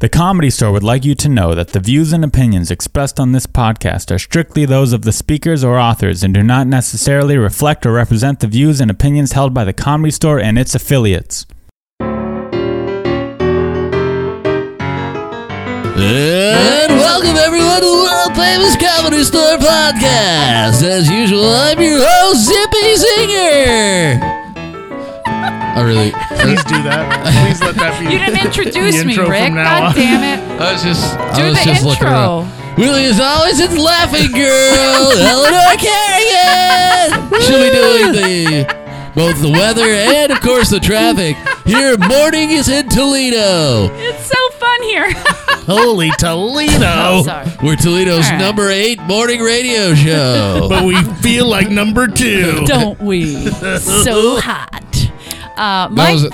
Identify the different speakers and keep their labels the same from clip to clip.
Speaker 1: The Comedy Store would like you to know that the views and opinions expressed on this podcast are strictly those of the speakers or authors and do not necessarily reflect or represent the views and opinions held by the Comedy Store and its affiliates.
Speaker 2: And welcome everyone to the world famous Comedy Store podcast. As usual, I'm your host Zippy Singer. I really,
Speaker 3: Please do that. Please let that be.
Speaker 4: You didn't introduce
Speaker 3: The
Speaker 4: me,
Speaker 3: intro from
Speaker 4: Rick.
Speaker 3: now on.
Speaker 4: God damn it.
Speaker 2: I was just,
Speaker 4: Do
Speaker 2: I was
Speaker 4: the
Speaker 2: just
Speaker 4: intro.
Speaker 2: looking around. Really, as always, it's Laughing Girl Eleanor Carrigan. She'll be doing the both the weather and, of course, the traffic. Here, morning is in Toledo.
Speaker 4: It's so fun here.
Speaker 3: Holy Toledo!
Speaker 4: Oh, Sorry.
Speaker 2: We're Toledo's
Speaker 4: All right.
Speaker 2: number eight morning radio show.
Speaker 3: But we feel like number two.
Speaker 4: Don't we? So hot. Uh, Mike
Speaker 2: That was, that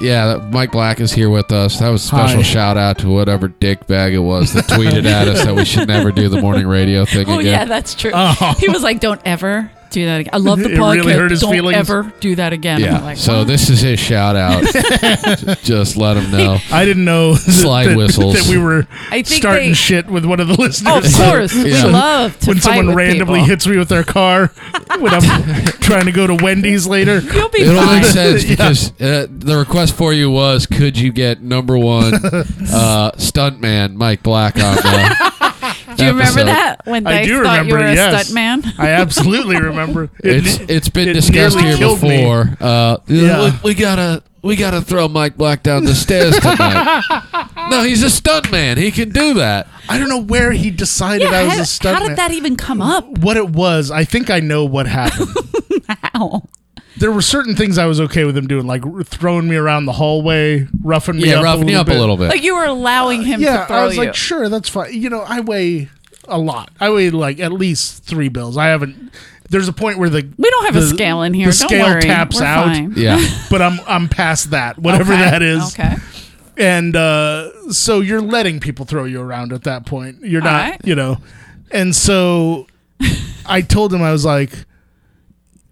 Speaker 2: was yeah. that- Mike Black is here with us. That was a special
Speaker 3: Hi.
Speaker 2: shout out to whatever dick bag it was that tweeted at us that we should never do the morning radio thing
Speaker 4: oh, yeah,
Speaker 2: again.
Speaker 4: that's true.
Speaker 3: Oh.
Speaker 4: He was like, don't ever do that again. I love the
Speaker 3: It
Speaker 4: podcast.
Speaker 3: really hurt his
Speaker 4: don't
Speaker 3: feelings.
Speaker 4: ever do that again.
Speaker 2: Yeah,
Speaker 4: I'm like,
Speaker 2: so
Speaker 4: what?
Speaker 2: this is his shout out. J- Just let him know.
Speaker 3: I didn't know that,
Speaker 2: Slide
Speaker 3: that,
Speaker 2: whistles.
Speaker 3: that we were
Speaker 4: I think
Speaker 3: starting
Speaker 4: they-
Speaker 3: shit with one of the
Speaker 4: Oh, of
Speaker 3: listeners.
Speaker 4: course.
Speaker 2: Yeah.
Speaker 4: We love to
Speaker 3: when
Speaker 4: fight
Speaker 3: someone
Speaker 4: with
Speaker 3: randomly
Speaker 4: people.
Speaker 3: hits me with their car when I'm trying to go to Wendy's later.
Speaker 4: You'll be
Speaker 2: It only
Speaker 4: fine.
Speaker 2: makes sense because uh, the request for you was could you get number one uh, stuntman Mike Black on the
Speaker 4: Do you remember
Speaker 2: episode.
Speaker 4: that? When
Speaker 3: I
Speaker 4: they
Speaker 3: do
Speaker 4: thought
Speaker 3: remember.
Speaker 4: you were a
Speaker 3: yes,
Speaker 4: stuntman?
Speaker 3: I absolutely remember. It-
Speaker 2: It's it's been
Speaker 3: it
Speaker 2: discussed
Speaker 3: nearly
Speaker 2: here
Speaker 3: killed me.
Speaker 2: before. Uh,
Speaker 3: Yeah.
Speaker 2: we, we gotta we gotta throw Mike Black down the stairs tonight. no, he's a stuntman. He can do that.
Speaker 3: I don't know where he decided I was
Speaker 4: how,
Speaker 3: a stuntman.
Speaker 4: how did that even come up?
Speaker 3: What it was, I think I know what happened.
Speaker 4: Ow.
Speaker 3: there were certain things I was okay with him doing, like r- throwing me around the hallway, roughing me
Speaker 2: Yeah,
Speaker 3: up,
Speaker 2: rough
Speaker 3: a
Speaker 2: me up
Speaker 3: bit.
Speaker 2: a little bit.
Speaker 4: Like you were allowing him
Speaker 3: Yeah,
Speaker 4: to throw
Speaker 3: I was
Speaker 4: you.
Speaker 3: like, sure, that's fine. You know, I weigh a lot. I weigh like at least three bills. I haven't. There's a point where the
Speaker 4: we don't have a
Speaker 3: the-
Speaker 4: scale in here.
Speaker 3: The
Speaker 4: Don't
Speaker 3: scale
Speaker 4: worry.
Speaker 3: taps
Speaker 4: We're
Speaker 3: out,
Speaker 4: fine.
Speaker 2: yeah.
Speaker 3: but I'm I'm past that, whatever
Speaker 4: Okay.
Speaker 3: that is.
Speaker 4: Okay.
Speaker 3: And uh, so you're letting people throw you around at that point. You're not,
Speaker 4: right.
Speaker 3: you know. And so I told him I was like,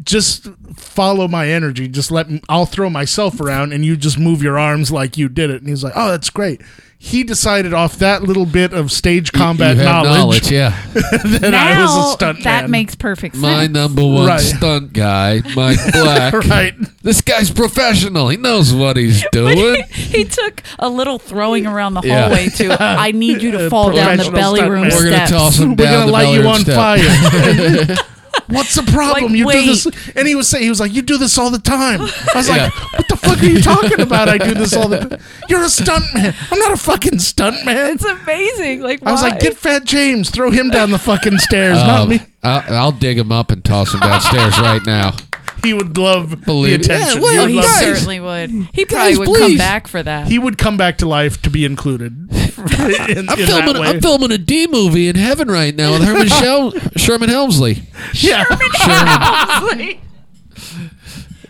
Speaker 3: just follow my energy. Just let me, I'll throw myself around, and you just move your arms like you did it. And he's like, oh, that's great. He decided off that little bit of stage combat
Speaker 2: you have
Speaker 3: knowledge,
Speaker 2: knowledge. Yeah,
Speaker 3: that
Speaker 4: now,
Speaker 3: I was a stunt
Speaker 4: that
Speaker 3: man.
Speaker 4: makes perfect sense.
Speaker 2: my number one
Speaker 3: Right.
Speaker 2: stunt guy, Mike Black.
Speaker 3: right.
Speaker 2: This guy's professional. He knows what he's
Speaker 4: But
Speaker 2: doing.
Speaker 4: he, he took a little throwing around the
Speaker 2: Yeah.
Speaker 4: hallway to I need you to fall down the
Speaker 3: Professional
Speaker 4: belly
Speaker 3: stunt
Speaker 4: room
Speaker 3: man.
Speaker 2: We're gonna
Speaker 4: steps.
Speaker 2: toss him
Speaker 3: We're
Speaker 2: down
Speaker 3: gonna
Speaker 2: the
Speaker 3: light
Speaker 2: belly
Speaker 3: you
Speaker 2: room
Speaker 3: on
Speaker 2: step.
Speaker 3: fire. What's the problem?
Speaker 4: Like,
Speaker 3: you do
Speaker 4: wait.
Speaker 3: this, and he was saying he was like, "You do this all the time." I was
Speaker 2: Yeah.
Speaker 3: like, "What the fuck are you talking about? I do this all the time. You're a stuntman. I'm not a fucking stuntman."
Speaker 4: it's amazing. Like
Speaker 3: I was like,
Speaker 4: why?
Speaker 3: "Get Fat James, throw him down the fucking stairs, not
Speaker 2: Um,
Speaker 3: me."
Speaker 2: I'll, I'll dig him up and toss him downstairs right now.
Speaker 3: He would love
Speaker 2: Believe-
Speaker 3: the attention.
Speaker 2: Yeah,
Speaker 3: he,
Speaker 2: well,
Speaker 4: Oh,
Speaker 3: would
Speaker 4: he
Speaker 3: love-
Speaker 2: Guys.
Speaker 4: certainly would. He probably
Speaker 2: Guys,
Speaker 4: would
Speaker 2: please.
Speaker 4: come back for that.
Speaker 3: he would come back to life to be included. in,
Speaker 2: I'm
Speaker 3: in
Speaker 2: filming.
Speaker 3: That way.
Speaker 2: I'm filming a D movie in heaven right now with Herman Shel- Sherman Helmsley.
Speaker 3: yeah.
Speaker 2: Sherman.
Speaker 4: Ah,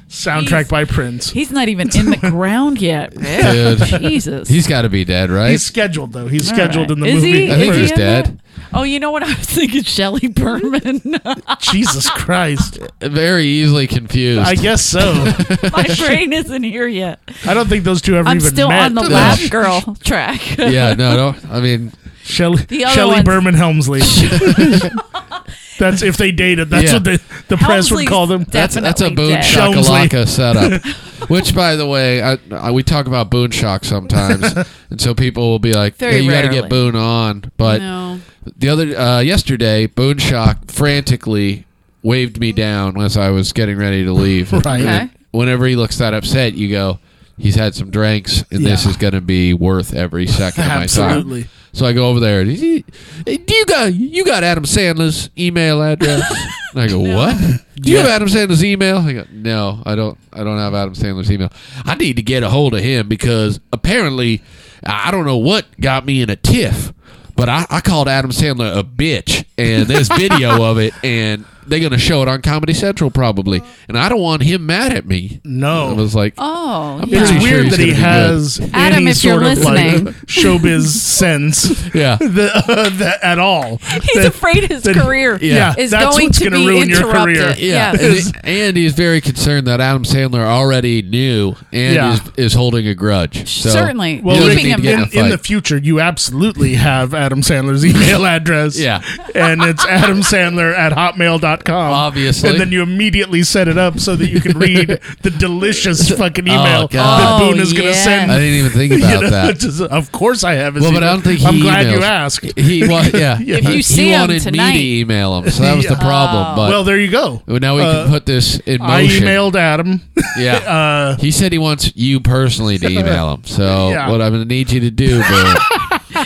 Speaker 3: Soundtrack by Prince.
Speaker 4: He's not even in the ground yet. Rick.
Speaker 2: Dude,
Speaker 4: Jesus.
Speaker 2: he's got to be dead, right?
Speaker 3: He's scheduled though. He's
Speaker 4: All
Speaker 3: scheduled
Speaker 4: right.
Speaker 3: in the
Speaker 4: Is
Speaker 3: movie.
Speaker 4: He,
Speaker 2: I think
Speaker 4: is
Speaker 3: for-
Speaker 4: he
Speaker 2: he's
Speaker 4: in that?
Speaker 2: dead.
Speaker 4: oh, you know what I was thinking? Shelley Berman.
Speaker 3: Jesus Christ.
Speaker 2: Very easily confused.
Speaker 3: I guess so.
Speaker 4: My brain isn't here yet.
Speaker 3: I don't think those two ever
Speaker 4: I'm
Speaker 3: even
Speaker 4: still
Speaker 3: met.
Speaker 4: on the
Speaker 2: No.
Speaker 4: lap girl track.
Speaker 2: yeah, no, no. I mean,
Speaker 3: Shelly,
Speaker 4: The other
Speaker 3: Shelly
Speaker 4: ones-
Speaker 3: Berman Helmsley. that's if they dated. That's
Speaker 2: Yeah.
Speaker 3: what the, the press would
Speaker 4: Helmsley's
Speaker 3: call them.
Speaker 4: dead.
Speaker 2: that's that's a
Speaker 4: Definitely
Speaker 2: Boone
Speaker 4: dead.
Speaker 2: Shakalaka setup. Which, by the way, I, I, we talk about Boone Shock sometimes, and so people will be like,
Speaker 4: Very
Speaker 2: "Hey, "You got to
Speaker 4: rarely.
Speaker 2: get Boone on." But
Speaker 4: No.
Speaker 2: the other uh, yesterday, Boone Shock frantically waved me down as I was getting ready to leave.
Speaker 3: Right.
Speaker 4: Okay.
Speaker 2: Whenever he looks that upset, you go, "He's had some drinks, and this
Speaker 3: Yeah.
Speaker 2: is going to be worth every second of my time."
Speaker 3: Absolutely.
Speaker 2: So I go over there. and he- hey, Do you got you got Adam Sandler's email address? and I go, what? Do you have Adam Sandler's email? I go, no, I don't. I don't have Adam Sandler's email. I need to get a hold of him because apparently, I I don't know what got me in a tiff, but I, I called Adam Sandler a bitch, and there's video of it, and they're gonna show it on Comedy Central probably, and I don't want him mad at me. I
Speaker 3: No.
Speaker 2: was like,
Speaker 4: Oh,
Speaker 2: I'm
Speaker 4: yeah.
Speaker 3: It's
Speaker 2: pretty sure
Speaker 3: weird
Speaker 2: he's
Speaker 3: that he
Speaker 2: gonna be
Speaker 3: has
Speaker 4: Adam,
Speaker 3: any
Speaker 4: if you're
Speaker 3: sort of
Speaker 4: listening.
Speaker 3: like showbiz sense
Speaker 2: yeah,
Speaker 3: the, that, at all.
Speaker 4: He's
Speaker 3: That-
Speaker 4: afraid his
Speaker 3: that-
Speaker 4: career
Speaker 2: Yeah.
Speaker 4: is
Speaker 3: That's
Speaker 4: going
Speaker 3: what's
Speaker 4: to
Speaker 3: gonna
Speaker 4: be
Speaker 3: ruin your
Speaker 4: interrupted.
Speaker 3: career.
Speaker 4: Yeah.
Speaker 2: yeah. And, he- and he's very concerned that Adam Sandler already knew and
Speaker 3: Yeah.
Speaker 2: is, is holding a grudge. So
Speaker 4: Certainly.
Speaker 2: you
Speaker 3: Well,
Speaker 2: just
Speaker 3: in,
Speaker 4: Keeping
Speaker 2: need
Speaker 4: him
Speaker 2: to get in a
Speaker 3: in, in the
Speaker 2: fight.
Speaker 3: future, you absolutely have Adam Sandler's email address.
Speaker 2: Yeah.
Speaker 3: And it's Adam Sandler at hotmail.com.
Speaker 2: Obviously.
Speaker 3: And then you immediately set it up so that you can read the delicious fucking email that
Speaker 2: Oh, God.
Speaker 3: Boone is going to
Speaker 4: Oh,
Speaker 2: I
Speaker 3: send.
Speaker 2: didn't even think about
Speaker 3: You know,
Speaker 2: that.
Speaker 3: just- of course I have his
Speaker 2: Well, but
Speaker 3: email.
Speaker 2: I don't think he
Speaker 3: I'm glad you
Speaker 2: emails.
Speaker 3: asked.
Speaker 2: He wa- yeah.
Speaker 3: Yeah.
Speaker 4: If you
Speaker 2: He
Speaker 4: see him
Speaker 2: wanted
Speaker 4: tonight-
Speaker 2: me to email him, so that was the
Speaker 3: Yeah.
Speaker 2: problem. But
Speaker 3: well, there you go.
Speaker 2: well, now we
Speaker 3: uh,
Speaker 2: can put this in
Speaker 3: I
Speaker 2: motion.
Speaker 3: emailed Adam.
Speaker 2: yeah.
Speaker 3: Uh,
Speaker 2: He said he wants you personally to email him. So
Speaker 3: Yeah.
Speaker 2: what I'm going to need you to do, Bill.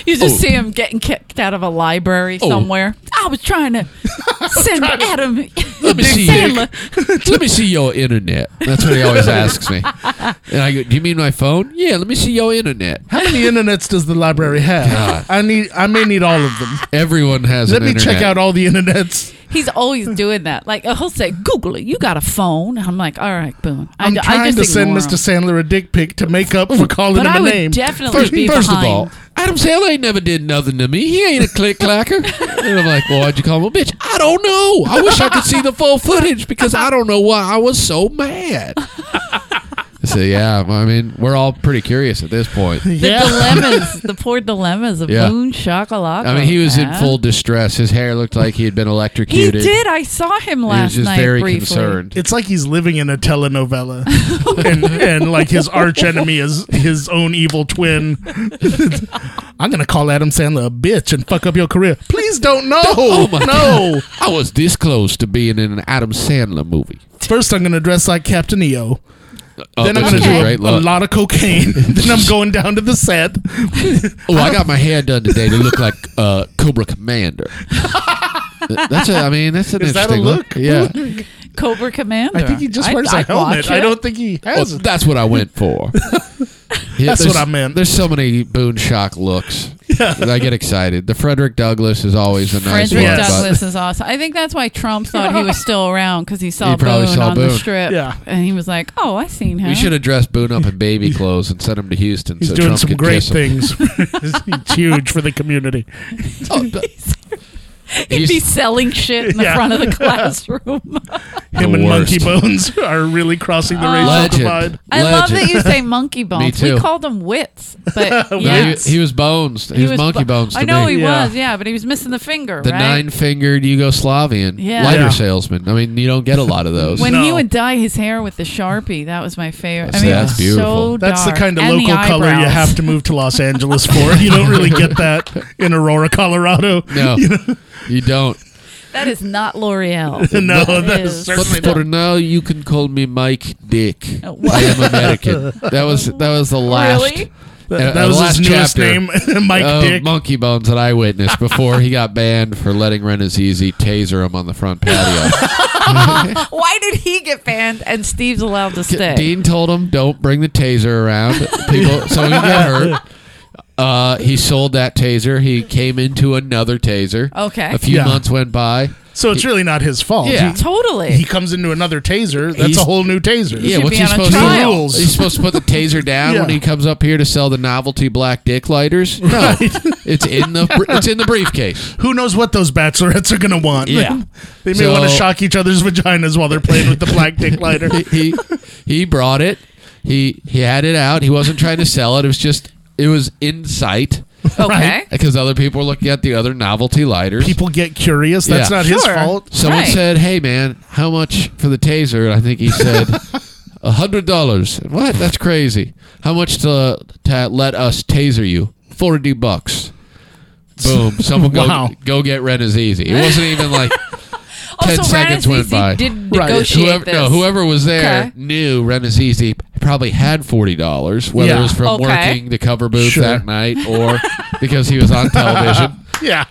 Speaker 4: You just see him getting kicked out of a library
Speaker 2: Oh.
Speaker 4: somewhere. I was trying to send Adam
Speaker 2: Let me see
Speaker 4: Sandler.
Speaker 2: let me see your internet. That's what he always asks me. And I go, do you mean my phone? Yeah, let me see your internet.
Speaker 3: how many internets does the library have?
Speaker 2: God.
Speaker 3: I need. I may need all of them.
Speaker 2: Everyone has
Speaker 3: Let
Speaker 2: an
Speaker 3: me
Speaker 2: internet.
Speaker 3: check out all the internets.
Speaker 4: He's always doing that. Like he'll say, "Google it. You got a phone?" And I'm like, "All right, Boone." I,
Speaker 3: I'm
Speaker 4: ju- I
Speaker 3: trying
Speaker 4: just
Speaker 3: to send
Speaker 4: ignore
Speaker 3: Mr.
Speaker 4: him.
Speaker 3: Sandler a dick pic to make up for calling
Speaker 4: But
Speaker 3: him a
Speaker 4: I would
Speaker 3: name.
Speaker 4: definitely
Speaker 2: First,
Speaker 4: be
Speaker 2: first of
Speaker 4: behind.
Speaker 2: all, Adam Sandler ain't never did nothing to me. He ain't a click clacker. and I'm like, well, why'd you call him a bitch? I don't know. I wish I could see the full footage because I don't know why I was so mad. so yeah, I mean, we're all pretty curious at this point.
Speaker 4: the
Speaker 3: yeah.
Speaker 4: dilemmas, the poor dilemmas of
Speaker 2: Yeah.
Speaker 4: Boone Shakalaka.
Speaker 2: I mean, he was in
Speaker 4: man.
Speaker 2: full distress. His hair looked like he had been
Speaker 4: He
Speaker 2: electrocuted.
Speaker 4: did. I saw him
Speaker 2: He was
Speaker 4: last
Speaker 2: just
Speaker 4: night.
Speaker 2: very
Speaker 4: briefly.
Speaker 2: concerned.
Speaker 3: It's like he's living in a telenovela, and and like his arch enemy is his own evil twin. I'm gonna call Adam Sandler a bitch and fuck up your career. Please don't know.
Speaker 2: Oh my
Speaker 3: no.
Speaker 2: I was this close to being in an Adam Sandler movie.
Speaker 3: First, I'm gonna dress like Captain EO.
Speaker 2: Oh,
Speaker 3: then I'm
Speaker 2: this is
Speaker 3: gonna
Speaker 4: Okay.
Speaker 2: a
Speaker 3: do
Speaker 2: great
Speaker 3: a, a
Speaker 2: look.
Speaker 3: lot of cocaine. then I'm going down to the set.
Speaker 2: Oh, I got my hair done today to look like uh, Cobra Commander. that's a, I mean, that's an
Speaker 3: Is that a
Speaker 2: interesting
Speaker 3: look?
Speaker 2: Yeah,
Speaker 4: Cobra Commander.
Speaker 3: I think he just wears a
Speaker 4: a
Speaker 3: helmet. I don't think he
Speaker 2: Well,
Speaker 3: has. it.
Speaker 2: Oh, that's what I went for. Yeah,
Speaker 3: That's
Speaker 2: there's-
Speaker 3: what I meant.
Speaker 2: There's so many Boone Shock looks. that I get excited. The Frederick Douglass is always a nice
Speaker 4: Frederick
Speaker 2: one.
Speaker 3: Yes.
Speaker 4: Douglass is awesome. I think that's why Trump thought he was still around because he saw
Speaker 2: He probably
Speaker 4: Boone
Speaker 2: saw
Speaker 4: on the
Speaker 2: Boone.
Speaker 4: strip.
Speaker 3: Yeah.
Speaker 4: And he was like, oh, I seen
Speaker 2: but
Speaker 4: him.
Speaker 2: We should have dressed Boone up in baby clothes and sent him to Houston.
Speaker 3: He's
Speaker 2: so
Speaker 3: doing
Speaker 2: Trump
Speaker 3: some
Speaker 2: could
Speaker 3: great
Speaker 2: kiss him.
Speaker 3: things. He's huge for the community.
Speaker 2: Oh, but-
Speaker 4: He'd
Speaker 2: he's-
Speaker 4: be selling shit in the
Speaker 3: Yeah.
Speaker 4: front of the classroom.
Speaker 3: Him
Speaker 2: The worst.
Speaker 3: and Monkey Bones are really crossing the
Speaker 4: Oh.
Speaker 3: racial
Speaker 2: Legend.
Speaker 3: divide.
Speaker 4: I love
Speaker 2: Legend.
Speaker 4: that you say monkey bones.
Speaker 2: too.
Speaker 4: We called him wits, but
Speaker 3: Well,
Speaker 2: Yeah,
Speaker 4: yes.
Speaker 2: he, he was bones. He, was, monkey
Speaker 4: bo-
Speaker 2: bones. To
Speaker 4: I know
Speaker 2: me.
Speaker 4: he
Speaker 3: Yeah.
Speaker 4: was, yeah, but he was missing the finger,
Speaker 2: the
Speaker 4: right?
Speaker 2: nine-fingered Yugoslavian
Speaker 4: Yeah.
Speaker 2: lighter
Speaker 3: Yeah.
Speaker 2: salesman. I mean, you don't get a lot of those.
Speaker 4: when he
Speaker 3: No.
Speaker 4: would dye his hair with the sharpie, that was my favorite. I
Speaker 2: That's-
Speaker 4: mean,
Speaker 2: that's
Speaker 4: it was
Speaker 2: beautiful.
Speaker 4: so
Speaker 3: That's the
Speaker 4: dark.
Speaker 3: kind of
Speaker 4: And the
Speaker 3: local color you
Speaker 4: eyebrows.
Speaker 3: have to move to Los Angeles for. You don't really get that in Aurora, Colorado.
Speaker 2: no, you don't.
Speaker 4: That is not L'Oreal.
Speaker 3: No, that
Speaker 4: It
Speaker 3: is
Speaker 4: is.
Speaker 2: But
Speaker 3: certainly not.
Speaker 2: for now, you can call me Mike Dick.
Speaker 4: Uh, what?
Speaker 2: I am American. That was that was the last.
Speaker 4: really?
Speaker 2: uh,
Speaker 3: That was
Speaker 2: the
Speaker 3: his
Speaker 2: last
Speaker 3: newest
Speaker 2: chapter Oh,
Speaker 3: name, Mike
Speaker 2: of
Speaker 3: Dick.
Speaker 2: Monkey Bones that I witnessed before he got banned for letting Renazizi taser him on the front patio.
Speaker 4: Why did he get banned and Steve's allowed to stay?
Speaker 2: Dean told him, "Don't bring the taser around. People, someone can get hurt." Uh, he sold that taser. He came into another taser.
Speaker 4: Okay.
Speaker 2: A few
Speaker 3: Yeah.
Speaker 2: months went by.
Speaker 3: so it's really not his fault.
Speaker 2: Yeah.
Speaker 3: He,
Speaker 4: Totally.
Speaker 3: he comes into another taser. That's
Speaker 2: He's-
Speaker 3: a whole new taser.
Speaker 2: Yeah,
Speaker 4: should
Speaker 2: what's
Speaker 4: be
Speaker 2: he
Speaker 4: on a
Speaker 2: supposed to
Speaker 4: trial.
Speaker 2: do?
Speaker 3: The rules.
Speaker 2: He's supposed to put the taser down
Speaker 3: Yeah.
Speaker 2: when he comes up here to sell the novelty black dick lighters. No, it's in the br- it's in the briefcase.
Speaker 3: Who knows what those bachelorettes are going to want?
Speaker 2: Yeah.
Speaker 3: they may
Speaker 2: So-
Speaker 3: want to shock each other's vaginas while they're playing with the black dick lighter.
Speaker 2: He he, he brought it. He he had it out. He wasn't trying to sell it. It was just it was in sight
Speaker 4: okay.
Speaker 2: because other people were looking at the other novelty lighters.
Speaker 3: People get curious. That's
Speaker 2: Yeah.
Speaker 3: not his
Speaker 4: Sure.
Speaker 3: fault.
Speaker 2: Someone
Speaker 4: Right.
Speaker 2: said, "Hey man, how much for the taser?" And I think he said a hundred dollars. What? That's crazy. How much to, to let us taser you? Forty bucks. Boom! Someone go
Speaker 3: Wow.
Speaker 2: go get red is easy. It wasn't even like ten
Speaker 4: Also,
Speaker 2: seconds
Speaker 4: Ranazzisi
Speaker 2: went by.
Speaker 4: did
Speaker 3: Right.
Speaker 4: negotiate
Speaker 2: Whoever,
Speaker 4: this.
Speaker 2: no, whoever was there
Speaker 4: Okay.
Speaker 2: knew Ren is easy probably had forty dollars, whether
Speaker 3: Yeah.
Speaker 2: it was from
Speaker 4: Okay.
Speaker 2: working the cover booth
Speaker 3: Sure.
Speaker 2: that night or because he was on television.
Speaker 3: Yeah.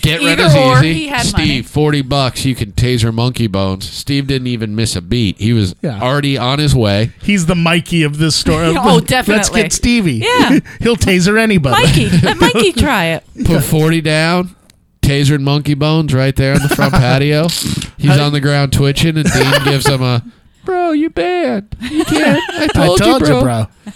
Speaker 2: Get rid
Speaker 4: Either
Speaker 2: of
Speaker 4: or,
Speaker 2: easy.
Speaker 4: he had
Speaker 2: Steve,
Speaker 4: money.
Speaker 2: forty bucks. You can taser monkey bones. Steve didn't even miss a beat. He was
Speaker 3: Yeah.
Speaker 2: already on his way.
Speaker 3: He's the Mikey of this story.
Speaker 4: Oh,
Speaker 3: Let's
Speaker 4: definitely.
Speaker 3: get Stevie.
Speaker 4: Yeah.
Speaker 3: He'll taser anybody.
Speaker 4: Mikey, let Mikey try it.
Speaker 2: Put forty down. taser and monkey bones right there on the front patio. He's on the ground twitching, and Dean gives him a, "Bro, you banned. You can't. I
Speaker 3: I
Speaker 2: told,
Speaker 3: told you,
Speaker 2: bro."
Speaker 3: bro.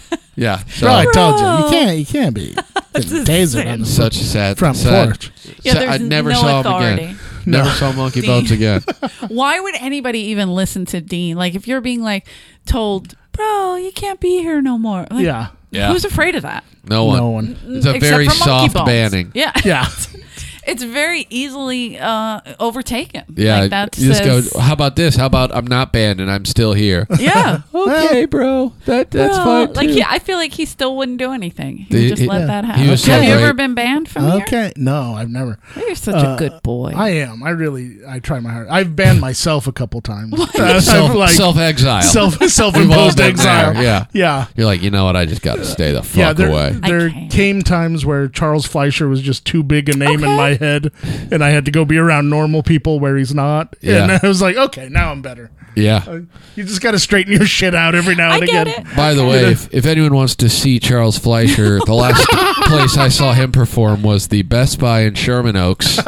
Speaker 3: Bro,
Speaker 2: Yeah. So,
Speaker 3: I told you.
Speaker 4: Bro.
Speaker 3: You can't. You can't be getting tasered on the
Speaker 2: Such a sad
Speaker 3: front
Speaker 2: sad-
Speaker 3: porch.
Speaker 4: Yeah,
Speaker 2: sad-
Speaker 4: there's
Speaker 2: I never
Speaker 4: no
Speaker 2: saw
Speaker 4: authority.
Speaker 2: him again. Never saw monkey
Speaker 4: Dean.
Speaker 2: bones again.
Speaker 4: Why would anybody even listen to Dean? Like, if you're being like told, bro, you can't be here no more. Like,
Speaker 3: Yeah.
Speaker 2: Yeah.
Speaker 4: Who's afraid of that?
Speaker 2: No one.
Speaker 3: No one.
Speaker 2: It's a
Speaker 4: Except
Speaker 2: very
Speaker 4: for monkey
Speaker 2: soft
Speaker 4: bones.
Speaker 2: banning.
Speaker 4: Yeah.
Speaker 3: Yeah.
Speaker 4: It's very easily uh, overtaken.
Speaker 2: Yeah,
Speaker 4: Like, that
Speaker 2: you just
Speaker 4: says,
Speaker 2: go. How about this? How about I'm not banned and I'm still here?
Speaker 4: yeah.
Speaker 2: okay, bro. That that's
Speaker 4: Well,
Speaker 2: fine.
Speaker 4: Like,
Speaker 2: too.
Speaker 4: yeah, I feel like he still wouldn't do anything. He
Speaker 2: He-
Speaker 4: would just
Speaker 2: he-
Speaker 4: let
Speaker 2: yeah.
Speaker 4: that
Speaker 2: He
Speaker 4: happen.
Speaker 2: was
Speaker 4: Have
Speaker 2: so
Speaker 4: you ever
Speaker 2: great.
Speaker 4: been banned from here?
Speaker 3: Okay. No, I've never.
Speaker 4: You're such a
Speaker 3: Uh,
Speaker 4: good boy.
Speaker 3: I am. I really. I try my hard. I've banned myself a couple times.
Speaker 2: self,
Speaker 3: I've, like,
Speaker 2: self exile.
Speaker 3: self self
Speaker 2: We've all
Speaker 3: imposed
Speaker 2: been
Speaker 3: exile.
Speaker 2: there, Yeah.
Speaker 3: Yeah.
Speaker 2: You're like, you know what? I just got to stay the fuck
Speaker 3: yeah, there,
Speaker 2: away.
Speaker 4: I
Speaker 3: there
Speaker 4: can't.
Speaker 3: came times where Charles Fleischer was just too big a name
Speaker 4: Okay.
Speaker 3: in my head, and I had to go be around normal people where he's not.
Speaker 2: Yeah.
Speaker 3: And I was like, okay, now I'm better.
Speaker 2: Yeah.
Speaker 3: Uh, You just got to straighten your shit out every now
Speaker 4: I
Speaker 3: and
Speaker 4: get
Speaker 3: again.
Speaker 4: it.
Speaker 2: By the way, if, if anyone wants to see Charles Fleischer, the last place I saw him perform was the Best Buy in Sherman Oaks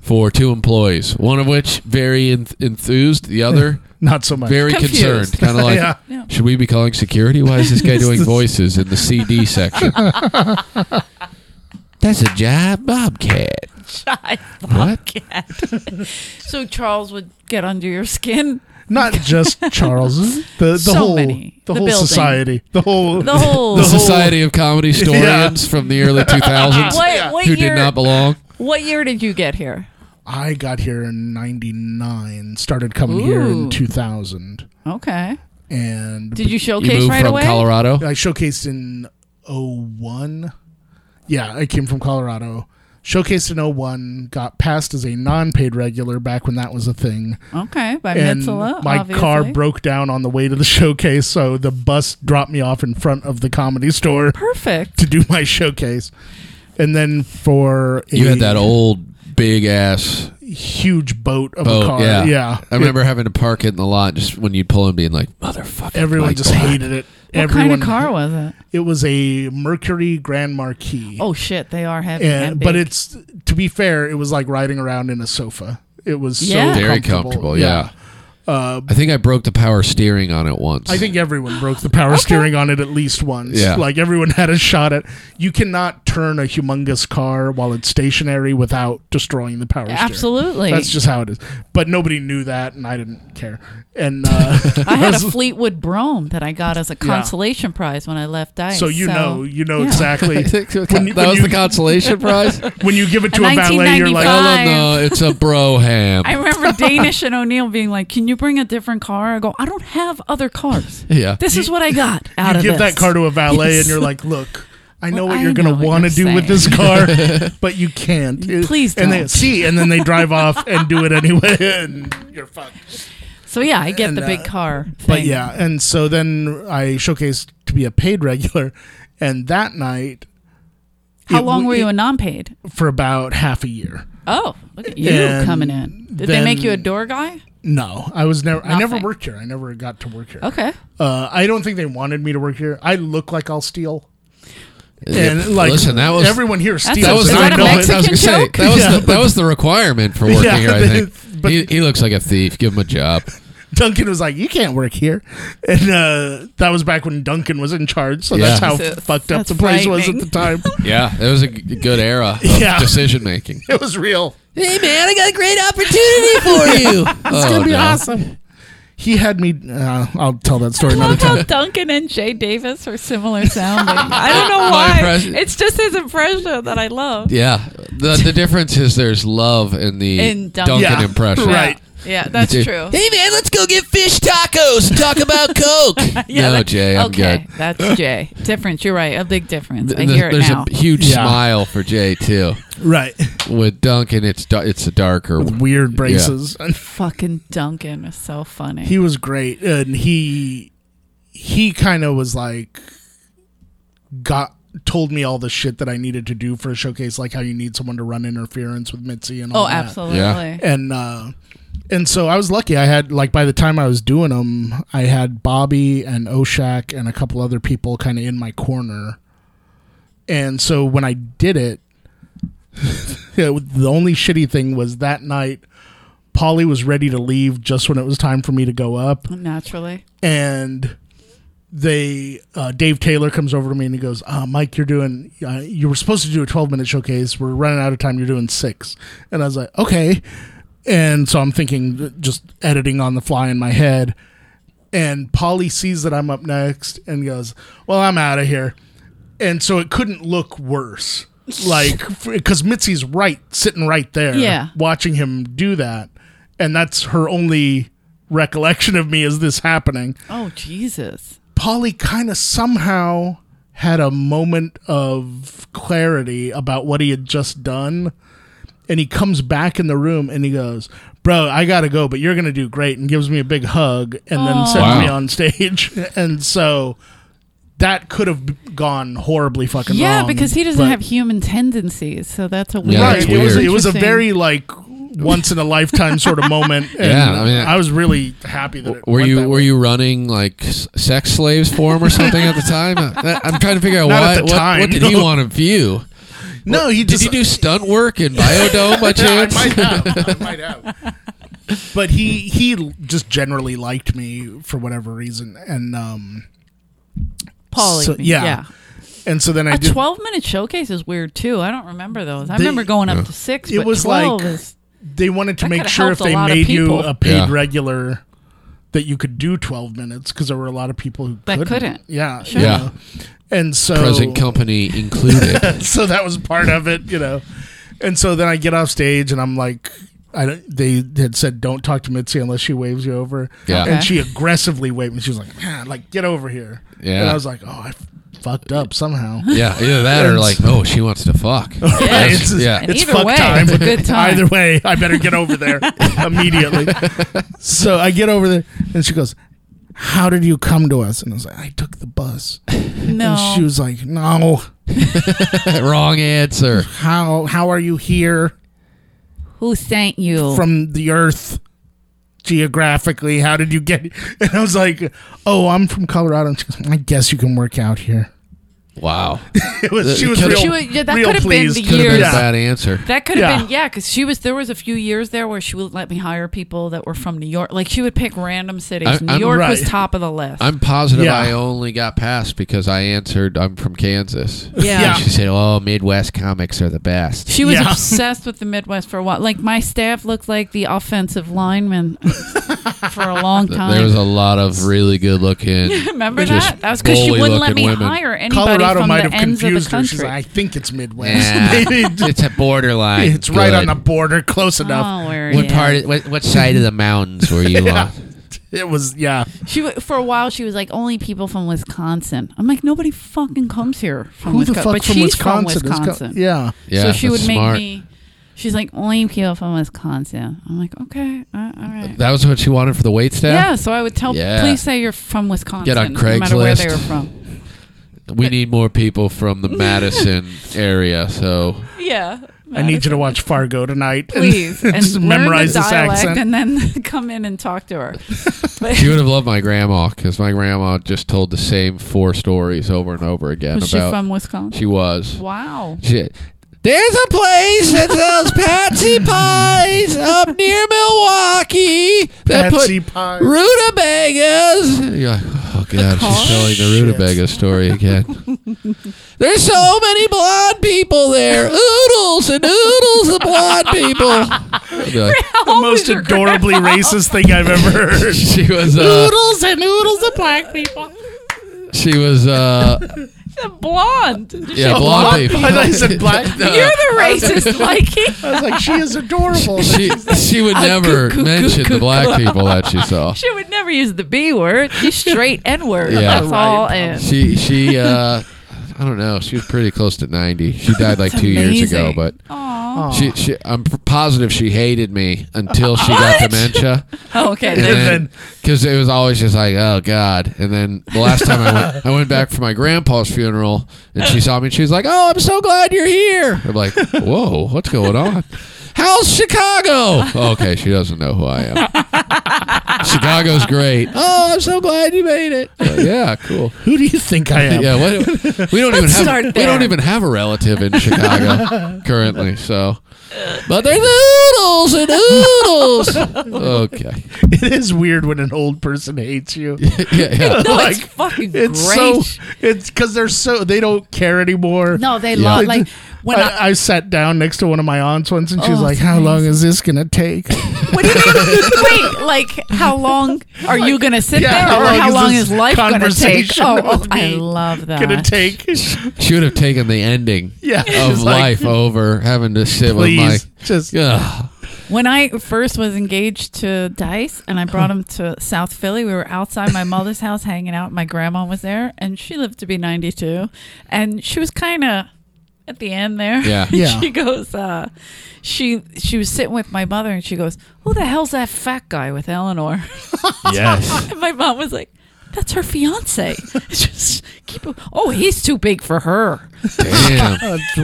Speaker 2: for two employees, one of which very enth enthused, the other
Speaker 3: Not so much.
Speaker 2: very
Speaker 4: Confused.
Speaker 2: concerned. Kind of like,
Speaker 3: Yeah.
Speaker 4: Yeah.
Speaker 2: should we be calling security? Why is this guy doing voices in the CD section? That's a jive bobcat.
Speaker 4: I
Speaker 2: What?
Speaker 4: cat. so Charles would get under your skin.
Speaker 3: Not just Charles. The the
Speaker 4: So
Speaker 3: whole
Speaker 4: many.
Speaker 3: the,
Speaker 4: The
Speaker 3: whole
Speaker 4: building.
Speaker 3: society. The whole
Speaker 4: The whole.
Speaker 2: The Society of Comedy Historians from the early 2000s
Speaker 4: what,
Speaker 3: Yeah.
Speaker 4: what
Speaker 2: who
Speaker 4: year?
Speaker 2: did not belong.
Speaker 4: what year did you get here?
Speaker 3: I got here in 99, started coming here
Speaker 4: Ooh.
Speaker 3: in 2000
Speaker 4: Okay.
Speaker 3: and
Speaker 4: Did you
Speaker 2: you
Speaker 4: showcase
Speaker 2: moved
Speaker 4: right
Speaker 2: from
Speaker 4: away?
Speaker 2: Colorado.
Speaker 3: I showcased in 01. Yeah, I came from Colorado. Showcased in 01, got passed as a non-paid regular back when that was a thing.
Speaker 4: Okay, by
Speaker 3: and
Speaker 4: Mitzala.
Speaker 3: my car
Speaker 4: obviously.
Speaker 3: broke down on the way to the showcase, so the bus dropped me off in front of the comedy store
Speaker 4: Perfect.
Speaker 3: to do my showcase. And then for
Speaker 2: You
Speaker 3: a
Speaker 2: had that old big ass
Speaker 3: huge boat of
Speaker 2: boat.
Speaker 3: a car.
Speaker 2: yeah.
Speaker 3: Yeah.
Speaker 2: I remember having to park it in the lot just when you'd pull in being like, motherfucker.
Speaker 3: Everyone
Speaker 2: Mike
Speaker 3: just
Speaker 2: Black."
Speaker 3: hated it.
Speaker 4: What
Speaker 3: Everyone
Speaker 4: kind of car was it?
Speaker 3: It was a Mercury Grand Marquis.
Speaker 4: Oh shit, they are heavy.
Speaker 3: and,
Speaker 4: and
Speaker 3: but
Speaker 4: big.
Speaker 3: it's to be fair, it was like riding around in a sofa. It was
Speaker 4: Yeah.
Speaker 3: so
Speaker 2: Very comfortable, yeah.
Speaker 3: Uh,
Speaker 2: I think I broke the power steering on it once.
Speaker 3: I think everyone broke the power steering on it at least once.
Speaker 2: Yeah.
Speaker 3: Like everyone had a shot at. You cannot turn a humongous car while it's stationary without destroying the power steering.
Speaker 4: absolutely.
Speaker 3: That's just how it is. But nobody knew that, and I didn't care. And uh,
Speaker 4: I had a Fleetwood Brome that I got as a consolation prize when I left Dice.
Speaker 3: so you know, you know
Speaker 4: yeah.
Speaker 3: exactly.
Speaker 2: that
Speaker 3: When you- when
Speaker 2: was
Speaker 3: you-
Speaker 2: the consolation prize.
Speaker 3: when you give it to a valet, you're like,
Speaker 2: oh,
Speaker 4: Five.
Speaker 2: no, no, it's a bro ham.
Speaker 4: I remember Danish and O'Neill being like, "Can you bring a different car?" I go, "I don't have other cars.
Speaker 2: yeah.
Speaker 4: This is what I got out
Speaker 3: you
Speaker 4: of
Speaker 3: give
Speaker 4: this."
Speaker 3: that car to a valet
Speaker 4: Yes.
Speaker 3: and you're like, look, I know
Speaker 4: Well,
Speaker 3: what
Speaker 4: I
Speaker 3: you're going
Speaker 4: know
Speaker 3: to
Speaker 4: what
Speaker 3: want to
Speaker 4: you're
Speaker 3: do with this car, but you can't. It-
Speaker 4: Please
Speaker 3: And they
Speaker 4: don't.
Speaker 3: see, and then they drive off and do it anyway, and you're fucked.
Speaker 4: So yeah, I get
Speaker 3: And,
Speaker 4: the big
Speaker 3: uh,
Speaker 4: car. Thing.
Speaker 3: But yeah, and so then I showcased to be a paid regular, and that night
Speaker 4: how
Speaker 3: it
Speaker 4: long
Speaker 3: w-
Speaker 4: were you
Speaker 3: it-
Speaker 4: a non-paid?
Speaker 3: for about half a year.
Speaker 4: Oh, look at you
Speaker 3: And
Speaker 4: coming in. Did they make
Speaker 3: then-
Speaker 4: you a door guy?
Speaker 3: No, I was never. I never
Speaker 4: Nothing.
Speaker 3: worked here. I never got to work here.
Speaker 4: Okay.
Speaker 3: Uh, I don't think they wanted me to work here. I look like I'll steal.
Speaker 2: Yeah,
Speaker 3: And like,
Speaker 2: listen, that was
Speaker 3: everyone here
Speaker 4: That's
Speaker 3: steals.
Speaker 2: that was
Speaker 4: Is
Speaker 2: the,
Speaker 3: and I
Speaker 4: that a
Speaker 3: know it.
Speaker 2: I was gonna say,
Speaker 4: Mexican
Speaker 2: that was
Speaker 3: joke?
Speaker 2: the, that was the requirement for working
Speaker 3: Yeah,
Speaker 2: here. I
Speaker 3: but-
Speaker 2: think
Speaker 3: but-
Speaker 2: he, he looks like a thief. Give him a job.
Speaker 3: Duncan was like, "You can't work here," and uh, that was back when Duncan was in charge. So that's
Speaker 2: Yeah.
Speaker 3: how
Speaker 4: That's-
Speaker 3: fucked up
Speaker 4: that's
Speaker 3: the place was at
Speaker 4: frightening.
Speaker 3: the time.
Speaker 2: Yeah, it was a g- good era of
Speaker 3: Yeah.
Speaker 2: decision making.
Speaker 3: it was real.
Speaker 2: Hey man, I got a great opportunity for you. it's
Speaker 3: It'd be awesome. He had me. Uh, I'll tell that story
Speaker 4: I
Speaker 3: another
Speaker 4: love how
Speaker 3: time.
Speaker 4: Duncan and Jay Davis are similar sounding. I don't
Speaker 2: My
Speaker 4: know why.
Speaker 2: impression-
Speaker 4: It's just his impression that I love.
Speaker 2: Yeah, the the difference is there's love in the
Speaker 4: In
Speaker 2: Duncan
Speaker 4: Duncan.
Speaker 3: Yeah,
Speaker 2: impression.
Speaker 3: right.
Speaker 4: Yeah, that's
Speaker 2: Dude.
Speaker 4: true.
Speaker 2: Hey man, let's go get fish tacos. and Talk about Coke.
Speaker 4: Yeah,
Speaker 2: no,
Speaker 4: that-
Speaker 2: Jay, I'm
Speaker 4: okay,
Speaker 2: good.
Speaker 4: that's Jay. Difference. You're right. A big difference. I
Speaker 2: Th-
Speaker 4: hear it
Speaker 2: there's
Speaker 4: now.
Speaker 2: a huge
Speaker 3: Yeah.
Speaker 2: smile for Jay too.
Speaker 3: Right,
Speaker 2: With Duncan, it's da- it's a darker.
Speaker 3: weird braces.
Speaker 4: Fucking Duncan is so funny.
Speaker 3: he was great, and he he kind of was like got told me all the shit that I needed to do for a showcase, like how you need someone to run interference with Mitzi and all
Speaker 4: oh,
Speaker 3: that.
Speaker 4: absolutely.
Speaker 3: and uh and so I was lucky. I had like by the time I was doing them, I had Bobby and Oshak and a couple other people kind of in my corner. And so when I did it, Yeah, the only shitty thing was that night, Polly was ready to leave just when it was time for me to go up,
Speaker 4: Naturally.
Speaker 3: and they uh, Dave Taylor comes over to me and he goes, uh, "Mike, you're doing. Uh, you were supposed to do a 12 minute showcase. We're running out of time. You're doing six. And I was like, "Okay." And so I'm thinking, uh, just editing on the fly in my head. And Polly sees that I'm up next and goes, "Well, I'm out of here." And so it couldn't look worse, like because Mitzi's right, sitting right there,
Speaker 4: Yeah.
Speaker 3: watching him do that, and that's her only recollection of me is this happening.
Speaker 4: Oh Jesus.
Speaker 3: Polly kind of somehow had a moment of clarity about what he had just done. And he comes back in the room and he goes, Bro, I got to go, but you're going to do great. And gives me a big hug and then sends me
Speaker 2: Wow.
Speaker 3: on stage. And so that could have gone horribly fucking
Speaker 4: yeah,
Speaker 3: wrong,
Speaker 4: because he doesn't
Speaker 3: but-
Speaker 4: have human tendencies, so that's a weird.
Speaker 2: Yeah,
Speaker 3: Right.
Speaker 2: that's
Speaker 3: it, was,
Speaker 2: weird.
Speaker 3: it was a
Speaker 4: Interesting.
Speaker 3: very like once in a lifetime sort of moment. And
Speaker 2: Yeah, I
Speaker 3: I,
Speaker 2: mean,
Speaker 3: was really happy that it
Speaker 2: Were
Speaker 3: went
Speaker 2: you
Speaker 3: that
Speaker 2: were
Speaker 3: way.
Speaker 2: you running like s- sex slaves for him or something at the time? I- I'm trying to figure out
Speaker 3: Not
Speaker 2: why,
Speaker 3: at the
Speaker 2: what,
Speaker 3: time,
Speaker 2: what did he
Speaker 3: no.
Speaker 2: want to view.
Speaker 3: No, he
Speaker 2: Did
Speaker 3: just
Speaker 2: he do stunt work in Biodome by
Speaker 3: Yeah,
Speaker 2: chance?
Speaker 3: I might have. I might have. But he he just generally liked me for whatever reason, and um
Speaker 4: Polly.
Speaker 3: So- yeah. and so then I
Speaker 4: A
Speaker 3: did.
Speaker 4: twelve minute showcase is weird too. I don't remember those. I remember going up to six.
Speaker 3: It
Speaker 4: but
Speaker 3: was
Speaker 4: 12
Speaker 3: like-
Speaker 4: is-
Speaker 3: They wanted to
Speaker 4: That
Speaker 3: make
Speaker 4: could've
Speaker 3: sure if
Speaker 4: helped a
Speaker 3: they
Speaker 4: lot of
Speaker 3: made you
Speaker 4: people.
Speaker 3: a paid
Speaker 2: Yeah.
Speaker 3: regular, that you could do twelve minutes because there were a lot of people who
Speaker 4: That
Speaker 3: couldn't.
Speaker 4: couldn't.
Speaker 3: Yeah, you
Speaker 4: Sure.
Speaker 2: Yeah.
Speaker 3: know. and so
Speaker 2: Present company included.
Speaker 3: so that was part of it, you know. And so then I get off stage and I'm like, I don't, they had said don't talk to Mitzi unless she waves you over.
Speaker 2: Yeah.
Speaker 3: And
Speaker 4: Okay.
Speaker 3: she aggressively waved me. She was like, man, like get over here.
Speaker 2: Yeah.
Speaker 3: And I was like, oh, I f- fucked up somehow.
Speaker 2: yeah, either that or
Speaker 3: And-
Speaker 2: like, oh, she wants to fuck.
Speaker 3: Right? It's,
Speaker 2: Yeah.
Speaker 4: And
Speaker 3: it's
Speaker 4: either
Speaker 3: fuck
Speaker 4: way,
Speaker 3: time.
Speaker 4: it's a good time.
Speaker 3: Either way, I better get over there immediately. So I get over there and she goes, how did you come to us? And I was like, I took the bus.
Speaker 4: no.
Speaker 3: And she was like, no,
Speaker 2: Wrong answer.
Speaker 3: how, how are you here?
Speaker 4: Who sent you?
Speaker 3: from the earth geographically how did you get and i was like oh i'm from colorado and she goes, i guess you can work out here
Speaker 2: Wow.
Speaker 3: it was she was
Speaker 2: Could've-
Speaker 3: real,
Speaker 4: She was- yeah, that
Speaker 3: real
Speaker 4: could've been
Speaker 3: pleased.
Speaker 4: the
Speaker 2: Could have been
Speaker 4: Yeah.
Speaker 2: a bad answer.
Speaker 4: that could have
Speaker 3: Yeah.
Speaker 4: been yeah, because she was. There was a few years there where she would let me hire people that were from New York. Like she would pick random cities.
Speaker 2: I-
Speaker 4: New
Speaker 2: I'm-
Speaker 4: York was
Speaker 3: Right.
Speaker 4: top of the list.
Speaker 2: I'm positive
Speaker 3: Yeah.
Speaker 2: I only got passed because I answered I'm from Kansas.
Speaker 4: yeah.
Speaker 3: Yeah.
Speaker 2: She said, "Oh, Midwest comics are the best."
Speaker 4: She was
Speaker 3: Yeah.
Speaker 4: obsessed with the Midwest for a while. Like my staff looked like the offensive lineman for a long time.
Speaker 2: There was a lot of really good-looking.
Speaker 4: Remember
Speaker 2: just
Speaker 4: that? That was because she wouldn't let
Speaker 2: bully-looking
Speaker 4: me
Speaker 2: women.
Speaker 4: hire anybody
Speaker 3: colorado
Speaker 4: from
Speaker 3: might
Speaker 4: the
Speaker 3: have
Speaker 4: ends of the
Speaker 3: confused her she's
Speaker 4: country.
Speaker 3: like i think it's midwest
Speaker 2: Yeah,
Speaker 3: Maybe
Speaker 2: it's it's a borderline.
Speaker 3: it's right
Speaker 2: Good.
Speaker 3: on the border close enough
Speaker 4: Oh, where
Speaker 2: What
Speaker 4: yeah.
Speaker 2: part? Of, what, what side of the mountains were you
Speaker 3: Yeah.
Speaker 2: on?
Speaker 3: it was yeah
Speaker 4: She wa- for a while she was like only people from Wisconsin. I'm like nobody fucking comes here from
Speaker 3: who the
Speaker 4: Wisconsin.
Speaker 3: fuck
Speaker 4: but
Speaker 3: from
Speaker 4: she's
Speaker 3: wisconsin,
Speaker 4: from
Speaker 3: is co-
Speaker 4: Wisconsin.
Speaker 3: yeah
Speaker 2: Yeah,
Speaker 4: so she would
Speaker 2: that's
Speaker 4: make
Speaker 2: smart.
Speaker 4: me. She's like only people from Wisconsin. I'm like okay, uh, all right.
Speaker 2: That was what she wanted for the wait
Speaker 4: yeah.
Speaker 2: staff.
Speaker 4: so I would tell,
Speaker 2: Yeah.
Speaker 4: please say you're from Wisconsin,
Speaker 2: Get on
Speaker 4: no matter where they
Speaker 2: Craigslist.
Speaker 4: were from.
Speaker 2: We need more people from the Madison area. So
Speaker 4: Yeah,
Speaker 3: i need you to watch fargo tonight and
Speaker 4: please and,
Speaker 3: just
Speaker 4: learn
Speaker 3: memorize
Speaker 4: the
Speaker 3: this
Speaker 4: dialect
Speaker 3: accent
Speaker 4: and then come in and talk to her. But
Speaker 2: she would have loved my grandma because my grandma just told the same four stories over and over again
Speaker 4: was she
Speaker 2: about.
Speaker 4: from Wisconsin?
Speaker 2: she was.
Speaker 4: wow.
Speaker 2: She- There's a place that sells patsy pies up near Milwaukee that
Speaker 3: patsy
Speaker 2: put
Speaker 3: pie
Speaker 2: rutabagas. You're like, oh god,
Speaker 4: car?
Speaker 2: she's telling the rutabaga story again. There's so many blonde people there, oodles and oodles of blonde people. You're like,
Speaker 3: the most adorably racist thing i've ever heard
Speaker 2: she was, uh,
Speaker 4: Noodles and noodles of black people.
Speaker 2: she was, uh,
Speaker 4: The blonde.
Speaker 2: yeah, blonde people.
Speaker 3: I thought you said black.
Speaker 4: You're the racist, Mikey.
Speaker 3: I was like, she is adorable.
Speaker 2: She she would never
Speaker 4: cuckoo,
Speaker 2: mention the
Speaker 4: cuckoo,
Speaker 2: black people that she saw.
Speaker 4: She would never use the B word. She's straight N word.
Speaker 2: Yeah.
Speaker 4: That's
Speaker 3: Right.
Speaker 4: all. And
Speaker 2: She she uh I don't know. She was pretty close to 90. She died like 2 years ago,
Speaker 4: amazing.
Speaker 2: but
Speaker 4: Aw.
Speaker 2: she, she I'm positive she hated me until she got dementia.
Speaker 4: Oh, okay.
Speaker 2: And
Speaker 4: Then,
Speaker 2: then, because it was always just like, oh God. And then the last time I went, I went back for my grandpa's funeral, and she saw me, and she was like, oh, I'm so glad you're here. I'm like, whoa, what's going on? How How's Chicago? Oh, okay, she doesn't know who I am. Chicago's great. Oh, I'm so glad you made it. But yeah, cool.
Speaker 3: Who do you think I am?
Speaker 2: Yeah, what, we don't even
Speaker 4: Let's
Speaker 2: have
Speaker 4: start
Speaker 2: we
Speaker 4: there.
Speaker 2: don't even have a relative in Chicago currently. So, but they're noodles and noodles. Okay,
Speaker 3: It is weird when an old person hates you.
Speaker 2: yeah, yeah.
Speaker 4: No,
Speaker 3: Like,
Speaker 4: it's fucking
Speaker 3: It's
Speaker 4: great.
Speaker 3: so it's because they're so they don't care anymore.
Speaker 4: no, they
Speaker 2: Yeah.
Speaker 4: love like when I,
Speaker 3: I, I sat down next to one of my aunts once, and she was
Speaker 4: Oh,
Speaker 3: like, "How
Speaker 4: thanks.
Speaker 3: long is this gonna take?"
Speaker 4: What do you mean? Wait, like how long are you gonna sit
Speaker 3: Yeah,
Speaker 4: there,
Speaker 3: how
Speaker 4: or
Speaker 3: long
Speaker 4: how
Speaker 3: is
Speaker 4: long
Speaker 3: this
Speaker 4: is life gonna take?
Speaker 3: conversation
Speaker 4: Oh, oh
Speaker 3: with
Speaker 4: I
Speaker 3: me
Speaker 4: love that.
Speaker 3: Gonna take?
Speaker 2: She would have taken the ending
Speaker 3: Yeah,
Speaker 2: of
Speaker 3: she's like,
Speaker 2: life over having to sit
Speaker 3: Please,
Speaker 2: with
Speaker 3: just
Speaker 2: my. Ugh.
Speaker 4: When I first was engaged to Dice, and I brought him to South Philly, we were outside my mother's house hanging out. My grandma was there, and she lived to be ninety-two, and she was kind of at the end there.
Speaker 2: Yeah.
Speaker 3: Yeah.
Speaker 4: she goes, uh, she she was sitting with my mother, and she goes, "Who the hell's that fat guy with Eleanor?"
Speaker 1: Yes.
Speaker 4: And my mom was like, "That's her fiance." Just keep. Oh, he's too big for her.
Speaker 2: Damn.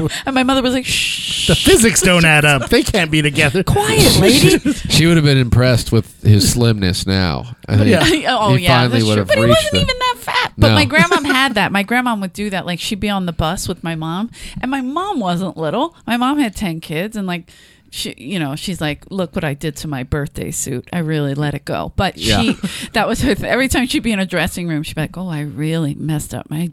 Speaker 3: uh,
Speaker 4: And my mother was like, "Shh,
Speaker 3: the physics don't add up. They can't be together.
Speaker 4: quiet, lady."
Speaker 2: She would have been impressed with his slimness now. I think
Speaker 3: Yeah.
Speaker 4: oh
Speaker 2: He
Speaker 4: yeah,
Speaker 2: finally
Speaker 4: that's
Speaker 2: would
Speaker 4: true.
Speaker 2: have
Speaker 4: But he
Speaker 2: reached
Speaker 4: wasn't
Speaker 2: the-
Speaker 4: even that fat. But
Speaker 2: No.
Speaker 4: my grandmom had that. My grandmom would do that. Like she'd be on the bus with my mom, and my mom wasn't little. My mom had ten kids, and like. She, you know, she's like, look what I did to my birthday suit. I really let it go. But
Speaker 2: Yeah.
Speaker 4: she, that was her. Th- every time she'd be in a dressing room, she'd be like, oh, I really messed up my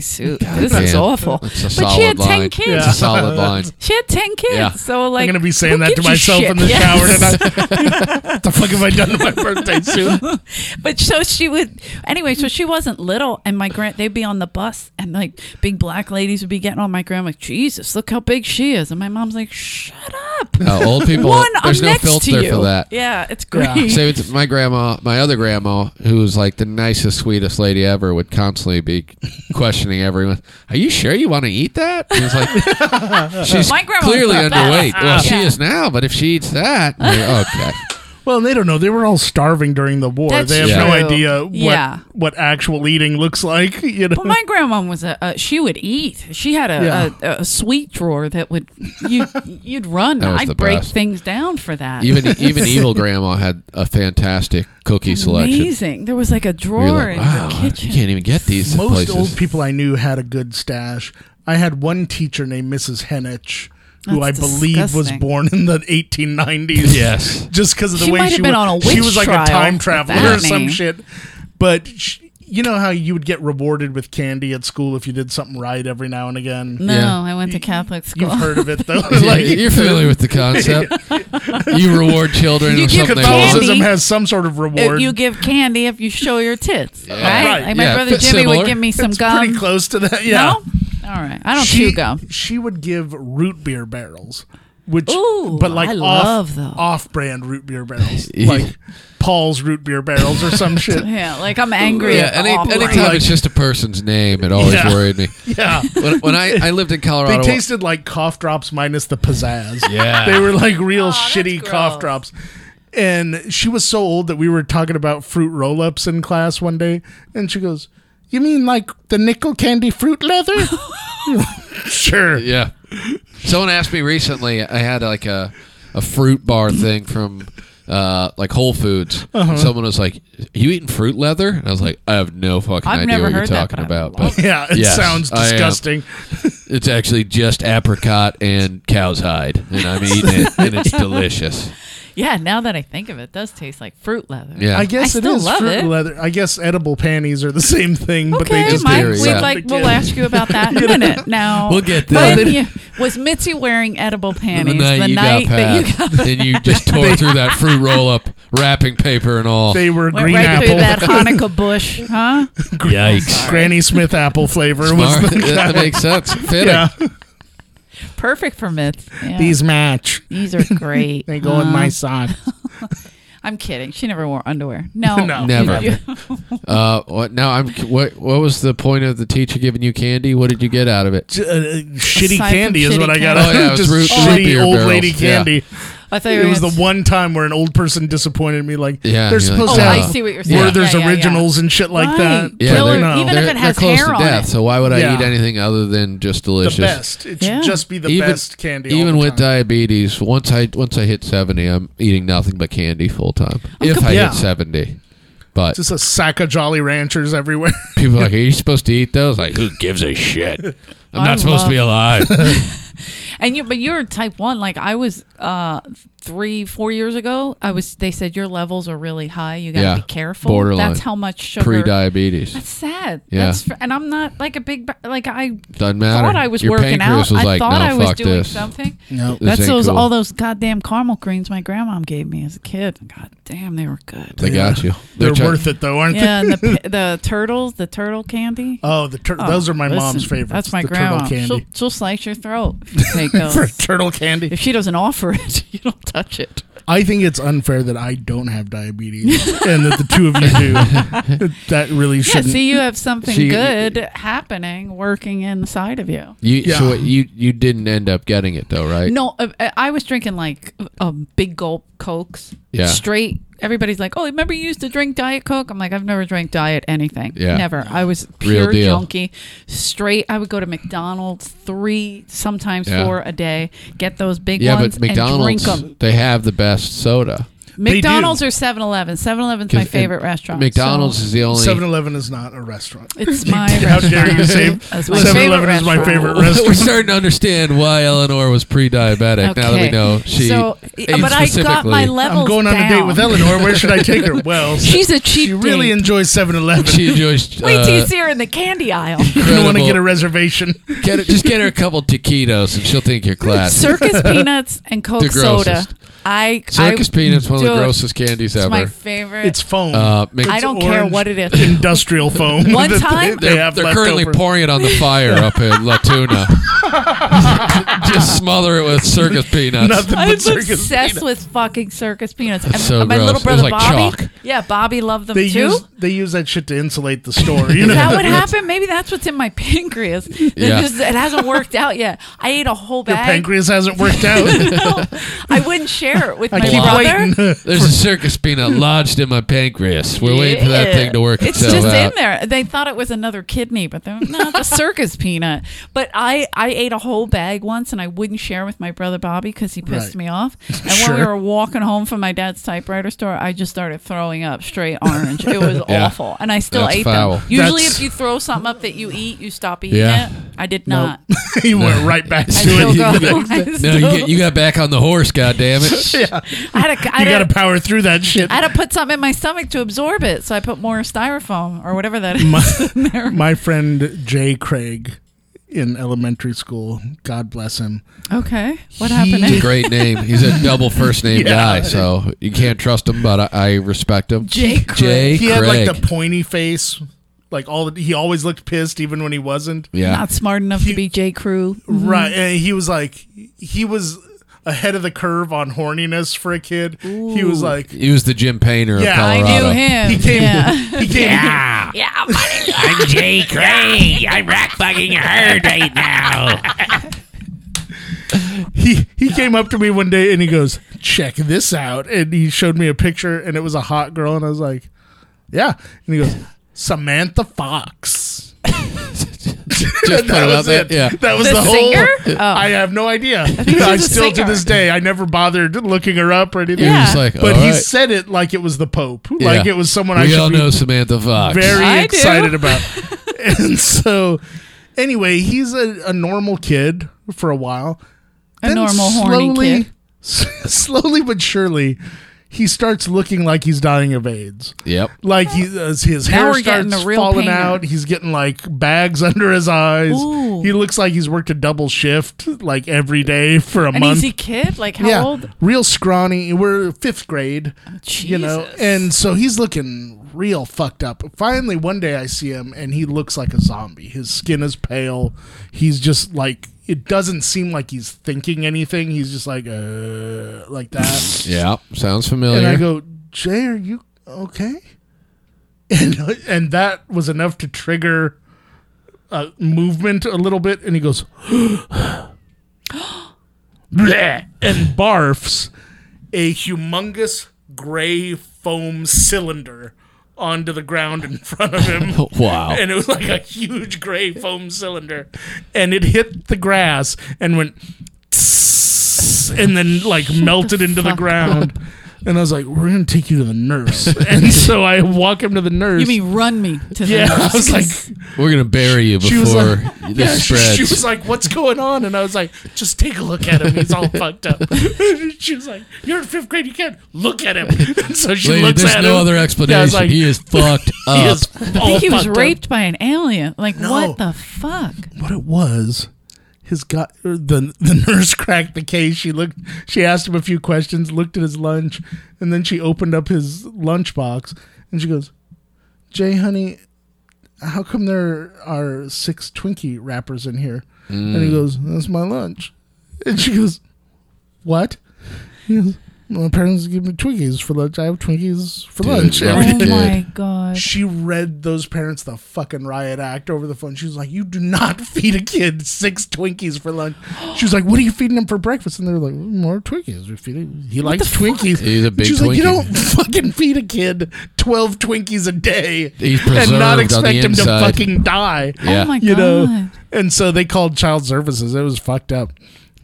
Speaker 4: suit. this is
Speaker 2: Damn.
Speaker 4: awful.
Speaker 2: It's a
Speaker 4: but she had
Speaker 2: solid line.
Speaker 4: ten
Speaker 2: It's
Speaker 4: kids.
Speaker 2: a solid line.
Speaker 4: She had ten kids.
Speaker 2: Yeah.
Speaker 4: So like,
Speaker 3: I'm gonna be
Speaker 4: who
Speaker 3: saying that to
Speaker 4: gives a
Speaker 3: myself
Speaker 4: shit?
Speaker 3: in the
Speaker 4: Yes.
Speaker 3: shower tonight. what the fuck have I done to my birthday suit?
Speaker 4: But so she would anyway. So she wasn't little, and my grand they'd be on the bus, and like big black ladies would be getting on my grandma. Like, Jesus, look how big she is, and my mom's like, Shut up.
Speaker 2: No, Uh, old people.
Speaker 4: One,
Speaker 2: there's
Speaker 4: I'm
Speaker 2: no
Speaker 4: next
Speaker 2: filter
Speaker 4: to you.
Speaker 2: for that.
Speaker 4: Yeah, it's great.
Speaker 2: So it's my grandma, my other grandma, who was like the nicest, sweetest lady ever, would constantly be questioning everyone. Are you sure you want to eat that? And it's like she's
Speaker 4: My grandma was
Speaker 2: clearly
Speaker 4: the
Speaker 2: underweight.
Speaker 4: best.
Speaker 2: Well,
Speaker 4: Yeah.
Speaker 2: she is now, but if she eats that, like, okay,
Speaker 3: Well, they don't know. They were all starving during the war.
Speaker 4: That's
Speaker 3: they have
Speaker 2: Yeah.
Speaker 4: true.
Speaker 3: no idea what
Speaker 4: Yeah.
Speaker 3: what actual eating looks like. You know,
Speaker 4: But my grandma was a, a she would eat. She had a, a, a sweet drawer that would you you'd run.
Speaker 2: That was the
Speaker 4: I'd break
Speaker 2: best.
Speaker 4: things down for that.
Speaker 2: even even evil grandma had a fantastic cookie selection.
Speaker 4: Amazing. There was like a drawer
Speaker 2: You're like,
Speaker 4: in
Speaker 2: wow,
Speaker 4: the kitchen.
Speaker 2: you can't even get these
Speaker 3: most
Speaker 2: places.
Speaker 3: old people I knew had a good stash. I had one teacher named Mrs. Henich, who I
Speaker 4: That's
Speaker 3: believe was
Speaker 4: disgusting.
Speaker 3: born in the 1890s.
Speaker 2: yes,
Speaker 3: just because of the
Speaker 4: She
Speaker 3: way
Speaker 4: might
Speaker 3: she
Speaker 4: have been
Speaker 3: wa-
Speaker 4: on a
Speaker 3: she
Speaker 4: witch
Speaker 3: was like
Speaker 4: trial
Speaker 3: a time
Speaker 4: with
Speaker 3: traveler
Speaker 4: that
Speaker 3: or some
Speaker 4: name.
Speaker 3: shit. But sh you know how you would get rewarded with candy at school if you did something right every now and again.
Speaker 4: no,
Speaker 2: Yeah.
Speaker 4: I went to Catholic school.
Speaker 3: You've heard of it though.
Speaker 2: like,
Speaker 3: like
Speaker 2: you're familiar with the concept. you reward children
Speaker 4: You
Speaker 2: with
Speaker 4: give
Speaker 2: something. they want.
Speaker 4: candy.
Speaker 3: Catholicism has some sort of
Speaker 4: Uh,
Speaker 3: reward.
Speaker 4: you give candy if you show your tits, right?
Speaker 3: Right.
Speaker 4: Like my
Speaker 2: Yeah,
Speaker 4: brother
Speaker 2: fit
Speaker 4: Jimmy
Speaker 2: similar.
Speaker 4: would give me some
Speaker 3: it's
Speaker 4: gum.
Speaker 3: pretty close to that. Yeah.
Speaker 4: No, all right. I don't
Speaker 3: she,
Speaker 4: chew gum.
Speaker 3: She would give root beer barrels, which
Speaker 4: Ooh,
Speaker 3: but like
Speaker 4: I
Speaker 3: off,
Speaker 4: love those.
Speaker 3: off-brand root beer barrels, like Paul's root beer barrels or some shit.
Speaker 4: Yeah, like I'm angry.
Speaker 2: Yeah,
Speaker 4: at
Speaker 2: any,
Speaker 4: all
Speaker 2: anytime
Speaker 4: like-
Speaker 2: it's just a person's name, it always
Speaker 3: Yeah.
Speaker 2: worried me.
Speaker 3: Yeah.
Speaker 2: When, when I, I lived in
Speaker 3: They
Speaker 2: Colorado,
Speaker 3: tasted like cough drops minus the pizzazz.
Speaker 2: Yeah.
Speaker 3: They were like real
Speaker 4: that's
Speaker 3: shitty cough
Speaker 4: gross.
Speaker 3: drops. And she was so old that we were talking about fruit roll ups in class one day. And she goes, You mean like the nickel candy fruit leather? sure.
Speaker 2: yeah. Someone asked me recently. I had like a a fruit bar thing from uh, like Whole Foods.
Speaker 3: Uh-huh.
Speaker 2: And someone was like, "You eating fruit leather?" And I was like, "I have no fucking
Speaker 4: I've
Speaker 2: idea
Speaker 4: never
Speaker 2: what you're
Speaker 4: heard that,
Speaker 2: talking
Speaker 4: but I
Speaker 2: about." But
Speaker 3: Yeah, it
Speaker 2: Yes,
Speaker 3: sounds
Speaker 2: I am.
Speaker 3: disgusting.
Speaker 2: it's actually just apricot and cow's hide, and I'm eating it, and it's delicious.
Speaker 4: yeah, now that I think of it, it does taste like fruit leather.
Speaker 2: Yeah,
Speaker 3: I guess
Speaker 4: I
Speaker 3: it
Speaker 4: still
Speaker 3: is
Speaker 4: love
Speaker 3: fruit
Speaker 4: it.
Speaker 3: leather. I guess edible panties are the same thing, but they
Speaker 4: Okay,
Speaker 3: just
Speaker 4: Mike,
Speaker 2: did
Speaker 4: we
Speaker 2: it.
Speaker 4: would
Speaker 2: Yeah.
Speaker 4: like we'll ask you about that in a minute. Now
Speaker 2: We'll get
Speaker 4: when
Speaker 2: there.
Speaker 4: you- was Mitzi wearing edible panties the
Speaker 2: you
Speaker 4: night that you
Speaker 2: got passed, and you just tore through that fruit roll up wrapping paper and all.
Speaker 3: They were
Speaker 4: went
Speaker 3: green
Speaker 4: right through
Speaker 3: apple.
Speaker 4: that Hanukkah bush, huh?
Speaker 2: Yikes.
Speaker 3: Granny Smith apple flavor was
Speaker 2: Smart.
Speaker 3: the
Speaker 2: that makes sense. Fitting.
Speaker 3: Yeah.
Speaker 4: Perfect for Mitz. Yeah.
Speaker 3: These match.
Speaker 4: These are great.
Speaker 3: They go in
Speaker 4: Uh,
Speaker 3: my sock.
Speaker 4: I'm kidding. She never wore underwear. No,
Speaker 3: No.
Speaker 2: Never.
Speaker 4: You-
Speaker 2: Uh, what, now I'm. What What was the point of the teacher giving you candy? What did you get out of it?
Speaker 3: J- uh, uh, shitty
Speaker 4: Aside from
Speaker 3: candy is
Speaker 4: shitty
Speaker 3: what I got.
Speaker 4: candy.
Speaker 2: Oh, yeah, it was
Speaker 3: just
Speaker 2: root- root
Speaker 3: shitty
Speaker 2: beer
Speaker 3: old
Speaker 2: barrels.
Speaker 3: lady
Speaker 2: Yeah.
Speaker 3: candy.
Speaker 4: I thought you
Speaker 3: It
Speaker 4: were
Speaker 3: was
Speaker 4: gonna
Speaker 3: the one time where an old person disappointed me. Like
Speaker 2: Yeah, you're
Speaker 3: they're
Speaker 2: like,
Speaker 3: supposed
Speaker 4: Oh,
Speaker 3: to
Speaker 4: I
Speaker 3: have
Speaker 4: see what you're saying.
Speaker 2: Yeah.
Speaker 3: where there's
Speaker 4: yeah, yeah,
Speaker 3: originals and shit like
Speaker 4: Right.
Speaker 3: that.
Speaker 4: Yeah,
Speaker 3: But
Speaker 4: they're-
Speaker 3: no,
Speaker 4: even if
Speaker 2: they're,
Speaker 4: it has
Speaker 2: they're close
Speaker 4: hair
Speaker 2: to
Speaker 4: on
Speaker 2: death.
Speaker 4: it.
Speaker 2: So why would I eat
Speaker 3: Yeah.
Speaker 2: anything other than just delicious?
Speaker 3: the best. It should
Speaker 4: Yeah.
Speaker 3: just be the
Speaker 2: Even-
Speaker 3: best candy. all
Speaker 2: Even
Speaker 3: the
Speaker 2: with uh,
Speaker 3: time.
Speaker 2: diabetes, once I once I hit seventy, I'm eating nothing but candy full time.
Speaker 4: Oh,
Speaker 2: If I
Speaker 3: Yeah.
Speaker 2: hit seventy, but
Speaker 3: just a sack of Jolly Ranchers everywhere.
Speaker 2: people are like, "Are you supposed to eat those?" Like, who gives a shit? I'm
Speaker 4: I
Speaker 2: not supposed to be alive.
Speaker 4: And you, but you're type one. Like I was, uh, three, four years ago. I was. They said your levels are really high. You gotta
Speaker 2: Yeah.
Speaker 4: be careful.
Speaker 2: Borderline.
Speaker 4: That's how much sugar.
Speaker 2: Pre-diabetes
Speaker 4: That's sad.
Speaker 2: Yeah.
Speaker 4: That's fr- and I'm not like a big ba- like I
Speaker 2: doesn't matter.
Speaker 4: thought I was
Speaker 2: Your
Speaker 4: working
Speaker 2: pancreas
Speaker 4: out.
Speaker 2: was
Speaker 4: I
Speaker 2: like,
Speaker 4: thought
Speaker 2: "No,
Speaker 4: I was
Speaker 2: fuck
Speaker 4: doing
Speaker 2: this.
Speaker 4: something.
Speaker 3: no.
Speaker 2: This
Speaker 4: That's
Speaker 2: ain't
Speaker 4: those
Speaker 2: cool."
Speaker 4: all those goddamn caramel creams my grandmom gave me as a kid. God damn, they were good.
Speaker 2: They got you.
Speaker 3: They're
Speaker 2: try-
Speaker 3: worth it though, aren't
Speaker 4: yeah,
Speaker 3: they?
Speaker 4: and the pi- the turtles, the turtle candy.
Speaker 3: Oh, the tur-
Speaker 2: Uh,
Speaker 4: Oh,
Speaker 3: those are my
Speaker 4: listen,
Speaker 3: mom's favorites.
Speaker 4: That's my
Speaker 3: the
Speaker 4: grandma.
Speaker 3: Turtle candy.
Speaker 4: She'll, she'll slice your throat if you take
Speaker 3: for
Speaker 4: those.
Speaker 3: turtle candy.
Speaker 4: if she doesn't offer it, you don't touch it.
Speaker 3: I think it's unfair that I don't have diabetes and that the two of you do. that really
Speaker 4: Yeah,
Speaker 3: shouldn't.
Speaker 4: see, you have something
Speaker 2: She-
Speaker 4: good happening, working inside of you.
Speaker 2: You,
Speaker 3: Yeah.
Speaker 2: So you you didn't end up getting it though, right?
Speaker 4: No, uh, uh, I was drinking like a big gulp cokes.
Speaker 2: Yeah.
Speaker 4: Straight. Everybody's like, "Oh, remember you used to drink diet coke?" I'm like, "I've never drank diet anything.
Speaker 2: Yeah.
Speaker 4: Never. I was
Speaker 2: Real
Speaker 4: pure
Speaker 2: deal.
Speaker 4: junkie. Straight. I would go to McDonald's three, sometimes
Speaker 2: Yeah,
Speaker 4: four a day. Get those big
Speaker 2: Yeah,
Speaker 4: ones
Speaker 2: but
Speaker 4: and drink
Speaker 2: McDonald's
Speaker 4: them.
Speaker 2: they have the best soda.
Speaker 4: McDonald's or 7-Eleven. 7-Eleven's my
Speaker 2: 'Cause-
Speaker 4: favorite
Speaker 2: and
Speaker 4: restaurant.
Speaker 2: McDonald's
Speaker 4: so
Speaker 2: is the only
Speaker 3: 7 Eleven is not a restaurant.
Speaker 4: it's my
Speaker 3: How dare you say
Speaker 4: restaurant. That's my favorite
Speaker 3: 7 Eleven is my
Speaker 4: restaurant.
Speaker 3: favorite
Speaker 2: We're
Speaker 3: restaurant?
Speaker 2: starting to understand why Eleanor was pre-diabetic. Now that we
Speaker 4: Okay.
Speaker 2: know she,
Speaker 4: So,
Speaker 2: ate
Speaker 4: but I got my
Speaker 2: specifically-
Speaker 4: levels
Speaker 3: I'm going on a date
Speaker 4: down.
Speaker 3: with Eleanor. Where should I take her? Well,
Speaker 4: She's a cheap
Speaker 3: she really
Speaker 4: date.
Speaker 3: enjoys 7 Eleven.
Speaker 2: She enjoys.
Speaker 4: Wait till you
Speaker 2: uh,
Speaker 4: see her in the candy
Speaker 3: You
Speaker 4: aisle.
Speaker 3: want to
Speaker 2: incredible-
Speaker 3: get a reservation.
Speaker 2: get her- just get her a couple taquitos and she'll think you're class.
Speaker 4: Circus peanuts and Coke
Speaker 2: The grossest.
Speaker 4: soda. I
Speaker 2: Circus
Speaker 4: I,
Speaker 2: peanuts, one of the
Speaker 4: dude,
Speaker 2: grossest candies
Speaker 4: It's my
Speaker 2: ever.
Speaker 4: favorite.
Speaker 3: It's foam.
Speaker 2: Uh, Mc-
Speaker 4: I don't care
Speaker 3: orange.
Speaker 4: what it is.
Speaker 3: Industrial foam.
Speaker 4: One
Speaker 3: that they-
Speaker 4: time-
Speaker 3: they,
Speaker 2: They're,
Speaker 3: have
Speaker 2: they're
Speaker 3: left
Speaker 2: currently
Speaker 3: over.
Speaker 2: pouring it on the fire up in Latuna. just smother it with circus peanuts.
Speaker 3: Nothing
Speaker 4: I
Speaker 3: but
Speaker 4: was
Speaker 3: circus.
Speaker 4: obsessed with fucking circus peanuts. And
Speaker 2: so
Speaker 4: my
Speaker 2: gross.
Speaker 4: little
Speaker 2: It was
Speaker 4: brother
Speaker 2: like
Speaker 4: Bobby.
Speaker 2: chalk.
Speaker 4: Yeah, Bobby loved them
Speaker 3: They
Speaker 4: too.
Speaker 3: use they use that shit to insulate the store. You know?
Speaker 4: Is that what happened? Maybe that's what's in my pancreas. That
Speaker 2: Yeah.
Speaker 4: just- it hasn't worked out yet. I ate a whole
Speaker 3: Your
Speaker 4: bag.
Speaker 3: pancreas hasn't worked out.
Speaker 4: I wouldn't share it with
Speaker 3: I
Speaker 4: my
Speaker 3: keep
Speaker 4: brother.
Speaker 3: waiting.
Speaker 2: There's a circus peanut lodged in my pancreas. We're waiting for that
Speaker 4: Yeah.
Speaker 2: thing to work
Speaker 4: It's
Speaker 2: itself
Speaker 4: just
Speaker 2: out.
Speaker 4: in there. They thought it was another kidney, but they're no, it's a circus peanut. But I, I ate a whole bag once, and I wouldn't share with my brother Bobby because he pissed
Speaker 3: Right.
Speaker 4: me off. And when we
Speaker 3: Sure.
Speaker 4: were walking home from my dad's typewriter store, I just started throwing up straight orange. It was
Speaker 2: Yeah.
Speaker 4: awful, and I still
Speaker 2: That's
Speaker 4: ate
Speaker 2: foul.
Speaker 4: them. Usually,
Speaker 3: That's-
Speaker 4: if you throw something up that you eat, you stop eating
Speaker 2: Yeah.
Speaker 4: it. I did
Speaker 3: Nope.
Speaker 4: not.
Speaker 3: you went right back to
Speaker 4: I still
Speaker 3: it.
Speaker 4: go.
Speaker 2: You
Speaker 4: I,
Speaker 2: No,
Speaker 4: still,
Speaker 2: you, get, you got back on the horse, goddammit.
Speaker 3: Yeah,
Speaker 4: I had a, I
Speaker 3: you
Speaker 4: had a-
Speaker 3: got to power through that shit.
Speaker 4: I had to put something in my stomach to absorb it, so I put more styrofoam or whatever that is in there.
Speaker 3: My friend Jay Craig in elementary school, God bless him.
Speaker 4: Okay, what
Speaker 3: He-
Speaker 4: happened? next?
Speaker 2: Great name. He's a double first name
Speaker 3: Yeah.
Speaker 2: guy, so you can't trust him, but I, I respect him.
Speaker 4: Jay Craig.
Speaker 2: Jay
Speaker 3: He had
Speaker 2: Craig.
Speaker 3: like the pointy face, like all the, he always looked pissed even when he wasn't.
Speaker 2: yeah.
Speaker 4: not smart enough
Speaker 3: He-
Speaker 4: to be J. Crew.
Speaker 3: Right, and he was like he was ahead of the curve on horniness for a kid. He was like
Speaker 2: He was the Jim Painter
Speaker 3: Yeah.
Speaker 2: of
Speaker 4: I
Speaker 2: Colorado.
Speaker 4: knew him.
Speaker 3: he came
Speaker 4: Yeah.
Speaker 3: he came
Speaker 4: yeah, buddy.
Speaker 5: I'm Jay Craig. I'm rock fucking her right now.
Speaker 3: he he came up to me one day and he goes, "Check this out." And he showed me a picture and it was a hot girl and I was like, "Yeah." And he goes, "Samantha Fox."
Speaker 2: Just put it out
Speaker 3: was
Speaker 2: there.
Speaker 3: it.
Speaker 2: Yeah.
Speaker 3: That was
Speaker 4: The
Speaker 3: the, whole
Speaker 4: singer? Oh.
Speaker 3: I have no idea.
Speaker 4: he was
Speaker 3: I
Speaker 4: a
Speaker 3: still to
Speaker 4: singer.
Speaker 3: this day I never bothered looking her up or anything.
Speaker 2: He was just
Speaker 4: Yeah.
Speaker 2: like,
Speaker 3: But
Speaker 2: all
Speaker 3: he
Speaker 2: right.
Speaker 3: said it like it was the Pope.
Speaker 2: Yeah.
Speaker 3: Like it was someone I
Speaker 2: we
Speaker 3: should
Speaker 2: all
Speaker 3: be
Speaker 2: know Samantha Fox.
Speaker 3: very
Speaker 4: I do.
Speaker 3: excited about. and so, anyway, he's a, a normal kid for a while.
Speaker 4: A normal horny kid.
Speaker 3: slowly but surely, he starts looking like he's dying of AIDS.
Speaker 2: yep.
Speaker 3: Like he, as his
Speaker 4: Now
Speaker 3: hair
Speaker 4: we're getting
Speaker 3: starts
Speaker 4: the real
Speaker 3: falling
Speaker 4: painter.
Speaker 3: out. He's getting like bags under his eyes.
Speaker 4: Ooh.
Speaker 3: He looks like he's worked a double shift like every day for a
Speaker 4: An
Speaker 3: month.
Speaker 4: easy kid? Like how
Speaker 3: yeah,
Speaker 4: old?
Speaker 3: real scrawny. We're fifth grade you know
Speaker 4: Jesus.
Speaker 3: and so he's looking real fucked up finally one day i see him and he looks like a zombie his skin is pale he's just like it doesn't seem like he's thinking anything he's just like uh like that
Speaker 2: Yeah. Sounds familiar.
Speaker 3: and i go jay are you okay and and that was enough to trigger uh, movement a little bit and he goes Bleh, and barfs a humongous gray foam cylinder onto the ground in front of him.
Speaker 2: Wow.
Speaker 3: And it was like a huge gray foam cylinder. And it hit the grass and went tss, and then like melted into the ground. And I was like, we're going to take you to the nurse. And so I walk him to the nurse.
Speaker 4: You mean run me to the
Speaker 3: yeah, I
Speaker 4: nurse,
Speaker 3: was like,
Speaker 4: 'cause
Speaker 2: We're gonna bury you
Speaker 3: she was
Speaker 2: before
Speaker 3: like,
Speaker 2: this
Speaker 3: yeah, she,
Speaker 2: spreads.
Speaker 3: she was like, "What's going on?" And I was like, "Just take a look at him. He's all fucked up." she was like, "You're in fifth grade. You can't look at him." And so she
Speaker 2: Lady,
Speaker 3: looks
Speaker 2: there's
Speaker 3: at
Speaker 2: no
Speaker 3: him.
Speaker 2: other
Speaker 3: Yeah, I
Speaker 2: explanation.
Speaker 3: was like,
Speaker 2: he is fucked up.
Speaker 3: "He is
Speaker 4: I
Speaker 3: all
Speaker 4: think he was
Speaker 3: fucked up."
Speaker 4: raped by an alien. Like, what the fuck?
Speaker 3: What it was, his guy, or the the nurse cracked the case. She looked, she asked him a few questions, looked at his lunch, and then she opened up his lunchbox and she goes, "Jay, honey." How come there are six Twinkie wrappers in here? And he goes, That's my lunch. And she goes, What? He goes, well, My parents give me Twinkies for lunch. I have Twinkies for
Speaker 2: Dude,
Speaker 3: lunch.
Speaker 2: that
Speaker 3: every
Speaker 2: was
Speaker 4: Oh
Speaker 2: Good.
Speaker 4: my god.
Speaker 3: she read those parents the fucking riot act over the phone. She was like, "You do not feed a kid six Twinkies for lunch." She was like, "What are you feeding him for breakfast?" And they're like, "Mm, "More Twinkies. We feed him. He likes Twinkies."
Speaker 2: He's a big
Speaker 3: She's like, "You
Speaker 2: Twinkie."
Speaker 3: don't fucking feed a kid twelve Twinkies a day
Speaker 2: He's
Speaker 3: and
Speaker 2: preserved on
Speaker 3: not
Speaker 2: the
Speaker 3: expect him to
Speaker 2: inside.
Speaker 3: fucking die."
Speaker 2: Yeah.
Speaker 4: Oh my
Speaker 3: You
Speaker 4: god.
Speaker 3: know, and so they called child services. It was fucked up.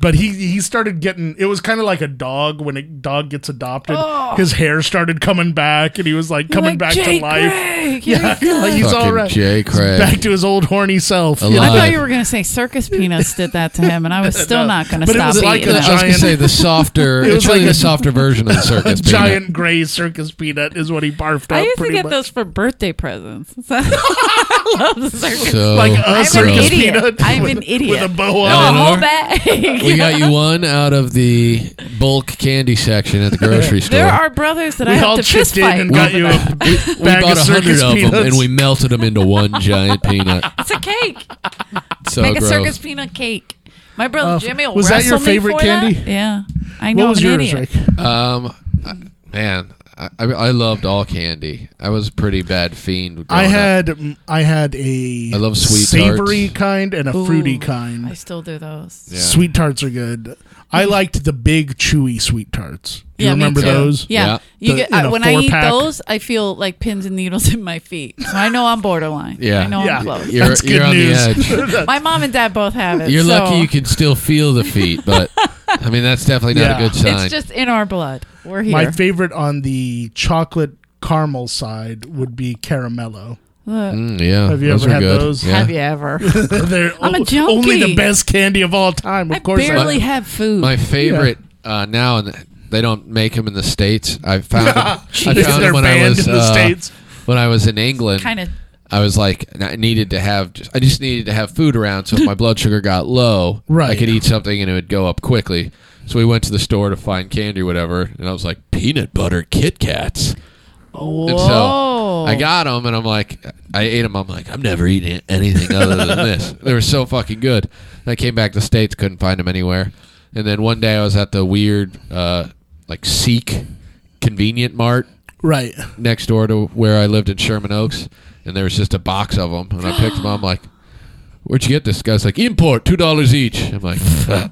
Speaker 3: But he he started getting. It was kind of like a dog when a dog gets adopted.
Speaker 4: Oh.
Speaker 3: His hair started coming back, and he was like coming
Speaker 4: Like,
Speaker 3: back
Speaker 4: Jay
Speaker 3: to life.
Speaker 4: Craig, here
Speaker 3: Yeah,
Speaker 4: he comes.
Speaker 3: like he's
Speaker 2: Fucking
Speaker 3: all right.
Speaker 2: Jay Craig.
Speaker 3: Back to his old horny self.
Speaker 2: Alive.
Speaker 4: I thought you were gonna say circus peanuts did that to him, and I was still
Speaker 3: No,
Speaker 4: not gonna
Speaker 3: but it
Speaker 4: stop
Speaker 3: was
Speaker 4: eating
Speaker 3: like a
Speaker 2: I was
Speaker 4: it.
Speaker 2: gonna
Speaker 3: giant-
Speaker 2: say the softer.
Speaker 3: It
Speaker 2: it's
Speaker 3: was
Speaker 2: really
Speaker 3: like
Speaker 2: the
Speaker 3: a-
Speaker 2: softer version of the circus. peanut.
Speaker 3: Giant gray circus peanut is what he barfed up.
Speaker 4: I used to
Speaker 3: pretty
Speaker 4: get
Speaker 3: much.
Speaker 4: those for birthday presents. So I love the circus.
Speaker 2: So
Speaker 3: like a
Speaker 4: I'm
Speaker 3: circus
Speaker 4: an idiot.
Speaker 3: peanut.
Speaker 4: I'm
Speaker 3: with,
Speaker 4: an idiot.
Speaker 3: with a boa.
Speaker 4: Oh, a
Speaker 2: Eleanor?
Speaker 4: whole bag.
Speaker 2: we got you one out of the bulk candy section at the grocery store.
Speaker 4: There are brothers that I
Speaker 3: We
Speaker 4: have
Speaker 3: all
Speaker 4: to
Speaker 3: chipped
Speaker 4: fist
Speaker 3: in
Speaker 4: fight.
Speaker 3: and got you a
Speaker 2: we, we
Speaker 3: bag
Speaker 2: bought
Speaker 3: of
Speaker 2: a hundred
Speaker 3: circus
Speaker 2: of them
Speaker 3: peanuts.
Speaker 2: and we melted them into one giant peanut.
Speaker 4: It's a cake.
Speaker 2: So
Speaker 4: Make a
Speaker 2: gross.
Speaker 4: circus peanut cake. My brother
Speaker 3: Uh,
Speaker 4: Jimmy will
Speaker 3: was that your
Speaker 4: wrestle me
Speaker 3: favorite
Speaker 4: for that.
Speaker 3: candy?
Speaker 4: Yeah, I know.
Speaker 3: What was
Speaker 4: I'm an
Speaker 3: yours,
Speaker 4: idiot.
Speaker 3: Rick?
Speaker 2: Um, I- man, I, I I loved all candy. I was a pretty bad fiend. growing
Speaker 3: I
Speaker 2: up.
Speaker 3: had mm, I had a
Speaker 2: I love sweet
Speaker 3: savory
Speaker 2: tarts.
Speaker 3: kind and a
Speaker 4: Ooh,
Speaker 3: fruity
Speaker 4: I
Speaker 3: kind.
Speaker 4: still do those.
Speaker 2: Yeah.
Speaker 3: Sweet tarts are good. I liked the big chewy sweet tarts. You
Speaker 4: Mm-hmm. Yeah, me
Speaker 3: remember
Speaker 4: too.
Speaker 3: those?
Speaker 4: Yeah,
Speaker 2: Yeah.
Speaker 4: you
Speaker 3: The-
Speaker 4: get,
Speaker 3: in
Speaker 4: I,
Speaker 3: a
Speaker 4: when I eat
Speaker 3: four-pack.
Speaker 4: those, I feel like pins and needles in my feet. So I know I'm borderline.
Speaker 2: Yeah.
Speaker 4: I know
Speaker 3: Yeah.
Speaker 4: I'm close.
Speaker 2: You're,
Speaker 3: That's good
Speaker 2: you're on
Speaker 3: news.
Speaker 2: the edge.
Speaker 4: My mom and dad both have it.
Speaker 2: You're
Speaker 4: so
Speaker 2: lucky you can still feel the feet, but I mean that's definitely not
Speaker 3: Yeah.
Speaker 2: a good sign.
Speaker 4: It's just in our blood. We're here.
Speaker 3: My favorite on the chocolate caramel side would be caramello.
Speaker 4: Look,
Speaker 2: Mm, yeah,
Speaker 3: Have you
Speaker 2: those
Speaker 3: ever
Speaker 2: are
Speaker 3: had
Speaker 2: good.
Speaker 3: those?
Speaker 2: Yeah.
Speaker 4: Have you ever?
Speaker 3: They're
Speaker 4: I'm a
Speaker 3: o- only
Speaker 4: junkie.
Speaker 3: the best candy of all time. Of
Speaker 4: I
Speaker 3: course, I-
Speaker 4: barely have food.
Speaker 2: My favorite uh, now, and they don't make them in the states. I found 'em- I
Speaker 3: They're
Speaker 2: found 'em when I
Speaker 3: banned
Speaker 2: was
Speaker 3: in the
Speaker 2: uh,
Speaker 3: States.
Speaker 2: when I was in England.
Speaker 4: kind of.
Speaker 2: I was like, and I needed to have, just, I just needed to have food around. So if my blood sugar got low, I
Speaker 3: Right.
Speaker 2: could eat something and it would go up quickly. So we went to the store to find candy or whatever. And I was like, peanut butter Kit Kats. And so
Speaker 4: Whoa.
Speaker 2: I got them and I'm like, I ate them. I'm like, I'm never eating anything other than this. They were so fucking good. And I came back to the States, couldn't find them anywhere. And then one day I was at the weird, uh, like, Sikh convenient mart
Speaker 3: Right.
Speaker 2: next door to where I lived in Sherman Oaks, and there was just a box of them, and I picked them. up. I'm like, "Where'd you get this?" Guy's like, "Import, two dollars each." I'm like,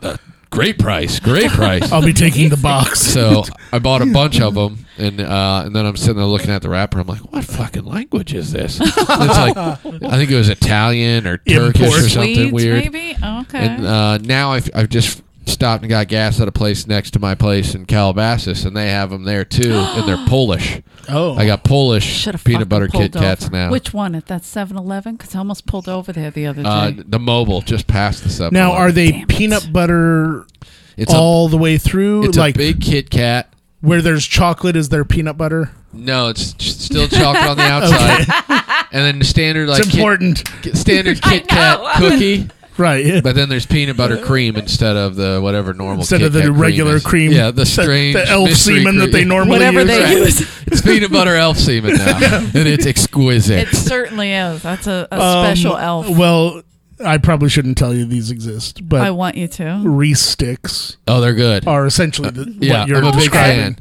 Speaker 2: "Great price, great price."
Speaker 4: Oh.
Speaker 3: I'll be taking the box.
Speaker 2: so I bought a bunch of them, and uh, and then I'm sitting there looking at the wrapper. I'm like, "What fucking language is this?" And it's like, I think it was Italian or Turkish
Speaker 3: Import.
Speaker 2: or something
Speaker 4: Swedes,
Speaker 2: weird.
Speaker 4: maybe. Oh, okay.
Speaker 2: And uh, now I've, I've just stopped and got gas at a place next to my place in Calabasas, and they have them there too, and they're Polish.
Speaker 3: Oh,
Speaker 2: I got Polish
Speaker 4: Should have
Speaker 2: peanut butter Kit Kats
Speaker 4: over.
Speaker 2: now.
Speaker 4: Which one? At that 7-Eleven? Because I almost pulled over there the other day.
Speaker 2: Uh, the mobile just past the sub.
Speaker 3: Now, are
Speaker 4: Damn
Speaker 3: they
Speaker 4: it.
Speaker 3: peanut butter
Speaker 2: Oh, it's
Speaker 3: all the way through?
Speaker 2: a, it's
Speaker 3: like
Speaker 2: a big Kit Kat?
Speaker 3: where there's chocolate, is there peanut butter?
Speaker 2: No, it's ch- still chocolate on the outside, and then the standard like
Speaker 3: It's
Speaker 2: Kit-
Speaker 3: important,
Speaker 2: Kit- standard Kit Kat cookie.
Speaker 3: right? Yeah.
Speaker 2: But then there's peanut butter cream instead of the whatever normal
Speaker 3: Instead
Speaker 2: Kit
Speaker 3: of the
Speaker 2: Kat
Speaker 3: regular
Speaker 2: is.
Speaker 3: cream,
Speaker 2: Yeah, the
Speaker 3: that-
Speaker 2: strange
Speaker 3: the elf
Speaker 2: mystery
Speaker 3: semen
Speaker 2: cream.
Speaker 3: that they normally
Speaker 4: Whatever
Speaker 3: use.
Speaker 4: they use.
Speaker 2: It's peanut butter elf semen now, and it's exquisite.
Speaker 4: It certainly is. That's a, a
Speaker 3: Um,
Speaker 4: special elf.
Speaker 3: Well, I probably shouldn't tell you these exist, but
Speaker 4: I want you to.
Speaker 3: Reese sticks
Speaker 2: oh, they're good.
Speaker 3: are essentially the,
Speaker 2: yeah,
Speaker 3: what you're
Speaker 2: I'm a big
Speaker 3: describing.
Speaker 2: fan.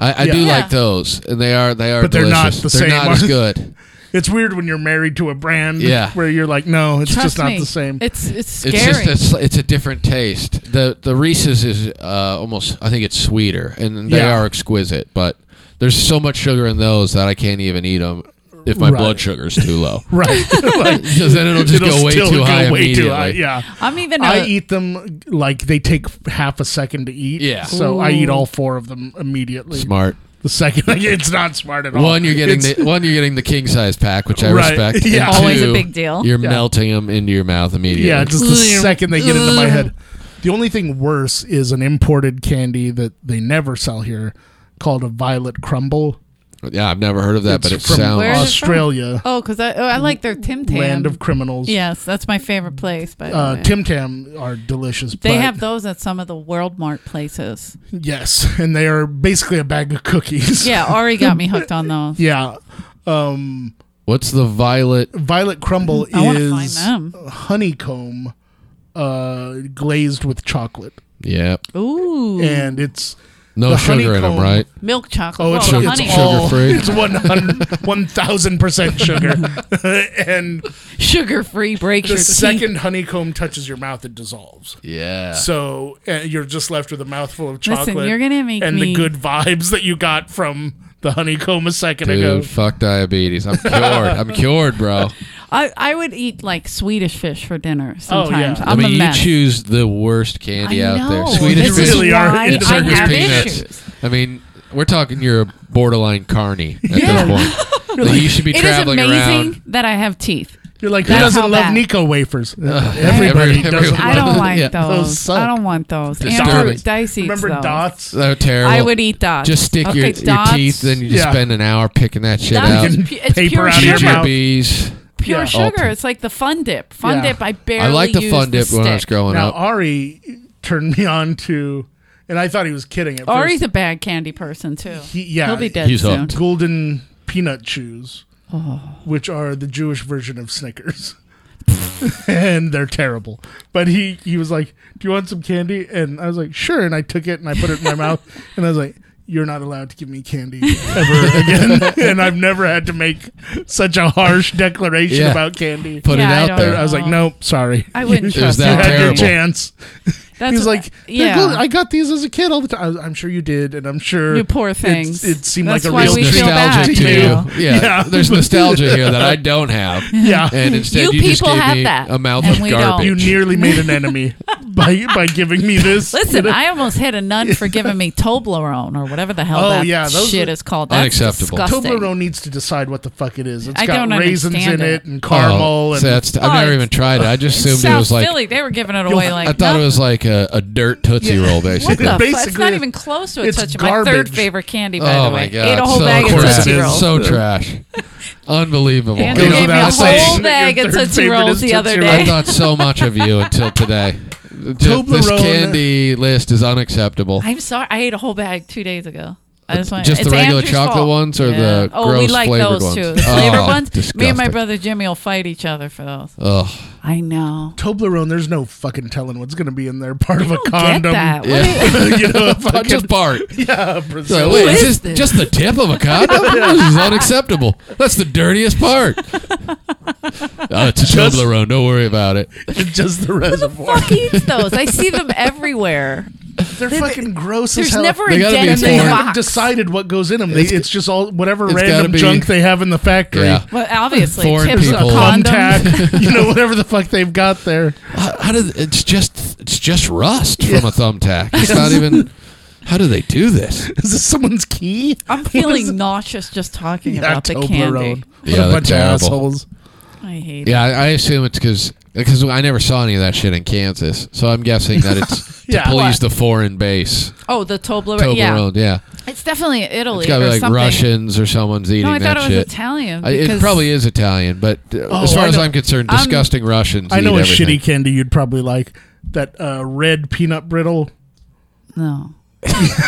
Speaker 2: I, I do
Speaker 3: Yeah.
Speaker 2: like those, and they are they are.
Speaker 3: But they're not
Speaker 2: delicious.
Speaker 3: the
Speaker 2: They're
Speaker 3: same,
Speaker 2: not as
Speaker 3: are-
Speaker 2: good.
Speaker 3: It's weird when you're married to a brand
Speaker 2: Yeah.
Speaker 3: where you're like, no, it's
Speaker 4: Trust
Speaker 3: just not
Speaker 4: me,
Speaker 3: the same.
Speaker 4: It's it's scary.
Speaker 2: It's just it's, it's a different taste. The the Reese's is uh, almost I think it's sweeter, and they
Speaker 3: Yeah.
Speaker 2: are exquisite. But there's so much sugar in those that I can't even eat them if my
Speaker 3: Right.
Speaker 2: blood sugar's too low.
Speaker 3: right. Like,
Speaker 2: Because then it'll just go way
Speaker 3: still
Speaker 2: too high immediately.
Speaker 3: Yeah.
Speaker 4: I'm even.
Speaker 3: I
Speaker 4: a-
Speaker 3: eat them like they take half a second to eat.
Speaker 2: Yeah.
Speaker 3: So I eat
Speaker 4: Ooh.
Speaker 3: all four of them immediately.
Speaker 2: Smart.
Speaker 3: The second, like, it's not smart at all.
Speaker 2: One you're getting
Speaker 3: It's-
Speaker 2: the, one you're getting the king size pack, which I
Speaker 3: Right.
Speaker 2: respect.
Speaker 3: Yeah.
Speaker 2: and
Speaker 4: Always a
Speaker 2: two,
Speaker 4: big deal.
Speaker 2: You're
Speaker 3: Yeah.
Speaker 2: melting them into your mouth immediately.
Speaker 3: Yeah, just the
Speaker 4: Ugh.
Speaker 3: second they get into my
Speaker 4: Ugh.
Speaker 3: head. The only thing worse is an imported candy that they never sell here called a violet crumble.
Speaker 2: Yeah, I've never heard of that, but it
Speaker 3: It's from
Speaker 2: sounds
Speaker 4: Where is it from?
Speaker 3: Australia,
Speaker 4: oh, because I, oh, I like their Tim Tam.
Speaker 3: land of criminals.
Speaker 4: yes, that's my favorite place. But
Speaker 3: Uh, Tim Tam are delicious.
Speaker 4: they
Speaker 3: but-
Speaker 4: have those at some of the World Mart places.
Speaker 3: yes, and they are basically a bag of cookies.
Speaker 4: Yeah, Ari got me hooked on those.
Speaker 3: yeah. Um,
Speaker 2: What's the violet?
Speaker 3: Violet crumble
Speaker 4: I wanna
Speaker 3: is
Speaker 4: find them.
Speaker 3: honeycomb uh, glazed with chocolate,
Speaker 2: Yeah,
Speaker 4: Ooh,
Speaker 3: and it's
Speaker 2: no
Speaker 3: The
Speaker 2: sugar in them,
Speaker 3: honeycomb-
Speaker 2: right?
Speaker 4: milk chocolate.
Speaker 3: Oh, it's,
Speaker 4: Well,
Speaker 2: sugar-
Speaker 4: honey.
Speaker 3: it's all
Speaker 2: Sugar-free.
Speaker 3: It's 100 1000 percent sugar, and
Speaker 4: sugar free. Break
Speaker 3: the
Speaker 4: your teeth.
Speaker 3: second honeycomb touches your mouth, it dissolves.
Speaker 2: Yeah.
Speaker 3: So uh, you're just left with a mouthful of
Speaker 4: Listen,
Speaker 3: chocolate.
Speaker 4: you're gonna make
Speaker 3: and
Speaker 4: me-
Speaker 3: the good vibes that you got from the honeycomb a second ago.
Speaker 2: Dude, fuck diabetes. I'm cured. I'm cured, bro.
Speaker 4: I, I would eat like Swedish fish for dinner
Speaker 3: Oh, yeah.
Speaker 4: sometimes.
Speaker 3: I
Speaker 2: i
Speaker 4: I'm
Speaker 2: mean,
Speaker 4: a
Speaker 2: you
Speaker 4: mess.
Speaker 2: choose the worst candy
Speaker 4: I
Speaker 2: out there.
Speaker 4: know.
Speaker 2: Swedish
Speaker 4: This is
Speaker 2: fish,
Speaker 3: really
Speaker 4: why
Speaker 3: are
Speaker 4: I
Speaker 3: into
Speaker 2: circus
Speaker 4: have
Speaker 2: peanuts.
Speaker 4: issues.
Speaker 2: I mean, we're talking you're a borderline carny at
Speaker 3: Yeah.
Speaker 2: this point. That you should be
Speaker 4: It is
Speaker 2: traveling
Speaker 4: amazing
Speaker 2: around.
Speaker 4: that I have teeth.
Speaker 3: You're like, who
Speaker 4: That's
Speaker 3: doesn't
Speaker 4: how
Speaker 3: love
Speaker 4: bad.
Speaker 3: Nico wafers? everybody
Speaker 2: every-
Speaker 3: doesn't.
Speaker 2: everyone.
Speaker 4: I
Speaker 3: love
Speaker 4: don't like
Speaker 2: Yeah.
Speaker 4: those.
Speaker 3: Those suck.
Speaker 4: I don't want those.
Speaker 2: Disturbing.
Speaker 4: Andrew Dice eats
Speaker 3: Remember
Speaker 4: those.
Speaker 3: dots?
Speaker 2: They're terrible.
Speaker 4: I would eat dots.
Speaker 2: Just stick
Speaker 4: Okay,
Speaker 2: your, your
Speaker 4: dots-
Speaker 2: teeth, then you just
Speaker 3: Yeah.
Speaker 2: spend an hour picking that shit
Speaker 4: Dots
Speaker 2: out.
Speaker 4: is pu- it's
Speaker 3: Paper
Speaker 4: pure
Speaker 3: out of
Speaker 2: Eat
Speaker 4: sugar.
Speaker 2: your
Speaker 3: mouth.
Speaker 2: bees.
Speaker 4: Pure
Speaker 3: Yeah.
Speaker 4: sugar.
Speaker 2: Ultimate.
Speaker 4: It's like the fun dip. Fun
Speaker 3: Yeah.
Speaker 4: dip. I barely.
Speaker 2: I like the
Speaker 4: use
Speaker 2: fun dip
Speaker 4: the
Speaker 2: when I was
Speaker 4: stick.
Speaker 2: growing
Speaker 3: Now
Speaker 2: up.
Speaker 3: Ari turned me on to, and I thought he was kidding at
Speaker 4: Ari's
Speaker 3: first.
Speaker 4: a bad candy person too.
Speaker 3: He- yeah,
Speaker 4: he'll be dead
Speaker 2: he's
Speaker 4: soon. Oh.
Speaker 2: hooked.
Speaker 3: golden peanut chews, which are the Jewish version of Snickers. and they're terrible. But he he was like, "Do you want some candy?" And I was like, "Sure." And I took it and I put it in my mouth and I was like, "You're not allowed to give me candy ever again." and I've never had to make such a harsh declaration
Speaker 2: Yeah.
Speaker 3: about candy.
Speaker 2: Put
Speaker 4: Yeah, I
Speaker 2: it out
Speaker 4: don't
Speaker 2: there.
Speaker 3: I was like,
Speaker 4: Oh.
Speaker 3: "Nope, sorry."
Speaker 4: I wouldn't
Speaker 2: It was
Speaker 4: trust
Speaker 2: that
Speaker 3: you
Speaker 4: him.
Speaker 3: had your
Speaker 2: terrible.
Speaker 3: chance.
Speaker 4: That's
Speaker 3: He was
Speaker 4: what-
Speaker 3: like,
Speaker 4: yeah.
Speaker 3: yeah. I got these as a kid all the time. I was- I'm sure you did, and I'm sure
Speaker 4: You poor
Speaker 3: it's-
Speaker 4: things.
Speaker 3: It seemed
Speaker 4: That's
Speaker 3: like a
Speaker 4: why
Speaker 3: real
Speaker 4: we
Speaker 3: treat
Speaker 4: feel
Speaker 2: nostalgia
Speaker 4: bad,
Speaker 2: to
Speaker 4: you know?
Speaker 2: you. Yeah.
Speaker 3: Yeah.
Speaker 2: There's nostalgia here that I don't have.
Speaker 3: Yeah,
Speaker 2: And instead,
Speaker 4: You
Speaker 2: you, just
Speaker 4: people
Speaker 2: gave
Speaker 4: have
Speaker 2: me
Speaker 4: that,
Speaker 2: a mouth
Speaker 4: and
Speaker 2: of
Speaker 4: we don't.
Speaker 2: garbage.
Speaker 3: You nearly made an enemy by by giving me this.
Speaker 4: Listen, I almost hit a nun for giving me Toblerone or whatever the hell
Speaker 3: Oh,
Speaker 4: that
Speaker 3: yeah, those
Speaker 4: shit
Speaker 3: are-
Speaker 4: is called. That's
Speaker 2: Unacceptable.
Speaker 4: disgusting.
Speaker 3: Toblerone needs to decide what the fuck it is. It's
Speaker 4: I
Speaker 3: got
Speaker 4: don't
Speaker 3: raisins in
Speaker 4: understand
Speaker 3: it
Speaker 4: it.
Speaker 3: and caramel
Speaker 2: Oh,
Speaker 3: and
Speaker 2: so that's-
Speaker 4: Oh,
Speaker 2: I've never
Speaker 4: it's-
Speaker 2: even tried it. I just assumed
Speaker 4: South
Speaker 2: it was like
Speaker 4: Philly, they were giving it away like
Speaker 2: I thought it
Speaker 4: nothing.
Speaker 2: was like a, a dirt tootsie roll,
Speaker 4: What
Speaker 2: basically.
Speaker 4: the fuck? It's
Speaker 3: Basically,
Speaker 4: not even close to it.
Speaker 3: it's
Speaker 4: Such my third
Speaker 3: garbage.
Speaker 4: favorite candy, by
Speaker 2: Oh
Speaker 4: the way.
Speaker 2: my god!
Speaker 4: Ate a whole
Speaker 2: so
Speaker 4: bag of
Speaker 2: trash.
Speaker 4: Tootsie Rolls.
Speaker 2: So trash, unbelievable.
Speaker 4: Andrew
Speaker 3: You know,
Speaker 4: gave me a
Speaker 3: that's like-
Speaker 4: whole bag
Speaker 3: Your
Speaker 4: of
Speaker 3: third
Speaker 4: Tootsie
Speaker 3: favorite
Speaker 4: Rolls
Speaker 3: is
Speaker 4: the other
Speaker 3: Tootsie
Speaker 2: I
Speaker 4: day.
Speaker 2: thought so much of you until today. Th- This
Speaker 3: Toblerone-
Speaker 2: candy list is unacceptable.
Speaker 4: I'm sorry. I ate a whole bag two days ago. I just, want,
Speaker 2: Just the
Speaker 4: it's
Speaker 2: regular
Speaker 4: Andrew's
Speaker 2: chocolate
Speaker 4: fault.
Speaker 2: ones or
Speaker 4: Yeah.
Speaker 2: the
Speaker 4: oh, we
Speaker 2: gross
Speaker 4: like
Speaker 2: flavored
Speaker 4: those
Speaker 2: ones?
Speaker 4: too. The flavored
Speaker 2: Oh,
Speaker 4: ones. Me and my
Speaker 2: disgusting.
Speaker 4: brother Jimmy will fight each other for those.
Speaker 2: Ugh.
Speaker 4: I know.
Speaker 3: Toblerone. There's no fucking telling what's gonna be in there. Part of a
Speaker 4: I don't
Speaker 3: condom.
Speaker 4: Get that. What
Speaker 2: Yeah.
Speaker 4: is-
Speaker 3: you know, a
Speaker 2: But
Speaker 3: fucking,
Speaker 2: just part.
Speaker 3: yeah,
Speaker 2: So,
Speaker 3: Brazil.
Speaker 2: wait,
Speaker 4: is
Speaker 2: is this
Speaker 4: this?
Speaker 2: just the tip of a condom? this is unacceptable. That's the dirtiest part. Uh, it's a
Speaker 3: Just-
Speaker 2: Toblerone. Don't worry about it.
Speaker 3: It's just the reservoir.
Speaker 4: Fuck eats those. I see them everywhere.
Speaker 3: They're fucking gross as
Speaker 4: There's
Speaker 3: hell.
Speaker 4: never a
Speaker 2: They gotta be
Speaker 4: dead
Speaker 3: and they
Speaker 2: foreign.
Speaker 4: box.
Speaker 3: haven't decided what goes in them. They, it's, just all whatever
Speaker 2: It's gotta
Speaker 3: random
Speaker 2: be-
Speaker 3: junk they have in the factory.
Speaker 2: Yeah.
Speaker 4: Well, obviously,
Speaker 2: Foreign
Speaker 4: tips,
Speaker 2: people.
Speaker 4: condoms.
Speaker 3: Thumbtack, you know, whatever the fuck they've got there.
Speaker 2: How, how did it's just it's just rust from a thumbtack. It's not even. How do they do this?
Speaker 3: Is this someone's key?
Speaker 4: I'm feeling nauseous just talking about the candy.
Speaker 3: What
Speaker 2: Yeah,
Speaker 3: a
Speaker 2: they're
Speaker 3: bunch
Speaker 2: terrible.
Speaker 3: of assholes.
Speaker 4: I hate
Speaker 2: Yeah, I, I assume it's because because I never saw any of that shit in Kansas, so I'm guessing that it's
Speaker 3: Yeah.
Speaker 2: to please
Speaker 3: What?
Speaker 2: the foreign base.
Speaker 4: it. Oh, the Toblerone. Yeah,
Speaker 2: Toblerone, yeah,
Speaker 4: it's definitely Italy
Speaker 2: it's got to
Speaker 4: or
Speaker 2: be like
Speaker 4: something.
Speaker 2: Russians or someone's eating
Speaker 4: No, I
Speaker 2: that
Speaker 4: thought it was
Speaker 2: shit.
Speaker 4: Italian.
Speaker 2: I- it
Speaker 4: because-
Speaker 2: probably is Italian, but uh, as
Speaker 3: Oh,
Speaker 2: far
Speaker 3: I
Speaker 2: as
Speaker 3: know-
Speaker 2: I'm concerned,
Speaker 4: I'm-
Speaker 2: disgusting Russians.
Speaker 3: I know
Speaker 2: eat
Speaker 3: a
Speaker 2: everything.
Speaker 3: shitty candy you'd probably like. That uh, red peanut brittle.
Speaker 4: no.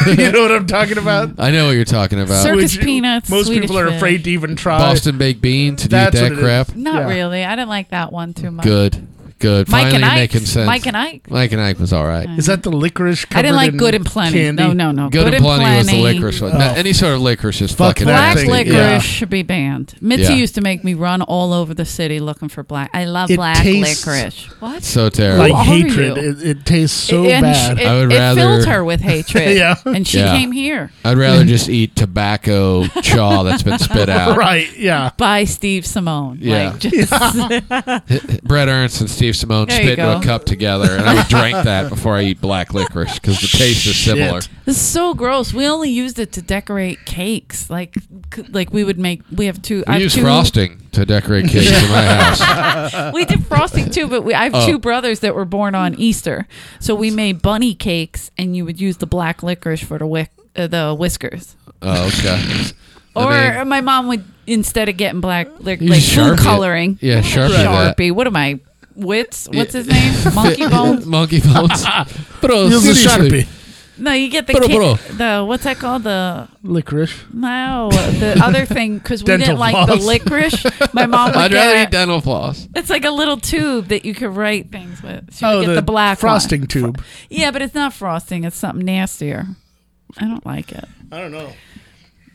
Speaker 3: you know what I'm talking about?
Speaker 2: I know what you're talking about.
Speaker 4: Sir- Circus
Speaker 3: Which you-
Speaker 4: peanuts,
Speaker 3: Most
Speaker 4: Swedish
Speaker 3: people are
Speaker 4: fish.
Speaker 3: afraid to even try.
Speaker 2: Boston baked beans. Did you eat
Speaker 3: uh, That's
Speaker 2: that
Speaker 3: what it
Speaker 2: crap?
Speaker 3: is.
Speaker 4: Not
Speaker 3: Yeah.
Speaker 4: really. I didn't like that one too much.
Speaker 2: Good. good.
Speaker 4: Mike
Speaker 2: Finally
Speaker 4: and Ike.
Speaker 2: making sense.
Speaker 4: Mike and Ike.
Speaker 2: Mike and Ike was all right.
Speaker 3: Is that the licorice?
Speaker 4: I didn't
Speaker 3: covered
Speaker 4: like
Speaker 3: in
Speaker 4: Good and Plenty.
Speaker 3: Candy?
Speaker 4: No, no, no.
Speaker 2: Good, and plenty, was the licorice one. Now,
Speaker 3: Oh.
Speaker 2: any sort of licorice is
Speaker 3: Fuck
Speaker 2: fucking
Speaker 3: that
Speaker 4: Black
Speaker 2: nasty.
Speaker 3: thing.
Speaker 4: licorice
Speaker 3: Yeah.
Speaker 4: should be banned. Mitzi
Speaker 2: Yeah.
Speaker 4: used to make me run all over the city looking for black. I love
Speaker 3: It
Speaker 4: black
Speaker 3: tastes
Speaker 4: licorice. What?
Speaker 2: So terrible.
Speaker 3: Like
Speaker 4: Who are
Speaker 3: hatred.
Speaker 4: you?
Speaker 3: It, it tastes so
Speaker 4: and
Speaker 3: bad.
Speaker 4: She, it,
Speaker 2: I would
Speaker 4: it filled
Speaker 2: rather-
Speaker 4: her with hatred.
Speaker 3: Yeah.
Speaker 4: And she
Speaker 2: Yeah.
Speaker 4: came here
Speaker 2: I'd rather just eat tobacco chaw that's been spit out.
Speaker 3: right? Yeah.
Speaker 4: by Steve Simone.
Speaker 2: Yeah.
Speaker 4: Like just
Speaker 2: Brett Ernst and Steve Simone
Speaker 4: There you
Speaker 2: spit into
Speaker 4: go.
Speaker 2: a cup together, and I would drink that before I eat black licorice because the taste is
Speaker 3: Shit.
Speaker 2: similar.
Speaker 4: This is so gross. We only used it to decorate cakes. Like, c- like we would make. We have two. I
Speaker 2: We
Speaker 4: have
Speaker 2: use
Speaker 4: two,
Speaker 2: frosting to decorate cakes in my house.
Speaker 4: We did frosting too, but we, I have
Speaker 2: Oh.
Speaker 4: two brothers that were born on Easter, so we made bunny cakes, and you would use the black licorice for the wick, uh, the whiskers.
Speaker 2: Oh, okay. I
Speaker 4: Or
Speaker 2: mean-
Speaker 4: my mom would instead of getting black lic-
Speaker 2: You
Speaker 4: like
Speaker 2: Sharpie
Speaker 4: food
Speaker 2: it.
Speaker 4: coloring,
Speaker 2: Yeah, sharpie. that.
Speaker 4: Sharpie. What am I? Wits? What's his name? Monkey Bones?
Speaker 2: Monkey bones. bro,
Speaker 3: Use a
Speaker 2: Oh, seriously.
Speaker 3: sharpie.
Speaker 4: No, you get the
Speaker 2: Bro,
Speaker 4: ki-
Speaker 2: bro.
Speaker 4: the what's that called the
Speaker 3: Licorice.
Speaker 4: No, the other thing because we
Speaker 3: Dental
Speaker 4: didn't like the
Speaker 3: floss.
Speaker 4: licorice. My mom would
Speaker 2: I'd rather
Speaker 4: get
Speaker 2: eat dental floss.
Speaker 4: it's like a little tube that you could write things with.
Speaker 2: Oh,
Speaker 4: She would get the, black one.
Speaker 3: Oh, frosting tube.
Speaker 4: Yeah, but it's not frosting. It's something nastier. I don't like it.
Speaker 3: I don't know.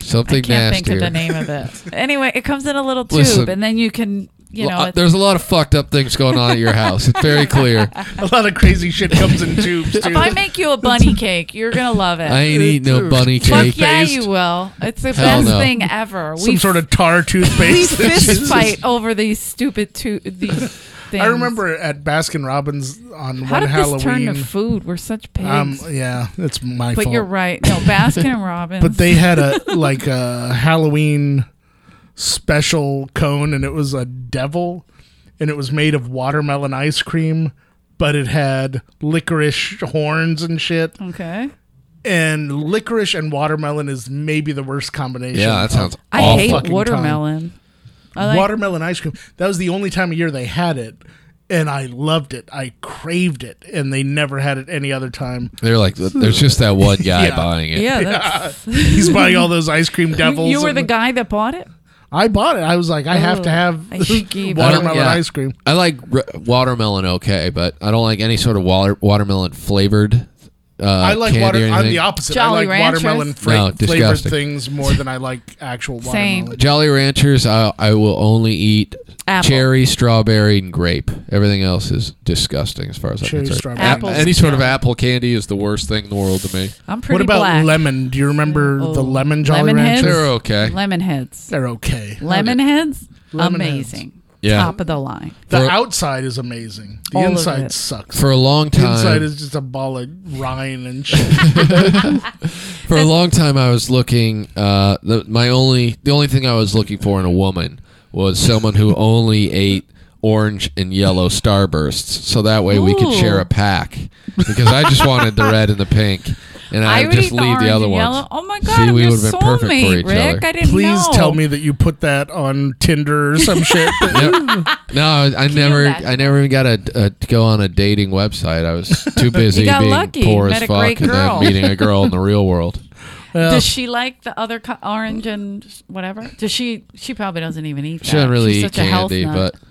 Speaker 2: Something
Speaker 4: I can't
Speaker 2: nasty.
Speaker 4: think of the name of it. anyway, it comes in a little tube,
Speaker 2: Listen.
Speaker 4: and then you can you know. it's,
Speaker 2: there's a lot of fucked up things going on at your house. It's very clear.
Speaker 3: A lot of crazy shit comes in tubes too.
Speaker 4: if I make you a bunny cake, you're gonna love it.
Speaker 2: I ain't eating no bunny
Speaker 4: Fuck
Speaker 2: cake.
Speaker 4: yeah, you will. It's the
Speaker 2: Hell
Speaker 4: best
Speaker 2: no.
Speaker 4: thing ever.
Speaker 3: some
Speaker 4: we
Speaker 3: sort of tar
Speaker 4: we
Speaker 3: toothpaste.
Speaker 4: fist fight over these stupid two these things.
Speaker 3: I remember at Baskin Robbins on
Speaker 4: How
Speaker 3: one
Speaker 4: did
Speaker 3: Halloween.
Speaker 4: this turn to food? We're such pigs.
Speaker 3: um, yeah, it's my
Speaker 4: but
Speaker 3: fault.
Speaker 4: you're right. No, Baskin and Robbins.
Speaker 3: But they had a like a Halloween special cone, and it was a devil, and it was made of watermelon ice cream, but it had licorice horns and shit.
Speaker 4: okay.
Speaker 3: And licorice and watermelon is maybe the worst combination.
Speaker 2: Yeah, that sounds
Speaker 4: I
Speaker 2: awful.
Speaker 4: hate
Speaker 3: fucking
Speaker 4: watermelon. I like,
Speaker 3: watermelon ice cream. That was the only time of year they had it, and I loved it. I craved it, and they never had it any other time.
Speaker 2: They're like, there's just that one guy
Speaker 3: Yeah.
Speaker 2: buying it.
Speaker 4: Yeah, that's,
Speaker 3: He's buying all those ice cream
Speaker 4: you,
Speaker 3: devils.
Speaker 4: you were
Speaker 3: and-
Speaker 4: the guy that bought it.
Speaker 3: I bought it. I was like, I have to
Speaker 4: Oh,
Speaker 3: have
Speaker 4: I should keep-
Speaker 3: watermelon
Speaker 2: Yeah.
Speaker 3: ice cream.
Speaker 2: I like r- watermelon okay, but I don't like any sort of water- watermelon flavored. Uh,
Speaker 3: I like
Speaker 2: candy
Speaker 3: water.
Speaker 2: Or
Speaker 3: I'm the
Speaker 2: anything.
Speaker 3: opposite.
Speaker 4: Jolly
Speaker 3: I like
Speaker 4: Ranchers?
Speaker 3: watermelon fra-
Speaker 2: No,
Speaker 3: flavored
Speaker 2: disgusting.
Speaker 3: things more than I like actual
Speaker 4: Same.
Speaker 3: watermelon.
Speaker 2: Jolly Ranchers. I I will only eat
Speaker 4: Apple.
Speaker 2: cherry, strawberry, and grape. Everything else is disgusting as far as
Speaker 3: Cherry,
Speaker 2: I'm concerned.
Speaker 3: strawberry.
Speaker 2: App-
Speaker 4: Apples.
Speaker 2: any sort of apple candy is the worst thing in the world to me.
Speaker 4: I'm pretty
Speaker 3: What about
Speaker 4: black.
Speaker 3: lemon? Do you remember
Speaker 4: Oh.
Speaker 3: the lemon Jolly
Speaker 4: Lemon
Speaker 3: Rancher?
Speaker 4: heads?
Speaker 2: They're okay.
Speaker 4: Lemon heads.
Speaker 3: They're okay.
Speaker 4: Lemon heads.
Speaker 3: Lemon
Speaker 4: amazing.
Speaker 2: Yeah.
Speaker 4: Top of the line.
Speaker 3: The
Speaker 2: For-
Speaker 3: outside is amazing. The
Speaker 4: All of
Speaker 3: inside
Speaker 4: it.
Speaker 3: sucks.
Speaker 2: For a long
Speaker 3: the inside
Speaker 2: time,
Speaker 3: is just a ball of rind and shit.
Speaker 2: for a long time, I was looking. Uh, the, my only, the only thing I was looking for in a woman was someone who only ate orange and yellow starbursts, so that way we could
Speaker 4: Ooh.
Speaker 2: share a pack. Because I just wanted the red and the pink, and
Speaker 4: I
Speaker 2: I'd
Speaker 4: would
Speaker 2: just
Speaker 4: eat the
Speaker 2: leave the,
Speaker 4: orange
Speaker 2: other
Speaker 4: and
Speaker 2: ones.
Speaker 4: yellow. Oh my god,
Speaker 2: See,
Speaker 4: I'm
Speaker 2: we
Speaker 4: your
Speaker 2: would've been perfect for
Speaker 4: soulmate,
Speaker 2: each
Speaker 4: Rick.
Speaker 2: other.
Speaker 4: I didn't
Speaker 3: Please
Speaker 4: know.
Speaker 3: tell me that you put that on Tinder or some shit.
Speaker 2: No, I, I never,
Speaker 4: imagine?
Speaker 2: I never even got a, a to go on a dating website. I was too busy
Speaker 4: got
Speaker 2: being
Speaker 4: lucky,
Speaker 2: poor
Speaker 4: met
Speaker 2: as
Speaker 4: a
Speaker 2: fuck
Speaker 4: great
Speaker 2: and
Speaker 4: girl.
Speaker 2: then meeting a girl in the real world.
Speaker 4: Does she like the other co- orange and whatever? Does she? She probably doesn't even eat.
Speaker 2: She
Speaker 4: that.
Speaker 2: doesn't really
Speaker 4: She's
Speaker 2: eat
Speaker 4: such a health
Speaker 2: candy,
Speaker 4: nut.
Speaker 2: but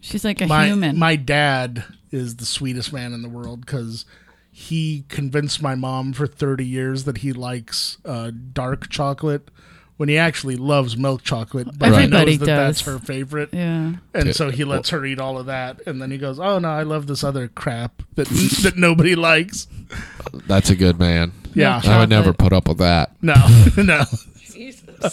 Speaker 4: she's like a
Speaker 3: my
Speaker 4: human.
Speaker 3: my dad is the sweetest man in the world because he convinced my mom for 30 years that he likes uh, dark chocolate when he actually loves milk chocolate but he
Speaker 4: Everybody
Speaker 3: knows that that's
Speaker 4: does.
Speaker 3: her favorite
Speaker 4: yeah.
Speaker 3: and so he lets her eat all of that and then he goes oh no i love this other crap that that nobody likes
Speaker 2: that's a good man.
Speaker 3: yeah
Speaker 2: I
Speaker 4: Chocolate.
Speaker 2: would never put up with that.
Speaker 3: no no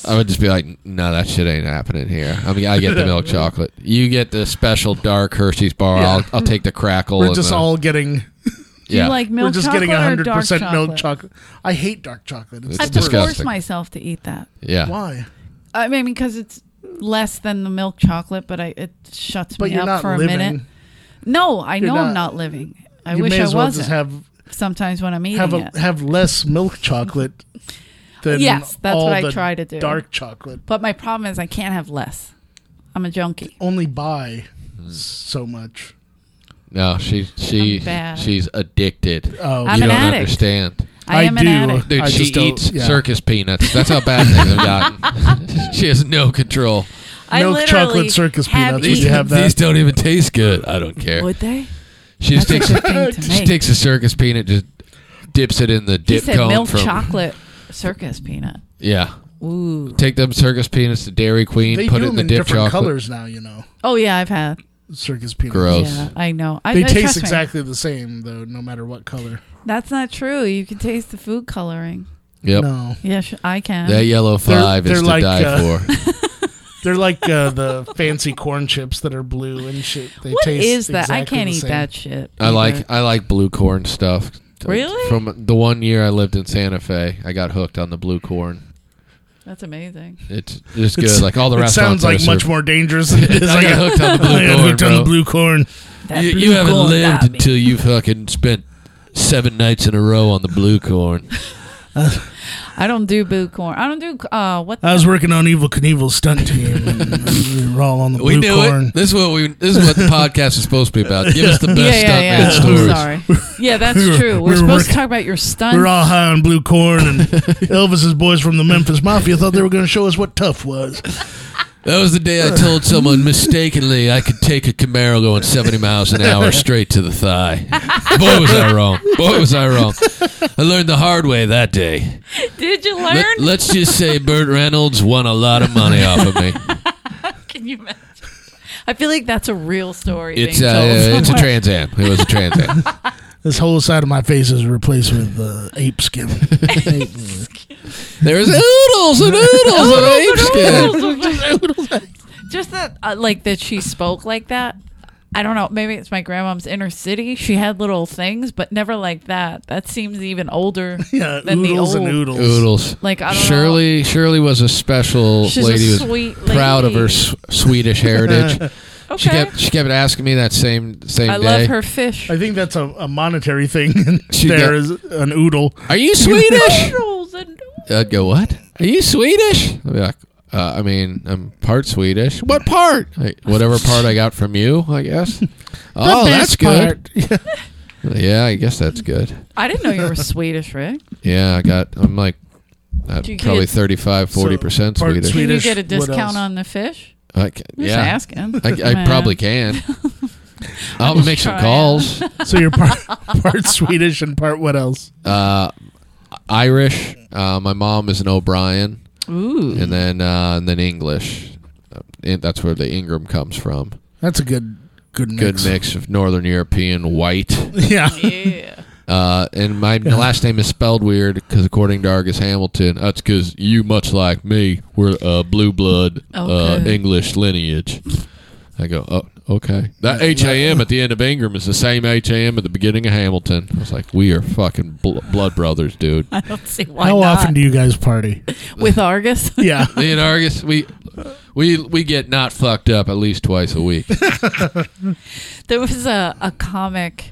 Speaker 2: I would just be like, no, that shit ain't happening here. I mean, I get the milk chocolate. You get the special dark Hershey's bar.
Speaker 3: Yeah.
Speaker 2: I'll, I'll take the crackle.
Speaker 3: we're
Speaker 2: and
Speaker 3: just
Speaker 2: the-
Speaker 3: all getting
Speaker 4: Do
Speaker 2: yeah.
Speaker 4: you like milk
Speaker 3: we're just
Speaker 4: chocolate
Speaker 3: getting
Speaker 4: or dark
Speaker 3: 100% milk chocolate
Speaker 4: chocolate?
Speaker 3: i hate dark chocolate it's
Speaker 2: It's
Speaker 4: I have to
Speaker 3: the worst.
Speaker 2: disgusting.
Speaker 4: force myself to eat that.
Speaker 2: yeah.
Speaker 3: why
Speaker 4: I mean, because it's less than the milk chocolate, but I it shuts
Speaker 3: but
Speaker 4: me
Speaker 3: you're
Speaker 4: up
Speaker 3: not
Speaker 4: for a
Speaker 3: living
Speaker 4: minute. No, I
Speaker 3: You're
Speaker 4: know I'm
Speaker 3: not-
Speaker 4: not living. I
Speaker 3: you
Speaker 4: wish
Speaker 3: may as
Speaker 4: I
Speaker 3: well
Speaker 4: wasn't.
Speaker 3: just have
Speaker 4: Sometimes when I'm eating
Speaker 3: have a,
Speaker 4: it,
Speaker 3: have less milk chocolate than
Speaker 4: Yes, that's
Speaker 3: all
Speaker 4: what I
Speaker 3: the
Speaker 4: try to do.
Speaker 3: Dark chocolate
Speaker 4: but my problem is I can't have less. I'm a junkie.
Speaker 3: only buy so much.
Speaker 2: No, she she
Speaker 4: I'm bad.
Speaker 2: she's addicted.
Speaker 3: Oh,
Speaker 4: I'm
Speaker 2: Mm. you
Speaker 4: an
Speaker 2: don't
Speaker 4: addict.
Speaker 2: understand.
Speaker 4: I,
Speaker 3: I
Speaker 4: am
Speaker 3: do.
Speaker 4: an addict.
Speaker 2: Dude,
Speaker 3: I
Speaker 2: she
Speaker 3: just don't-
Speaker 2: eats
Speaker 3: yeah.
Speaker 2: circus peanuts. That's how bad things have gotten. she has no control.
Speaker 4: I
Speaker 3: No
Speaker 4: literally
Speaker 3: chocolate circus
Speaker 4: have
Speaker 3: peanuts. Would you
Speaker 4: eaten-
Speaker 3: have that?
Speaker 2: These don't even taste good. I don't care.
Speaker 4: Would they?
Speaker 2: She just
Speaker 4: That's
Speaker 2: takes
Speaker 4: a good thing to
Speaker 2: she
Speaker 4: make.
Speaker 2: takes a circus peanut, just dips it in the
Speaker 4: He
Speaker 2: dip
Speaker 4: said
Speaker 2: cone
Speaker 4: milk
Speaker 2: from
Speaker 4: chocolate circus peanut.
Speaker 2: yeah.
Speaker 4: Ooh.
Speaker 2: Take them circus peanuts to Dairy Queen,
Speaker 3: They
Speaker 2: put
Speaker 3: do
Speaker 2: it in
Speaker 3: them
Speaker 2: the
Speaker 3: in
Speaker 2: dip
Speaker 3: different
Speaker 2: chocolate.
Speaker 3: colors now. You know,
Speaker 4: Oh yeah, I've had.
Speaker 3: circus peanuts.
Speaker 2: Gross.
Speaker 4: Yeah, I know. I,
Speaker 3: They
Speaker 4: I- trust
Speaker 3: taste
Speaker 4: me.
Speaker 3: exactly the same though, no matter what color.
Speaker 4: That's not true. You can taste the food coloring.
Speaker 2: Yep,
Speaker 3: No,
Speaker 4: Yeah, sh- I can.
Speaker 2: that yellow
Speaker 3: They're-
Speaker 2: 5 is
Speaker 3: they're
Speaker 2: to
Speaker 3: like,
Speaker 2: die
Speaker 3: uh,
Speaker 2: for.
Speaker 3: they're like uh, the fancy corn chips that are blue and shit. They
Speaker 4: what
Speaker 3: taste
Speaker 4: is that? I
Speaker 3: exactly
Speaker 4: can't
Speaker 3: the
Speaker 4: eat
Speaker 3: same.
Speaker 4: that shit.
Speaker 2: I
Speaker 4: either.
Speaker 2: like I like blue corn stuff.
Speaker 4: Really?
Speaker 2: From the one year I lived in Santa Fe, I got hooked on the blue corn.
Speaker 4: That's amazing.
Speaker 2: It's it's good.
Speaker 3: It's-
Speaker 2: like all the
Speaker 3: It
Speaker 2: restaurants.
Speaker 3: sounds like
Speaker 2: that are
Speaker 3: much
Speaker 2: serv-
Speaker 3: more dangerous than it is.
Speaker 2: I got hooked on the blue
Speaker 3: I got
Speaker 2: corn,
Speaker 3: hooked on
Speaker 2: bro.
Speaker 3: the blue corn.
Speaker 4: That
Speaker 2: you,
Speaker 4: blue
Speaker 2: you haven't
Speaker 4: corn
Speaker 2: lived
Speaker 4: got me.
Speaker 2: until you fucking spent seven nights in a row on the blue corn.
Speaker 4: I don't do blue corn. I don't do uh what
Speaker 3: I was working on Evil Knievel's stunt team. and we were all on the blue
Speaker 2: we knew
Speaker 3: corn.
Speaker 2: it. This is what we. This is what the podcast is supposed to be about. Give us the best
Speaker 4: yeah, yeah,
Speaker 2: stuntman
Speaker 4: yeah.
Speaker 2: stories.
Speaker 4: I'm sorry. Yeah, that's
Speaker 3: We were-
Speaker 4: true. We're,
Speaker 3: we were
Speaker 4: supposed to
Speaker 3: working-
Speaker 4: talk about your
Speaker 3: We
Speaker 4: stunts.
Speaker 3: were all high on blue corn, and Elvis's boys from the Memphis Mafia thought they were going to show us what tough was.
Speaker 2: That was the day I told someone mistakenly I could take a Camaro going 70 miles an hour straight to the thigh. Boy, was I wrong. Boy, was I wrong. I learned the hard way that day.
Speaker 4: Did you learn?
Speaker 2: Let, let's just say Burt Reynolds won a lot of money off of me.
Speaker 4: Can you imagine? I feel like that's a real story.
Speaker 2: It's, uh,
Speaker 4: being told
Speaker 2: it's a
Speaker 4: somewhere.
Speaker 2: Trans Am. It was a Trans Am.
Speaker 3: This whole side of my face is replaced with uh, ape skin. Ape-
Speaker 2: There's oodles and oodles of ape skin.
Speaker 4: Just that, uh, like that, she spoke like that. I don't know. Maybe it's my grandmom's inner city. She had little things, but never like that. That seems even older.
Speaker 3: yeah,
Speaker 4: Than the
Speaker 3: oodles and
Speaker 4: old-
Speaker 3: oodles.
Speaker 2: Oodles.
Speaker 4: Like I don't know.
Speaker 2: Shirley, Shirley was a special
Speaker 4: She's
Speaker 2: lady.
Speaker 4: a
Speaker 2: who was
Speaker 4: sweet lady.
Speaker 2: Proud of her s- Swedish heritage.
Speaker 4: Okay.
Speaker 2: She kept she kept asking me that same same
Speaker 4: I
Speaker 2: day.
Speaker 4: love her fish.
Speaker 3: I think that's a, a monetary thing.
Speaker 2: She
Speaker 3: there
Speaker 2: got-
Speaker 3: is an oodle.
Speaker 2: Are you Swedish?
Speaker 4: Noodles and-
Speaker 2: I'd go, what? Are you Swedish? I'd be like, uh, I mean, I'm part Swedish. What part? Like, whatever part I got from you, I guess. oh,
Speaker 3: The
Speaker 2: that's
Speaker 3: best
Speaker 2: good.
Speaker 3: part.
Speaker 2: Yeah, I guess that's good.
Speaker 4: I didn't know you were Swedish, Rick.
Speaker 2: Yeah, I got, I'm like, uh,
Speaker 4: Do you get-
Speaker 2: probably 35, 40%
Speaker 3: So, part
Speaker 2: Swedish.
Speaker 3: Swedish.
Speaker 4: Can you get a
Speaker 3: what
Speaker 4: discount
Speaker 3: else?
Speaker 4: on the fish?
Speaker 2: I ca-
Speaker 4: I'm
Speaker 2: yeah,
Speaker 4: Just asking.
Speaker 2: I, I
Speaker 4: Man.
Speaker 2: probably can. I'll
Speaker 4: just
Speaker 2: make some
Speaker 4: trying.
Speaker 2: calls.
Speaker 3: So you're part, part Swedish and part what else?
Speaker 2: Uh, Irish. Uh, my mom is an O'Brien.
Speaker 4: Ooh.
Speaker 2: and then uh, and then English. Uh, and that's where the Ingram comes from.
Speaker 3: That's a good good mix.
Speaker 2: Good mix of Northern European white.
Speaker 3: Yeah.
Speaker 4: yeah.
Speaker 2: Uh, and my last name is spelled weird because according to Argus Hamilton, that's because you, much like me, were uh, blue blood uh,
Speaker 4: Okay.
Speaker 2: English lineage. I go, oh, okay. That H A M at the end of Ingram is the same H A M at the beginning of Hamilton. I was like, we are fucking bl- blood brothers, dude.
Speaker 4: I don't see why
Speaker 3: How
Speaker 4: not.
Speaker 3: often do you guys party?
Speaker 4: With Argus?
Speaker 3: Yeah.
Speaker 2: Me and Argus, we we we get not fucked up at least twice a week.
Speaker 4: There was a, a comic.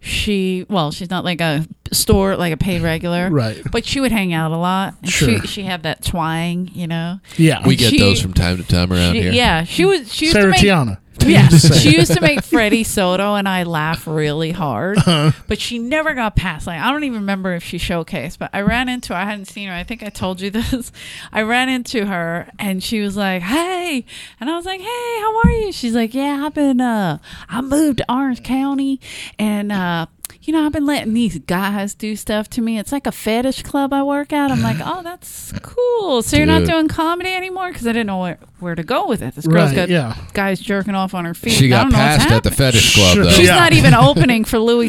Speaker 4: She well, she's not like a store like a paid regular,
Speaker 3: Right.
Speaker 4: But she would hang out a lot. And
Speaker 3: Sure.
Speaker 4: She she had that twang, you know.
Speaker 3: Yeah.
Speaker 2: We get
Speaker 4: She-
Speaker 2: those from time to time around
Speaker 4: She-
Speaker 2: here.
Speaker 4: yeah, she was she used
Speaker 3: Sarah
Speaker 4: to make
Speaker 3: Tiana.
Speaker 4: yeah
Speaker 3: saying.
Speaker 4: she used to make Freddie Soto and I laugh really hard, but she never got past. Like I don't even remember if she showcased, but I ran into her. I hadn't seen her. I think I told you this. I ran into her and she was like, "Hey," and I was like, "Hey, how are you?" She's like, "Yeah, I've been uh I moved to Orange County and uh." You know, I've been letting these guys do stuff to me. It's like a fetish club I work at. I'm like, oh, that's cool. So you're not
Speaker 2: Dude.
Speaker 4: doing comedy anymore? Because I didn't know where, where to go with it. This girl's
Speaker 3: Right,
Speaker 4: got
Speaker 3: yeah.
Speaker 4: guys jerking off on her feet.
Speaker 2: She
Speaker 4: I
Speaker 2: got
Speaker 4: don't know what's
Speaker 2: passed at the
Speaker 4: happening.
Speaker 2: fetish club
Speaker 3: Sure.
Speaker 2: though.
Speaker 4: She's
Speaker 3: Yeah.
Speaker 4: not even opening for Louis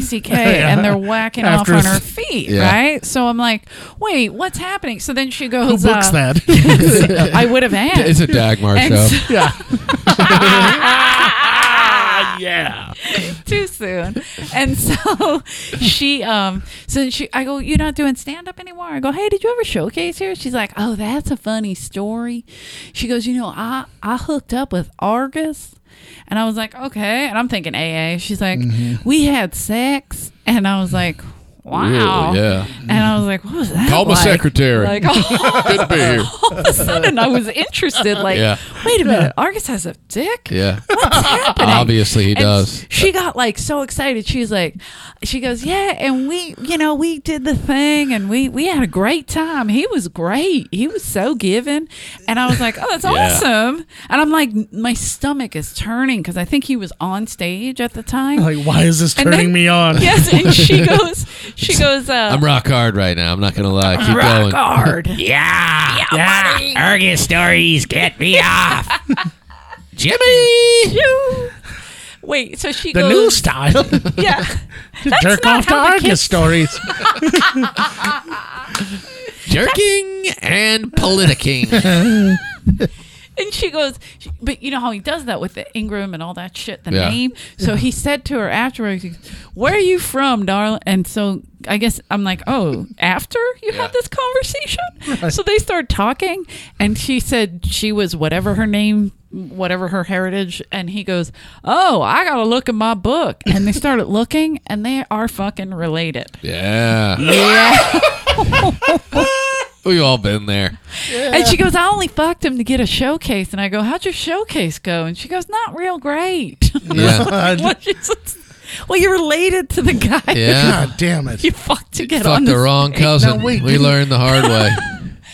Speaker 4: C.K. and they're whacking
Speaker 3: After
Speaker 4: off on
Speaker 3: th-
Speaker 4: her feet,
Speaker 2: Yeah.
Speaker 4: right? So I'm like, wait, what's happening? So then she
Speaker 3: Who
Speaker 4: goes,
Speaker 3: books
Speaker 4: uh,
Speaker 3: that?
Speaker 4: I would have asked.
Speaker 2: It's a Dagmar
Speaker 4: And
Speaker 2: show.
Speaker 4: so-
Speaker 3: yeah.
Speaker 4: too soon. And so she, um, so she, I go, you're not doing stand up anymore. I go, hey, did you ever showcase here? She's like, oh, that's a funny story. She goes, you know, I I hooked up with Argus, and
Speaker 2: Mm-hmm.
Speaker 4: I was like, okay. And I'm thinking AA. She's like, we had sex, and I was like. wow.
Speaker 2: Really? Yeah.
Speaker 4: And I was like, what was that?
Speaker 2: Call my
Speaker 4: like?
Speaker 2: secretary.
Speaker 4: Like, all,
Speaker 2: Good to be here.
Speaker 4: of a sudden, I was interested. Like,
Speaker 2: Yeah.
Speaker 4: wait a minute, Argus has a dick.
Speaker 2: Yeah.
Speaker 4: What's happening?
Speaker 2: Obviously he
Speaker 4: And
Speaker 2: does.
Speaker 4: She got like so excited. She's like, she goes, yeah, and we, you know, we did the thing, and we we had a great time. He was great. He was so giving, and I was like, oh, that's awesome. And I'm like, my stomach is turning because I think he was on stage at the time.
Speaker 2: Oh,
Speaker 3: Like, why is this
Speaker 4: And
Speaker 3: turning
Speaker 4: then-
Speaker 3: me on?
Speaker 4: Yes, and she goes, she goes, uh,
Speaker 2: I'm rock hard right now. I'm not gonna lie. Keep
Speaker 4: rock
Speaker 2: going.
Speaker 4: hard.
Speaker 5: Yeah.
Speaker 4: Yeah, buddy.
Speaker 5: Argus stories get me off.
Speaker 2: Jimmy.
Speaker 4: You- Wait, so she
Speaker 3: The
Speaker 4: goes.
Speaker 3: new style.
Speaker 4: Yeah,
Speaker 3: Jerk
Speaker 4: not
Speaker 3: off to
Speaker 4: how the
Speaker 3: Argus
Speaker 4: kids-
Speaker 3: stories.
Speaker 2: Jerking and politicking.
Speaker 4: and she goes, she- but you know how he does that with the Ingram and all that shit, the
Speaker 2: Yeah.
Speaker 4: name. So he said to her afterwards, he goes, "Where are you from, darling?" And so I guess I'm like, "Oh, after you had this conversation." So they start talking, and she said she was whatever her name. Whatever her heritage, and he goes, Oh, I gotta look in my book. And they started looking, and they are fucking related.
Speaker 2: Yeah. We've all been there.
Speaker 4: And she goes, I only fucked him to get a showcase. And I go, How'd your showcase go? And she goes, Not real great.
Speaker 2: Yeah.
Speaker 4: Well, she says, well, you're related to the guy who
Speaker 2: Yeah.
Speaker 3: God damn it.
Speaker 4: you fucked to get on
Speaker 2: Fuck the
Speaker 4: this
Speaker 2: wrong
Speaker 4: thing.
Speaker 2: cousin.
Speaker 3: wait,
Speaker 2: we
Speaker 3: didn't-
Speaker 2: learned the hard way.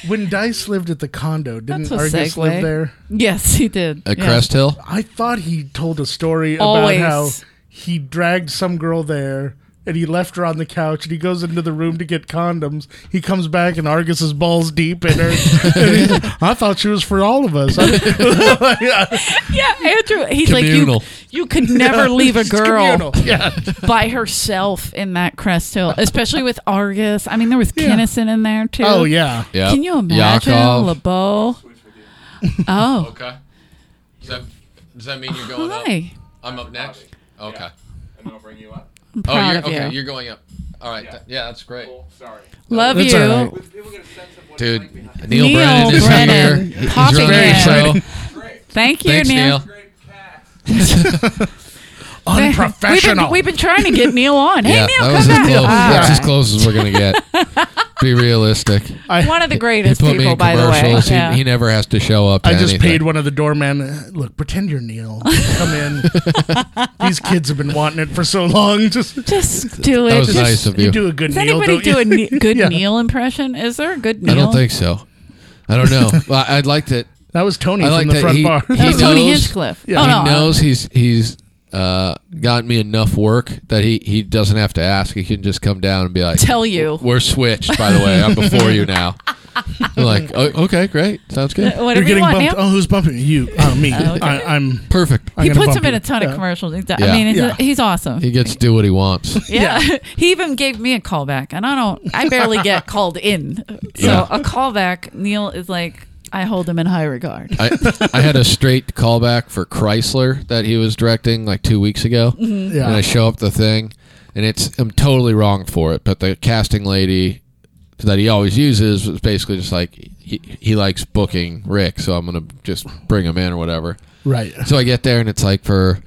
Speaker 3: When Dice lived at the condo, didn't
Speaker 4: That's a
Speaker 3: Argus
Speaker 4: segue.
Speaker 3: live there?
Speaker 4: Yes, he did.
Speaker 2: At
Speaker 4: Yeah.
Speaker 2: Crest Hill.
Speaker 3: I thought he told a story
Speaker 4: Always.
Speaker 3: about how he dragged some girl there and he left her on the couch and he goes into the room to get condoms. He comes back and Argus is balls deep in her. and he's like, I thought she was for all of us.
Speaker 4: Yeah, Andrew. He's
Speaker 2: Communal.
Speaker 4: like you. You could never leave a
Speaker 3: She's
Speaker 4: girl
Speaker 3: communal. Yeah.
Speaker 4: by herself in that Crest Hill, especially with Argus. I mean, there was Kinnison in there too.
Speaker 3: Oh yeah.
Speaker 2: Yeah.
Speaker 4: Can you imagine LeBeau? Oh,
Speaker 2: Okay. Does that, does that mean you're going
Speaker 4: hi.
Speaker 2: I'm up next. Okay. Oh,
Speaker 6: and I'll bring you up.
Speaker 4: I'm proud of you.
Speaker 2: You're going up. All right. th- Yeah, that's great.
Speaker 6: Sorry.
Speaker 4: Love
Speaker 3: That's
Speaker 4: you.
Speaker 3: all right.
Speaker 6: People get a sense of what
Speaker 2: Dude, Neil,
Speaker 4: Neil
Speaker 2: Brennan is
Speaker 4: Brennan,
Speaker 2: here. He's
Speaker 4: popping
Speaker 2: running the show.
Speaker 4: in. Thank you,
Speaker 2: Thanks, Neil.
Speaker 6: great cats.
Speaker 4: We've been-
Speaker 3: Unprofessional.
Speaker 4: We've been, trying to get Neil on. Hey,
Speaker 2: yeah,
Speaker 4: Neil,
Speaker 2: that
Speaker 4: come
Speaker 2: was as
Speaker 4: back.
Speaker 2: close. That's
Speaker 4: Ah.
Speaker 2: as close as we're gonna get. Be realistic.
Speaker 4: One of the
Speaker 2: He
Speaker 4: greatest
Speaker 2: put me
Speaker 4: people,
Speaker 2: in
Speaker 4: by the way.
Speaker 2: commercials. He,
Speaker 4: Yeah.
Speaker 2: he never has to show up. To
Speaker 3: I just
Speaker 2: anything.
Speaker 3: paid one of the doormen. uh, Look, pretend you're Neil. Come in. These kids have been wanting it for so long. Just,
Speaker 4: Just do it.
Speaker 2: That was
Speaker 4: Just-
Speaker 2: nice of
Speaker 3: you
Speaker 2: you.
Speaker 3: do a good
Speaker 4: Does
Speaker 3: Neil.
Speaker 4: anybody
Speaker 3: don't you?
Speaker 4: do a ne- good
Speaker 3: Yeah.
Speaker 4: Neil impression? Is there a good Neil?
Speaker 2: I don't think so. I don't know. well, I'd like that.
Speaker 3: That was Tony
Speaker 2: I like
Speaker 3: from the
Speaker 2: that
Speaker 3: front
Speaker 2: he-
Speaker 3: bar.
Speaker 2: he
Speaker 4: That was Tony
Speaker 2: knows-
Speaker 4: Hinchcliffe.
Speaker 3: Yeah.
Speaker 4: Oh,
Speaker 2: he
Speaker 4: no.
Speaker 2: knows he's he's uh, gotten me enough work that he he doesn't have to ask. He can just come down and be like,
Speaker 4: Tell you.
Speaker 2: we're switched." By the way, I'm before you now. I'm like, "Oh, okay, great, sounds good,
Speaker 4: Uh,
Speaker 3: You're
Speaker 4: Whatever you
Speaker 3: getting
Speaker 4: want,
Speaker 3: bumped.
Speaker 4: Neil.
Speaker 3: Oh, who's bumping you? You. Oh, me.
Speaker 4: okay.
Speaker 3: I, I'm.
Speaker 2: perfect.
Speaker 3: I'm
Speaker 4: he
Speaker 3: gonna
Speaker 4: puts
Speaker 3: bump
Speaker 4: him in
Speaker 3: you.
Speaker 4: a ton
Speaker 3: Yeah.
Speaker 4: of commercials. He's-
Speaker 2: Yeah.
Speaker 4: I mean, he's,
Speaker 3: Yeah.
Speaker 4: he's awesome.
Speaker 2: He gets to do what he wants.
Speaker 4: yeah. he even gave me a callback, and I don't. I barely get called in, so
Speaker 2: Yeah.
Speaker 4: a callback. Neil is like, I hold him in high regard.
Speaker 2: I, I had a straight callback for Chrysler that he was directing like two weeks ago, and I
Speaker 3: Mm-hmm. Yeah.
Speaker 2: show up the thing, and it's I'm totally wrong for it, but the casting lady that he always uses was basically just like he, he likes booking Rick, so I'm gonna just bring him in or whatever.
Speaker 3: Right.
Speaker 2: So I get there and it's like for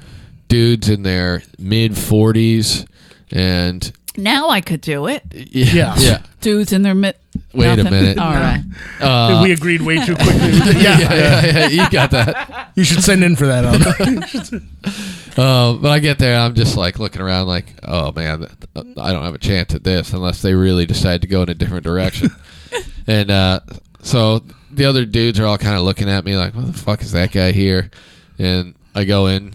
Speaker 2: dudes in their mid 40s and
Speaker 4: Now I could do it.
Speaker 2: yeah
Speaker 3: Yeah.
Speaker 2: yeah.
Speaker 4: Dudes in their mid.
Speaker 2: Wait a
Speaker 4: nothing.
Speaker 2: minute.
Speaker 4: All right.
Speaker 2: Uh,
Speaker 3: we agreed way too quickly. yeah,
Speaker 2: yeah, yeah, yeah, you got that.
Speaker 3: You should send in for that. Alan.
Speaker 2: Uh, but I get there, and I'm just like looking around, like, oh man, th- th- I don't have a chance at this unless they really decide to go in a different direction. and uh, so the other dudes are all kind of looking at me, like, what the fuck is that guy here? And I go in,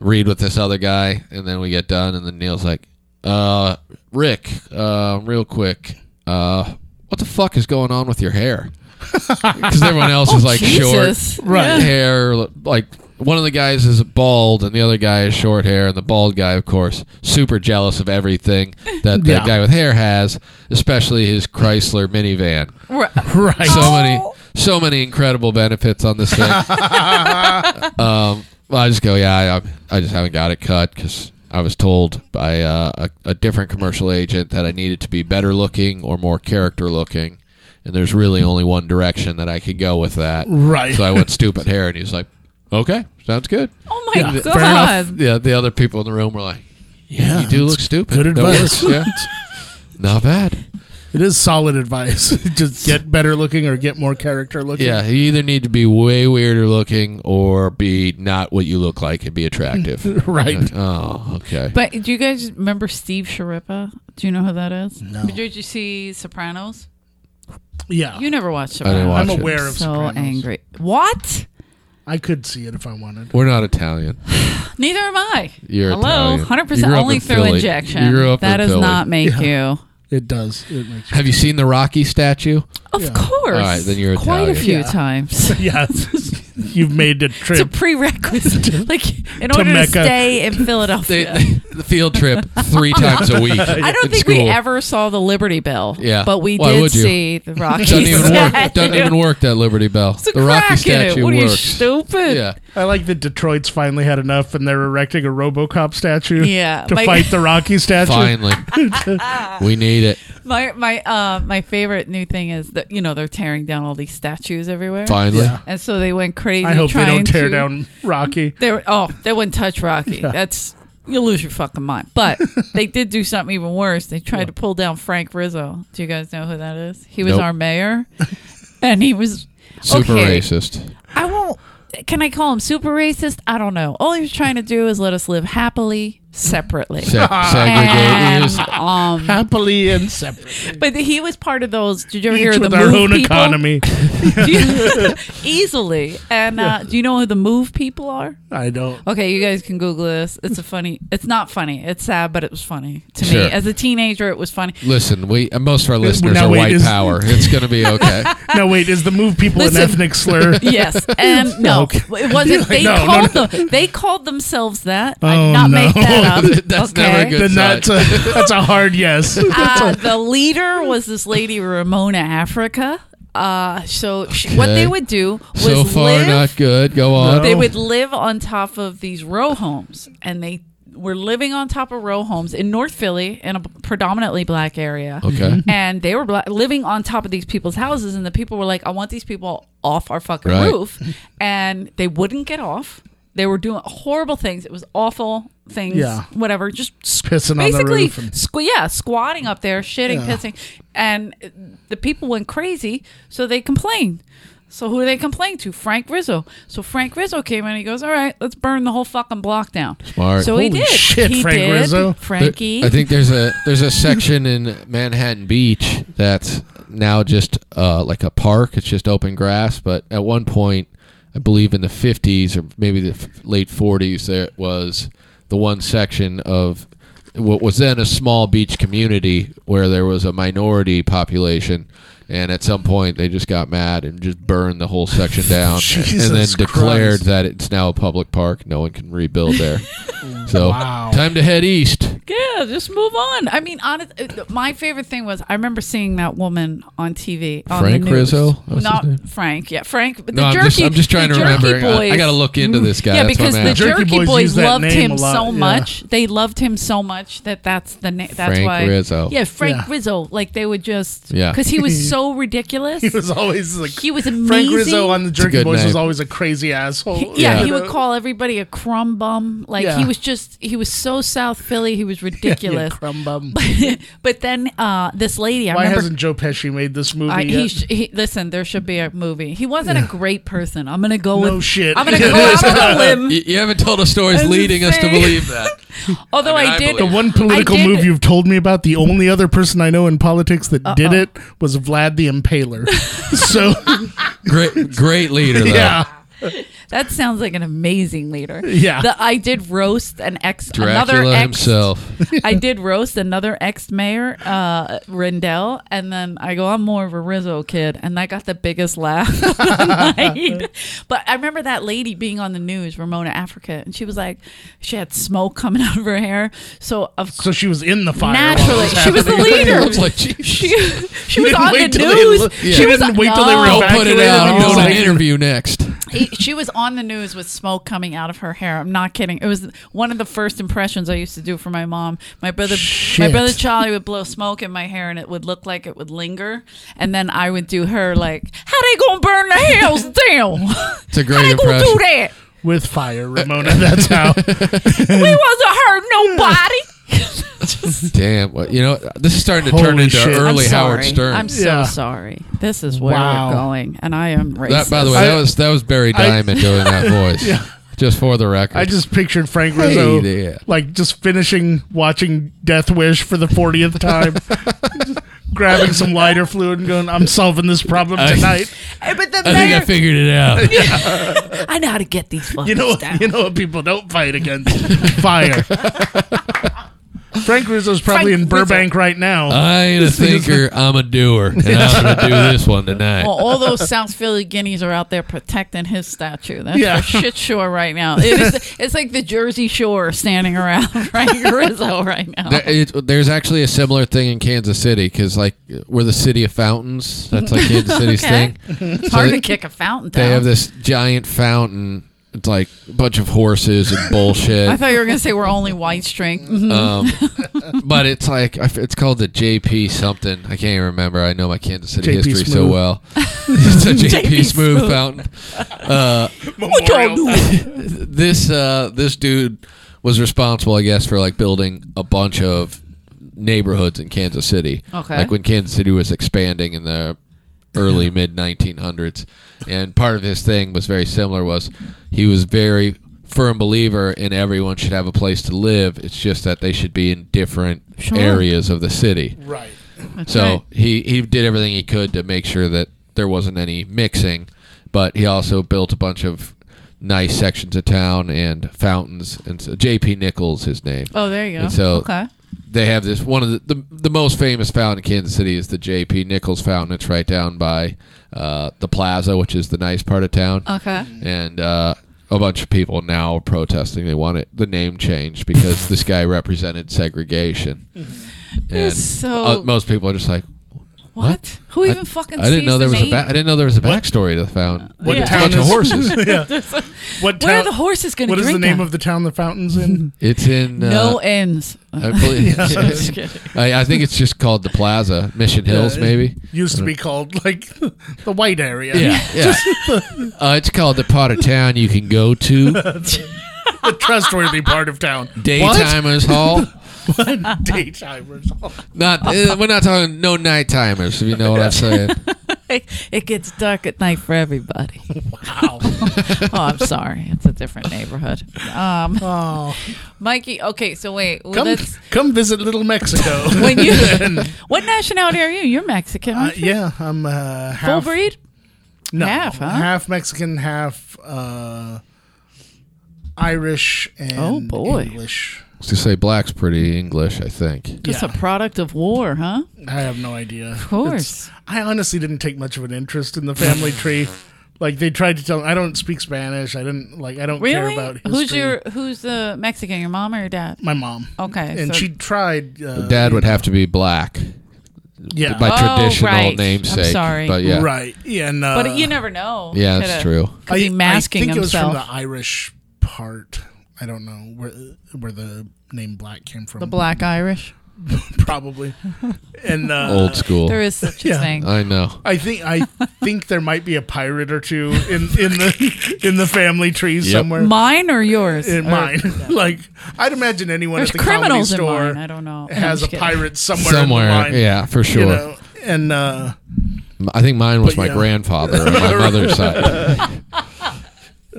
Speaker 2: read with this other guy, and then we get done, and then Neil's like, uh, Rick, uh, real quick, uh, what the fuck is going on with your hair? Because everyone else is like short,
Speaker 4: Jesus.
Speaker 2: right hair like one of the guys is bald and the other guy is short hair and the bald guy of course super jealous of everything that the
Speaker 3: Yeah.
Speaker 2: guy with hair has especially his chrysler minivan
Speaker 4: Right.
Speaker 3: right.
Speaker 2: so many so many incredible benefits on this thing um, well, i just go yeah I, I just haven't got it cut because i was told by uh, a, a different commercial agent that i needed to be better looking or more character looking and there's really only one direction that i could go with that
Speaker 3: Right.
Speaker 2: so I went stupid hair, and he's like, "Okay, sounds good."
Speaker 4: Oh my
Speaker 3: Yeah, fair
Speaker 4: god.
Speaker 2: Yeah, the other people in the room were like,
Speaker 3: yeah.
Speaker 2: "You do look stupid."
Speaker 3: good
Speaker 2: That works,
Speaker 3: advice.
Speaker 2: Yeah. Not bad.
Speaker 3: It is solid advice. Just get better looking or get more character looking.
Speaker 2: Yeah, you either need to be way weirder looking or be not what you look like and be attractive.
Speaker 3: Right.
Speaker 2: Oh, okay.
Speaker 4: But do you guys remember Steve Sharippa? Do you know who that is? No. Did you see Sopranos?
Speaker 3: Yeah.
Speaker 4: You never
Speaker 2: I
Speaker 4: watched Sopranos.
Speaker 2: didn't watch
Speaker 3: I'm
Speaker 2: it.
Speaker 3: aware of
Speaker 4: so
Speaker 3: Sopranos.
Speaker 4: angry. What?
Speaker 3: I could see it if I wanted.
Speaker 2: We're not Italian.
Speaker 4: Neither am I.
Speaker 2: You're
Speaker 4: Hello,
Speaker 2: Italian.
Speaker 4: hundred
Speaker 2: You
Speaker 4: percent.
Speaker 2: grew up
Speaker 4: Only
Speaker 2: in
Speaker 4: through
Speaker 2: Philly.
Speaker 4: injection.
Speaker 2: You grew up
Speaker 4: that
Speaker 2: in
Speaker 4: does
Speaker 2: Philly.
Speaker 4: not make you.
Speaker 3: It does. It makes
Speaker 2: Have you seen the Rocky statue?
Speaker 4: Of
Speaker 3: Yeah.
Speaker 4: course.
Speaker 2: All right, then you're
Speaker 4: quite
Speaker 2: Italian.
Speaker 4: a few
Speaker 3: Yeah.
Speaker 4: times.
Speaker 3: Yeah. You've made a
Speaker 4: It's a
Speaker 3: trip.
Speaker 4: prerequisite, like in order to
Speaker 3: Mecca.
Speaker 4: stay in
Speaker 2: They,
Speaker 4: Philadelphia.
Speaker 2: the field trip three times a week.
Speaker 4: I don't
Speaker 2: in
Speaker 4: think we
Speaker 2: school.
Speaker 4: ever saw the Liberty Bell.
Speaker 2: Yeah.
Speaker 4: but we
Speaker 2: Why
Speaker 4: did
Speaker 2: would you?
Speaker 4: see the Rocky
Speaker 2: Doesn't even
Speaker 4: statue.
Speaker 2: work. Doesn't even work that Liberty Bell.
Speaker 4: It's a
Speaker 2: the
Speaker 4: crack
Speaker 2: Rocky
Speaker 4: in it.
Speaker 2: statue
Speaker 4: What are you
Speaker 2: works.
Speaker 4: stupid?
Speaker 2: yeah.
Speaker 3: I like that Detroit's finally had enough and they're erecting a Robocop statue
Speaker 4: Yeah,
Speaker 3: to
Speaker 4: my-
Speaker 3: fight the Rocky statue.
Speaker 2: Finally. we need it.
Speaker 4: My my uh my favorite new thing is that you know they're tearing down all these statues everywhere,
Speaker 2: Finally.
Speaker 3: Yeah.
Speaker 4: and so they went crazy.
Speaker 3: I hope they
Speaker 4: trying
Speaker 3: don't tear
Speaker 4: to,
Speaker 3: down Rocky.
Speaker 4: They were, oh, they wouldn't touch Rocky. That's you lose your fucking mind. But they did do something even worse. They tried to pull down Frank Rizzo. Do you guys know who that is? He was
Speaker 2: Nope.
Speaker 4: our mayor, and he was
Speaker 2: Super
Speaker 4: okay,
Speaker 2: racist.
Speaker 4: I won't. Can I call him super racist? I don't know. All he was trying to do is let us live happily separately.
Speaker 2: Se- segregated.
Speaker 4: And,
Speaker 2: Is-
Speaker 4: um,
Speaker 3: Happily and separate.
Speaker 4: but he was part of those. Did you ever
Speaker 3: Each
Speaker 4: hear of the
Speaker 3: with our
Speaker 4: move
Speaker 3: own
Speaker 4: people?
Speaker 3: economy.
Speaker 4: Do you- easily. And uh, do you know who the move people are?
Speaker 3: I don't.
Speaker 4: Okay, you guys can Google this. It's a funny. It's not funny. It's sad, but it was funny to
Speaker 2: Sure.
Speaker 4: me as a teenager. It was funny.
Speaker 2: Listen, we uh, most of our listeners
Speaker 3: now
Speaker 2: are
Speaker 3: wait,
Speaker 2: white
Speaker 3: is-
Speaker 2: power. It's going to be okay.
Speaker 3: No, wait. Is the move people
Speaker 4: Listen.
Speaker 3: an ethnic slur?
Speaker 4: Yes, and no,
Speaker 3: Okay.
Speaker 4: it wasn't. They
Speaker 3: No, no,
Speaker 4: called them. They called themselves that. I did
Speaker 3: Oh,
Speaker 4: not
Speaker 3: no.
Speaker 4: make that up.
Speaker 2: That's
Speaker 4: okay?
Speaker 2: never good.
Speaker 3: Then that's a, that's a hard yes.
Speaker 4: Uh, the leader was this lady Ramona Africa. Uh, so she, what
Speaker 2: Okay.
Speaker 4: they would do was
Speaker 2: so far,
Speaker 4: live,
Speaker 2: not good. Oh. Go on.
Speaker 4: they would live on top of these row homes and they were living on top of row homes in North Philly in a predominantly black area.
Speaker 2: Okay.
Speaker 4: And they were bla living on top of these people's houses, and the people were like, "I want these people off our fucking
Speaker 2: Right.
Speaker 4: roof," and they wouldn't get off. They were doing horrible things. It was awful things.
Speaker 3: Yeah.
Speaker 4: whatever. Just
Speaker 3: Pissing on the
Speaker 4: basically,
Speaker 3: roof and-
Speaker 4: squ- yeah, squatting up there, shitting,
Speaker 3: Yeah.
Speaker 4: pissing, and uh, the people went crazy, so they complained. So who do they complain to? Frank Rizzo. So Frank Rizzo came in. and He goes, "All right, let's burn the whole fucking block down."
Speaker 2: Smart.
Speaker 4: So he
Speaker 3: Holy
Speaker 4: did.
Speaker 3: shit,
Speaker 4: he
Speaker 3: Frank
Speaker 4: did.
Speaker 3: Rizzo.
Speaker 2: There-
Speaker 4: Frankie.
Speaker 2: I think there's a there's a section in Manhattan Beach that's now just uh, like a park. It's just open grass. But at one point, I believe in the 50s or maybe the f- late 40s, there was the one section of what was then a small beach community where there was a minority population. And at some point, they just got mad and just burned the whole section down,
Speaker 3: Jesus
Speaker 2: and then declared
Speaker 3: Christ.
Speaker 2: that it's now a public park. No one can rebuild there. so,
Speaker 3: Wow.
Speaker 2: time to head east.
Speaker 4: Yeah, just move on. I mean, honest, uh, my favorite thing was I remember seeing that woman on TV. On
Speaker 2: Frank
Speaker 4: the news.
Speaker 2: Rizzo? That was his
Speaker 4: Not
Speaker 2: name?
Speaker 4: Frank. Yeah, Frank. But
Speaker 2: No,
Speaker 4: the
Speaker 2: I'm
Speaker 4: jerky,
Speaker 2: just, I'm just trying
Speaker 4: the
Speaker 2: to
Speaker 4: Jerky
Speaker 2: remember. I- I,
Speaker 4: Boys,
Speaker 2: got to look into this guy.
Speaker 4: Yeah,
Speaker 2: That's
Speaker 4: because
Speaker 2: what I'm
Speaker 4: the
Speaker 2: at.
Speaker 4: Jerky,
Speaker 3: Jerky
Speaker 4: Boys,
Speaker 3: Boys use that
Speaker 4: loved
Speaker 3: name
Speaker 4: him
Speaker 3: a lot,
Speaker 4: so
Speaker 3: yeah.
Speaker 4: much. They loved him so much that that's the name. That's
Speaker 2: Frank
Speaker 4: why.
Speaker 2: Rizzo.
Speaker 4: Yeah, Frank
Speaker 3: Yeah.
Speaker 4: Rizzo. Like they would just.
Speaker 2: Yeah.
Speaker 4: Because he was so ridiculous.
Speaker 3: He was always like
Speaker 4: He was
Speaker 3: Frank
Speaker 4: amazing.
Speaker 3: Rizzo on the Jerky
Speaker 2: good
Speaker 3: Boys was
Speaker 2: name.
Speaker 3: always a crazy asshole.
Speaker 4: yeah,
Speaker 2: Yeah.
Speaker 4: he would call everybody a crumb bum. Like
Speaker 3: Yeah.
Speaker 4: he was just he was so South Philly, he was ridiculous.
Speaker 3: crumb bum.
Speaker 4: but then uh, this lady, I
Speaker 3: Why
Speaker 4: remember.
Speaker 3: hasn't Joe Pesci made this movie
Speaker 4: I,
Speaker 3: yet?
Speaker 4: he, sh- he listen. There should be a movie. He wasn't a great person. I'm gonna go
Speaker 3: No
Speaker 4: with.
Speaker 3: shit.
Speaker 4: I'm gonna go out on a limb.
Speaker 2: You, you haven't told us stories
Speaker 4: That's
Speaker 2: leading us to
Speaker 4: insane.
Speaker 2: believe that.
Speaker 4: Although
Speaker 2: I
Speaker 4: I,
Speaker 2: mean, I
Speaker 4: did.
Speaker 2: believe
Speaker 3: One political
Speaker 4: I did-
Speaker 3: move you've told me about, the only other person I know in politics that did it was Vlad the Impaler. so,
Speaker 2: Great, great leader. Though.
Speaker 3: yeah.
Speaker 4: That sounds like an amazing leader.
Speaker 3: Yeah.
Speaker 4: The, I did roast an ex. another
Speaker 2: Dracula
Speaker 4: ex,
Speaker 2: himself.
Speaker 4: I did roast another ex mayor, uh, Rendell, and then I go, I'm more of a Rizzo kid, and I got the biggest laugh. of the night. But I remember that lady being on the news, Ramona Africa, and she was like, she had smoke coming out of her hair, so of
Speaker 3: So she was in the fire. while it
Speaker 4: naturally she was the leader.
Speaker 2: I was like, "Jeez,
Speaker 4: She, she was
Speaker 3: didn't
Speaker 4: on the
Speaker 3: wait till they
Speaker 4: news.
Speaker 3: lo-
Speaker 2: yeah.
Speaker 4: She
Speaker 2: You
Speaker 4: was
Speaker 3: didn't wait till they were
Speaker 4: no.
Speaker 2: don't put it
Speaker 3: evacuated
Speaker 2: out. I'm
Speaker 3: and
Speaker 2: doing
Speaker 3: all
Speaker 2: an
Speaker 3: that.
Speaker 2: interview next.
Speaker 4: He- she was on the news with smoke coming out of her hair. I'm not kidding. It was one of the first impressions I used to do for my mom. My brother, my
Speaker 3: Shit.
Speaker 4: brother Charlie would blow smoke in my hair, and it would look like it would linger. And then I would do her like, "How they gonna burn the house down?
Speaker 2: It's a
Speaker 4: How
Speaker 2: great
Speaker 4: they gonna do
Speaker 2: impression.
Speaker 4: that?
Speaker 3: with fire, Ramona. That's how.
Speaker 4: We wasn't hurt nobody." Just-
Speaker 2: Damn. Well, you know, this is starting to turn
Speaker 3: Holy
Speaker 2: into
Speaker 3: shit.
Speaker 2: early
Speaker 4: I'm
Speaker 2: Howard
Speaker 4: sorry.
Speaker 2: Stern.
Speaker 4: I'm so
Speaker 3: Yeah.
Speaker 4: sorry. This is where
Speaker 3: Wow.
Speaker 4: we're going, and I am racist.
Speaker 2: that, by the way, that
Speaker 3: I-
Speaker 2: was that was Barry
Speaker 3: I-
Speaker 2: Diamond doing that voice.
Speaker 3: Yeah.
Speaker 2: Just for the record.
Speaker 3: I just pictured Frank
Speaker 2: Hey
Speaker 3: Rizzo
Speaker 2: there.
Speaker 3: like just finishing watching Death Wish for the 40th time, Just grabbing some lighter fluid and going, "I'm solving this problem tonight."
Speaker 4: Hey, but the
Speaker 2: I think I
Speaker 4: mayor,
Speaker 2: figured it out.
Speaker 4: I know how to get these fuckers
Speaker 3: You know,
Speaker 4: down.
Speaker 3: you know what people don't fight against fire. Frank Rizzo's probably
Speaker 4: Frank
Speaker 3: in Burbank right now.
Speaker 2: I ain't a thinker, I'm a doer. And I'm gonna do this one tonight.
Speaker 4: well, all those South Philly guineas are out there protecting his statue. That's
Speaker 3: Yeah.
Speaker 4: for shit shore right now. It is, it's like the Jersey Shore standing around Frank Rizzo right now.
Speaker 2: There, it, there's actually a similar thing in Kansas City because, like, we're the city of fountains. That's like Kansas City's
Speaker 4: Okay.
Speaker 2: thing.
Speaker 4: It's hard
Speaker 2: they-
Speaker 4: to kick a fountain down.
Speaker 2: They have this giant fountain. It's like a bunch of horses and bullshit.
Speaker 4: I thought you were going to say we're only whites drink. Mhm.
Speaker 2: Um, but it's like I f- it's called the JP something. I can't even remember. I know my Kansas City
Speaker 3: JP
Speaker 2: history so
Speaker 3: Smooth.
Speaker 2: well. it's a JP,
Speaker 4: JP
Speaker 2: Smooth,
Speaker 4: Smooth.
Speaker 2: fountain. Uh, this uh, this dude was responsible, I guess, for like building a bunch of neighborhoods in Kansas City.
Speaker 4: Okay.
Speaker 2: like when Kansas City was expanding in the early mid 1900s, and part of his thing was very similar. Was he was very firm believer in everyone should have a place to live. It's just that they should be in different
Speaker 4: Sure.
Speaker 2: areas of the city.
Speaker 3: right.
Speaker 2: So
Speaker 4: right.
Speaker 2: he, he did everything he could to make sure that there wasn't any mixing, but he also built a bunch of nice sections of town and fountains. And so J.P. Nichols, his name.
Speaker 4: Oh, there you go.
Speaker 2: And so-
Speaker 4: okay.
Speaker 2: They have this one of the, the the most famous fountain in Kansas City is the J.P. Nichols fountain. It's right down by uh, the plaza, which is the nice part of town.
Speaker 4: Okay.
Speaker 2: And uh, a bunch of people now are protesting. They want it, the name changed because this guy represented segregation. And
Speaker 4: so-
Speaker 2: uh, most people are just like,
Speaker 4: What? Who
Speaker 2: I-
Speaker 4: even fucking
Speaker 2: I
Speaker 4: sees
Speaker 2: didn't know there
Speaker 4: the
Speaker 2: was a
Speaker 4: name?
Speaker 2: ba- I didn't know there was a backstory to the fountain.
Speaker 3: What
Speaker 4: Yeah.
Speaker 2: It's a
Speaker 3: town
Speaker 2: bunch of
Speaker 3: is-
Speaker 2: horses.
Speaker 3: yeah. What
Speaker 4: Where are
Speaker 3: town?
Speaker 4: the horses going to
Speaker 3: what
Speaker 4: drink
Speaker 3: is the name
Speaker 4: at?
Speaker 3: of the town the fountain's in?
Speaker 2: It's in uh,
Speaker 4: No ends.
Speaker 2: I, believe,
Speaker 4: Just kidding.
Speaker 2: I, I think it's just called the Plaza, Mission Hills,
Speaker 3: Uh,
Speaker 2: maybe.
Speaker 3: Used to be called like the white area.
Speaker 2: yeah. uh, it's called the part of town you can go to.
Speaker 3: the trustworthy part of town.
Speaker 2: Daytimers Hall.
Speaker 3: What? Daytimers. Oh,
Speaker 2: Not uh, we're not talking no nighttimers. If you know what I'm saying.
Speaker 4: it gets dark at night for everybody.
Speaker 3: Wow.
Speaker 4: oh, I'm sorry. It's a different neighborhood. Um,
Speaker 3: Oh.
Speaker 4: Mikey, okay, so wait. Well,
Speaker 3: Come,
Speaker 4: that's,
Speaker 3: come visit Little Mexico.
Speaker 4: when you, what nationality are you? You're Mexican.
Speaker 3: Uh,
Speaker 4: aren't you?
Speaker 3: yeah, I'm uh,
Speaker 4: Full
Speaker 3: half
Speaker 4: breed?
Speaker 3: no,
Speaker 4: half, huh?
Speaker 3: half Mexican, half uh, Irish and
Speaker 4: Oh, boy.
Speaker 3: English.
Speaker 2: To say black's pretty English, I think.
Speaker 4: Just
Speaker 3: Yeah.
Speaker 4: a product of war, huh?
Speaker 3: I have no idea. Of
Speaker 4: course.
Speaker 3: I honestly didn't take much of an interest in the family tree. Like they tried to tell I don't speak Spanish. I didn't like I don't care
Speaker 4: Really?
Speaker 3: about history.
Speaker 4: who's your who's the Mexican? Your mom or your dad?
Speaker 3: my mom.
Speaker 4: Okay.
Speaker 3: And
Speaker 4: so,
Speaker 3: she tried uh,
Speaker 2: Dad would have to be black
Speaker 3: yeah.
Speaker 2: by
Speaker 4: Oh,
Speaker 2: traditional
Speaker 4: right. I'm
Speaker 2: namesake.
Speaker 4: sorry.
Speaker 2: but yeah,
Speaker 3: Right. Yeah, and, uh,
Speaker 4: but you never know.
Speaker 2: yeah,
Speaker 4: Coulda-
Speaker 2: that's true.
Speaker 4: 'cause he masking
Speaker 3: I think
Speaker 4: himself.
Speaker 3: it was from the Irish part. I don't know where where the name black came from.
Speaker 4: the black Irish.
Speaker 3: probably. And uh,
Speaker 2: Old school.
Speaker 4: There is such a
Speaker 3: Yeah. Uh,
Speaker 4: thing.
Speaker 2: I know.
Speaker 3: I think I think there might be a pirate or two in in the in the family tree somewhere.
Speaker 4: Mine or yours?
Speaker 3: in
Speaker 4: Or-
Speaker 3: Uh, mine, like I'd imagine anyone
Speaker 4: Uh, There's
Speaker 3: at the comedy
Speaker 4: criminals in
Speaker 3: store
Speaker 4: mine. I don't know. No, I'm
Speaker 3: has
Speaker 4: just
Speaker 3: a
Speaker 4: kidding.
Speaker 3: pirate somewhere.
Speaker 2: Somewhere,
Speaker 3: in the line,
Speaker 2: yeah, for sure.
Speaker 3: You know, and uh,
Speaker 2: I think mine was
Speaker 3: But,
Speaker 2: my
Speaker 3: yeah.
Speaker 2: grandfather on my mother's side.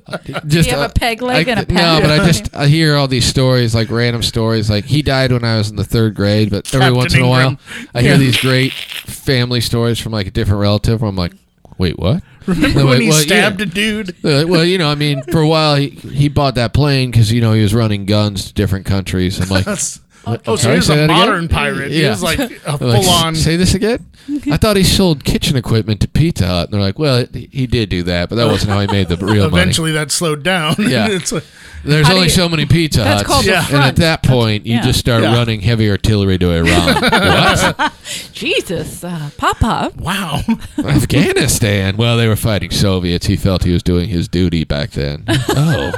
Speaker 2: Just,
Speaker 4: Do you have
Speaker 2: uh,
Speaker 4: a peg leg
Speaker 2: I-
Speaker 4: and a peg?
Speaker 2: No, but I just I hear all these stories, like random stories. Like he died when I was in the third grade, but every
Speaker 3: Captain
Speaker 2: once in a while,
Speaker 3: Ingram.
Speaker 2: I hear
Speaker 3: Yeah.
Speaker 2: these great family stories from like a different relative. Where I'm like, wait, what?
Speaker 3: remember
Speaker 2: No,
Speaker 3: when
Speaker 2: wait,
Speaker 3: he
Speaker 2: well,
Speaker 3: stabbed
Speaker 2: yeah.
Speaker 3: a dude?
Speaker 2: They're like, well, you know, I mean, for a while he, he bought that plane because you know he was running guns to different countries. I'm like,
Speaker 3: That's, oh, so
Speaker 2: sorry,
Speaker 3: he was
Speaker 2: say that
Speaker 3: a
Speaker 2: again?
Speaker 3: modern pirate. He
Speaker 2: Yeah.
Speaker 3: was like a
Speaker 2: They're like,
Speaker 3: full on.
Speaker 2: Say this again. I thought he sold kitchen equipment to Pizza Hut, and they're like, "Well, he he did do that, but that wasn't how he made the real
Speaker 3: Eventually, that slowed down.
Speaker 2: Yeah.
Speaker 3: it's like,
Speaker 2: money." There's
Speaker 4: How do
Speaker 2: only
Speaker 4: you-
Speaker 2: so many Pizza
Speaker 4: That's
Speaker 2: Huts,
Speaker 4: called
Speaker 3: a
Speaker 2: and
Speaker 4: front.
Speaker 2: at that point, you
Speaker 4: yeah.
Speaker 2: just start
Speaker 3: Yeah.
Speaker 2: running heavy artillery to Iran, What?
Speaker 4: Jesus, uh, Papa.
Speaker 3: wow.
Speaker 2: Afghanistan. Well, they were fighting Soviets. He felt he was doing his duty back then. Oh,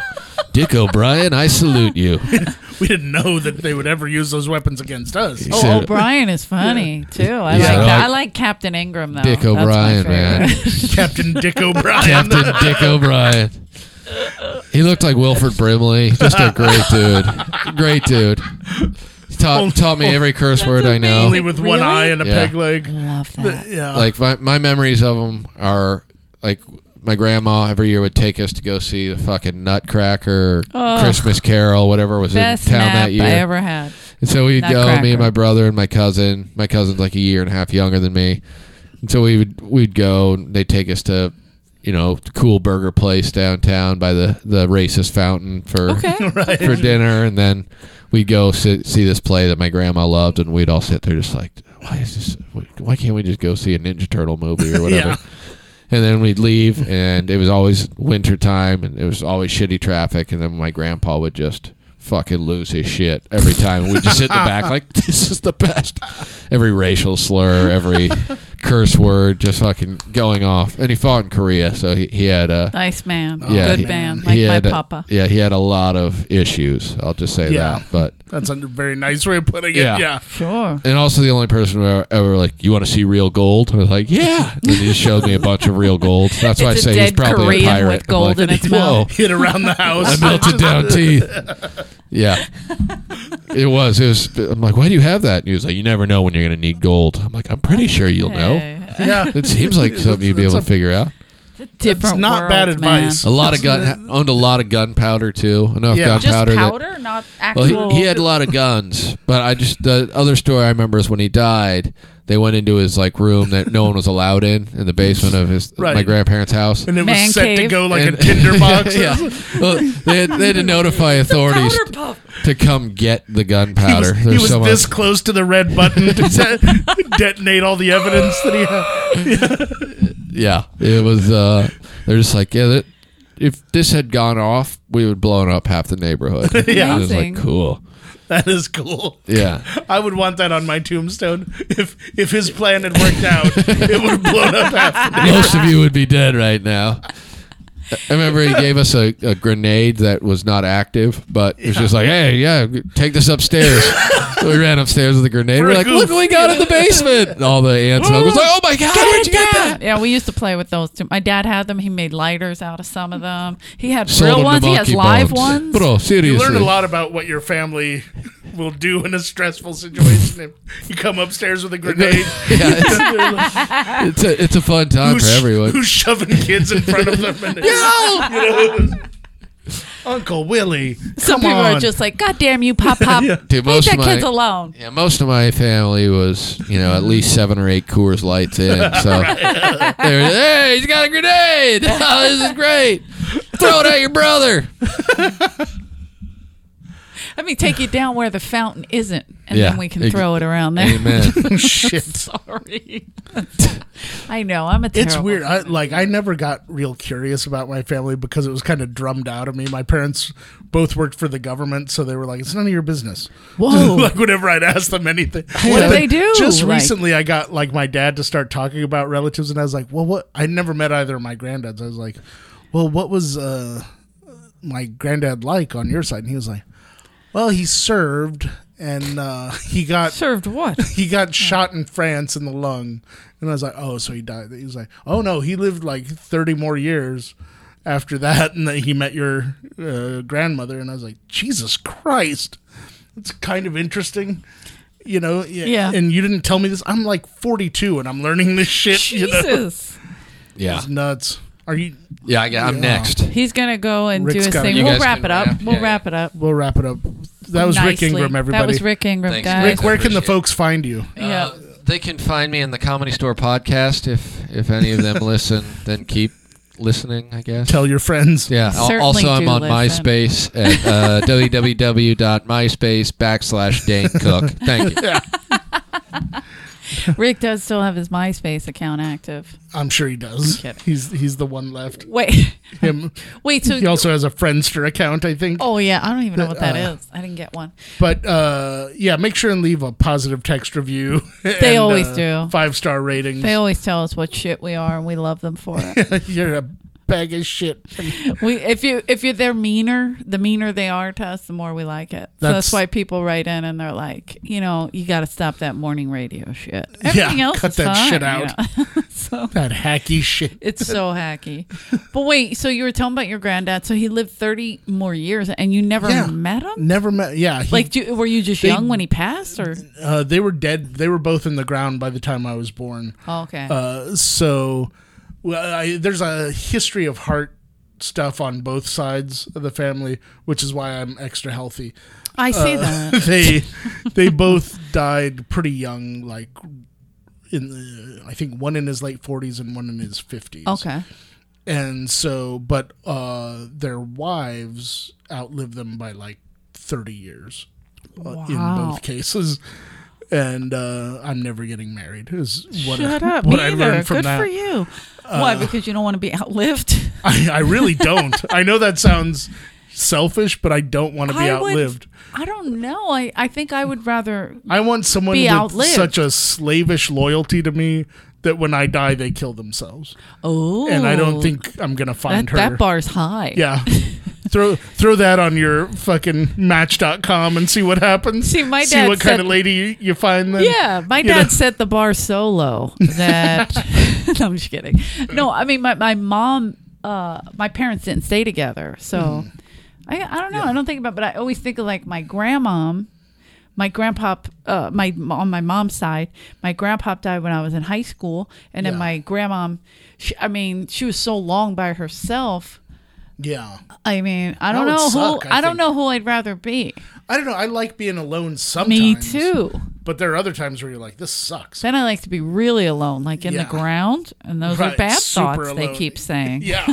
Speaker 2: Dick O'Brien, I salute you.
Speaker 3: we didn't know that they would ever use those weapons against us.
Speaker 2: He
Speaker 4: Oh,
Speaker 2: said,
Speaker 4: O'Brien is funny too. I
Speaker 2: Yeah.
Speaker 4: like that.
Speaker 2: Yeah.
Speaker 4: I like Captain Ingram though.
Speaker 2: Dick
Speaker 4: That's my
Speaker 2: O'Brien,
Speaker 4: favorite.
Speaker 2: man.
Speaker 3: oh, Captain Dick O'Brien.
Speaker 2: Captain Dick O'Brien. He looked like Wilford Brimley. Just a great dude. Great dude. taught, taught me every curse word I know.
Speaker 3: Only with one
Speaker 4: Really?
Speaker 3: eye and a
Speaker 2: Yeah.
Speaker 3: peg leg.
Speaker 4: Love
Speaker 3: But,
Speaker 4: that.
Speaker 3: yeah.
Speaker 2: like my, my memories of them are like my grandma every year would take us to go see the fucking Nutcracker,
Speaker 4: Ugh.
Speaker 2: Christmas Carol, whatever was
Speaker 4: Oh. Best
Speaker 2: in town
Speaker 4: nap
Speaker 2: that year.
Speaker 4: I ever had.
Speaker 2: and so we'd go, me
Speaker 4: Nutcracker.
Speaker 2: and my brother and my cousin. My cousin's like a year and a half younger than me. And so we would we'd go and they'd take us to you know cool burger place downtown by the the racist fountain for
Speaker 4: Okay.
Speaker 2: for dinner, and then we'd go sit, see this play that my grandma loved, and we'd all sit there just like, why is this? Why can't we just go see a Ninja Turtle movie or whatever?
Speaker 3: Yeah.
Speaker 2: And then we'd leave, and it was always winter time, and it was always shitty traffic, and then my grandpa would just fucking lose his shit every time. We'd just sit in the back like, this is the best. Every racial slur, every curse word, just fucking going off. And he fought in Korea, so he, he had a
Speaker 4: Nice man.
Speaker 2: yeah,
Speaker 4: Good
Speaker 2: he-
Speaker 4: man.
Speaker 2: he
Speaker 4: Like
Speaker 2: had
Speaker 4: my
Speaker 2: a-
Speaker 4: papa.
Speaker 2: Yeah, he had a lot of issues. I'll just say
Speaker 3: Yeah.
Speaker 2: that. But
Speaker 3: That's a very nice way of putting it.
Speaker 2: Yeah.
Speaker 3: Yeah.
Speaker 4: Sure.
Speaker 2: and also the only person who ever, ever like, you want to see real gold? I was like, yeah. And then he just showed me a bunch of real gold. That's why
Speaker 4: It's
Speaker 2: I
Speaker 4: a
Speaker 2: say he's
Speaker 4: dead
Speaker 2: probably
Speaker 4: Korean
Speaker 2: a pirate.
Speaker 4: with gold
Speaker 2: I'm
Speaker 4: in
Speaker 2: like,
Speaker 4: its
Speaker 2: Whoa,
Speaker 4: mouth."
Speaker 3: Hit around the house.
Speaker 2: I melted down teeth. Yeah. It was. It was. I'm like, why do you have that? And he was like, you never know when you're going to need gold. I'm like, I'm pretty sure you'll know.
Speaker 4: Hey.
Speaker 3: yeah.
Speaker 2: It seems like something you'd be able to figure out.
Speaker 4: Different
Speaker 3: not
Speaker 4: world,
Speaker 3: bad
Speaker 4: man.
Speaker 3: advice.
Speaker 2: A lot of gun owned a lot of gunpowder too. Enough
Speaker 3: Yeah.
Speaker 2: gunpowder
Speaker 4: Just powder,
Speaker 2: that-
Speaker 4: not
Speaker 2: Well,
Speaker 4: actual.
Speaker 2: he, he had a lot of guns, but I just the other story I remember is when he died. They went into his like room that no one was allowed in in the basement of his
Speaker 3: Right.
Speaker 2: my grandparents' house.
Speaker 3: And it was
Speaker 4: Man
Speaker 3: set to
Speaker 4: cave.
Speaker 3: go like
Speaker 2: And-
Speaker 3: a tinder box.
Speaker 2: yeah, well, they, had, they had to notify authorities
Speaker 4: powder puff.
Speaker 2: to come get the
Speaker 3: He
Speaker 2: gunpowder.
Speaker 3: was, he
Speaker 2: There's
Speaker 3: was
Speaker 2: so much-
Speaker 3: this close to the red button to set, detonate all the evidence that he had.
Speaker 2: yeah, it was. Uh, they're just like, yeah, that, if this had gone off, we would blown up half the neighborhood.
Speaker 3: Yeah.
Speaker 2: it was
Speaker 4: Amazing.
Speaker 2: like cool.
Speaker 3: That is cool.
Speaker 2: Yeah,
Speaker 3: I would want that on my tombstone. If if his plan had worked out, it would have blown up after.
Speaker 2: Most of you would be dead right now. I remember he gave us a, a grenade that was not active, but it was just like, hey, yeah, take this upstairs. So we ran upstairs with the grenade. We're
Speaker 3: a
Speaker 2: like, look
Speaker 3: goof.
Speaker 2: what we got in the basement. And all the aunts and uncles like, oh my God, where'd you get that?
Speaker 4: Yeah, we used to play with those too. My dad had them. He made lighters out of some of them. He had
Speaker 2: Sold
Speaker 4: real
Speaker 2: him
Speaker 4: ones.
Speaker 2: to
Speaker 4: He has
Speaker 2: monkey
Speaker 4: live
Speaker 2: bones.
Speaker 4: ones.
Speaker 2: Bro, seriously.
Speaker 3: You learn a lot about what your family will do in a stressful situation. If you come upstairs with a grenade,
Speaker 2: yeah, it's, it's, a, it's a fun time
Speaker 3: who's,
Speaker 2: for everyone.
Speaker 3: who's shoving kids in front of them? And You know, Uncle Willie.
Speaker 4: Some
Speaker 3: come
Speaker 4: people
Speaker 3: on.
Speaker 4: are just like, "God damn you, pop pop!
Speaker 2: Dude,
Speaker 4: Leave
Speaker 2: most of
Speaker 4: that
Speaker 2: my,
Speaker 4: kids alone."
Speaker 2: yeah, most of my family was, you know, at least seven or eight Coors Lights in. So they were, hey, he's got a grenade. Oh, this is great. Throw it at your brother.
Speaker 4: Let me take you down where the fountain isn't, and
Speaker 2: Yeah.
Speaker 4: then we can
Speaker 2: Ex-
Speaker 4: throw it around there.
Speaker 2: Amen.
Speaker 3: Oh, shit.
Speaker 4: Sorry. I know. I'm a terrible.
Speaker 3: It's weird. I, like I never got real curious about my family because it was kind of drummed out of me. My parents both worked for the government, so they were like, "It's none of your business."
Speaker 4: Whoa.
Speaker 3: like whenever I'd ask them anything,
Speaker 4: What do
Speaker 3: But
Speaker 4: they do?
Speaker 3: Just
Speaker 4: Like-
Speaker 3: recently, I got like my dad to start talking about relatives, and I was like, "Well, what?" I never met either of my granddads. I was like, "Well, what was uh, my granddad like on your side?" And he was like, "Well, he served." And uh, he got
Speaker 4: Served what?
Speaker 3: he got shot in France in the lung, and I was like, oh, so he died. He was like, oh no, he lived like thirty more years after that, and then he met your uh, grandmother, and I was like, Jesus Christ, it's kind of interesting. You know, yeah,
Speaker 4: Yeah.
Speaker 3: And you didn't tell me this. I'm like 42 and I'm learning this shit. You know?
Speaker 4: Jesus.
Speaker 2: Yeah.
Speaker 3: It's nuts. Are you?
Speaker 2: Yeah, I, I'm
Speaker 3: Yeah.
Speaker 2: next.
Speaker 4: He's gonna go and
Speaker 3: Rick's
Speaker 4: do his
Speaker 3: gotta
Speaker 4: thing.
Speaker 3: go. You
Speaker 4: We'll
Speaker 2: guys
Speaker 4: wrap
Speaker 2: can
Speaker 4: it up.
Speaker 2: wrap.
Speaker 4: We'll
Speaker 2: Yeah,
Speaker 4: wrap it up.
Speaker 3: We'll wrap it up. That was
Speaker 4: Nicely.
Speaker 3: Rick Ingram, everybody.
Speaker 4: That was Rick Ingram,
Speaker 2: Thanks,
Speaker 4: guys.
Speaker 3: Rick,
Speaker 2: Rick.
Speaker 3: where can the
Speaker 2: Appreciate it.
Speaker 3: folks find you?
Speaker 4: Yeah.
Speaker 2: Uh, they can find me in the Comedy Store podcast if if any of them listen, then keep listening, I guess.
Speaker 3: Tell your friends.
Speaker 2: Yeah. al-
Speaker 4: Certainly
Speaker 2: also, I'm
Speaker 4: do
Speaker 2: on
Speaker 4: listen.
Speaker 2: MySpace at uh, www.myspace backslash Dane Cook. Thank you.
Speaker 4: Rick does still have his MySpace account active.
Speaker 3: I'm sure he does.
Speaker 4: kidding.
Speaker 3: He's he's the one left.
Speaker 4: Wait,
Speaker 3: Him.
Speaker 4: wait. So,
Speaker 3: He also has a Friendster account, I think.
Speaker 4: oh yeah, I don't even know what that
Speaker 3: Uh,
Speaker 4: is. I didn't get one.
Speaker 3: But uh, yeah, make sure and leave a positive text review.
Speaker 4: They always do.
Speaker 3: Five star ratings.
Speaker 4: They always tell us what shit we are, and we love them for it.
Speaker 3: You're a bag of shit.
Speaker 4: We if you if you're they're meaner, the meaner they are to us, the more we like it. so
Speaker 3: That's-
Speaker 4: that's why people write in and they're like, you know, you got to stop that morning radio shit. Everything else
Speaker 3: cut
Speaker 4: is
Speaker 3: that
Speaker 4: fine,
Speaker 3: shit
Speaker 4: you
Speaker 3: out.
Speaker 4: know. so
Speaker 3: That hacky shit.
Speaker 4: it's so hacky. But wait, so you were telling about your granddad? So he lived thirty more years, and you never
Speaker 3: Yeah.
Speaker 4: met him?
Speaker 3: Never met. Yeah, he-
Speaker 4: Like, do, you- were you just
Speaker 3: They-
Speaker 4: young when he passed, or
Speaker 3: uh, they were dead. They were both in the ground by the time I was born.
Speaker 4: oh, okay?
Speaker 3: Uh, so well, I, there's a history of heart stuff on both sides of the family, which is why I'm extra healthy.
Speaker 4: I see
Speaker 3: uh,
Speaker 4: that.
Speaker 3: they they both died pretty young, like in the, I think one in his late 40s and one in his 50s.
Speaker 4: Okay.
Speaker 3: and so but uh, their wives outlived them by like 30 years uh, in
Speaker 4: Wow.
Speaker 3: both cases. And uh, I'm never getting married. Is what
Speaker 4: Shut
Speaker 3: I,
Speaker 4: up.
Speaker 3: What
Speaker 4: Me
Speaker 3: I
Speaker 4: either.
Speaker 3: learned from
Speaker 4: Good
Speaker 3: that. uh,
Speaker 4: for you. Why? Because you don't want to be outlived.
Speaker 3: I, I really don't. I know that sounds selfish, but I don't want to be
Speaker 4: I would-
Speaker 3: outlived.
Speaker 4: I don't know. I, I think I would rather.
Speaker 3: I want someone
Speaker 4: Be
Speaker 3: with
Speaker 4: outlived.
Speaker 3: such a slavish loyalty to me that when I die, they kill themselves.
Speaker 4: Oh.
Speaker 3: And I don't think I'm gonna
Speaker 4: that,
Speaker 3: find her.
Speaker 4: that bar's high.
Speaker 3: yeah. throw throw that on your fucking match.com and see what happens.
Speaker 4: See, my
Speaker 3: see
Speaker 4: dad
Speaker 3: what kind
Speaker 4: said-
Speaker 3: of lady you, you find then.
Speaker 4: Yeah, my
Speaker 3: You
Speaker 4: dad
Speaker 3: know?
Speaker 4: set the bar so low that no, I'm just kidding. No, I mean my my mom, uh, my parents didn't stay together, so
Speaker 3: Mm-hmm.
Speaker 4: I I don't know. I don't think about, but I always think of like my grandmom, my grandpop, uh, my on my mom's side, my grandpop died when I was in high school, and then
Speaker 3: Yeah.
Speaker 4: my grandmom, she, I mean, she was so long by herself.
Speaker 3: Yeah.
Speaker 4: I mean, I don't
Speaker 3: would
Speaker 4: know
Speaker 3: suck,
Speaker 4: who
Speaker 3: I
Speaker 4: I, don't
Speaker 3: think.
Speaker 4: know who I'd rather be.
Speaker 3: I don't know. I like being alone sometimes.
Speaker 4: Me too.
Speaker 3: But there are other times where you're like, this sucks.
Speaker 4: Then I like to be really alone, like in
Speaker 3: Yeah.
Speaker 4: the ground, and those are
Speaker 3: Right,
Speaker 4: bad
Speaker 3: super
Speaker 4: thoughts they
Speaker 3: alone.
Speaker 4: keep saying.
Speaker 3: yeah.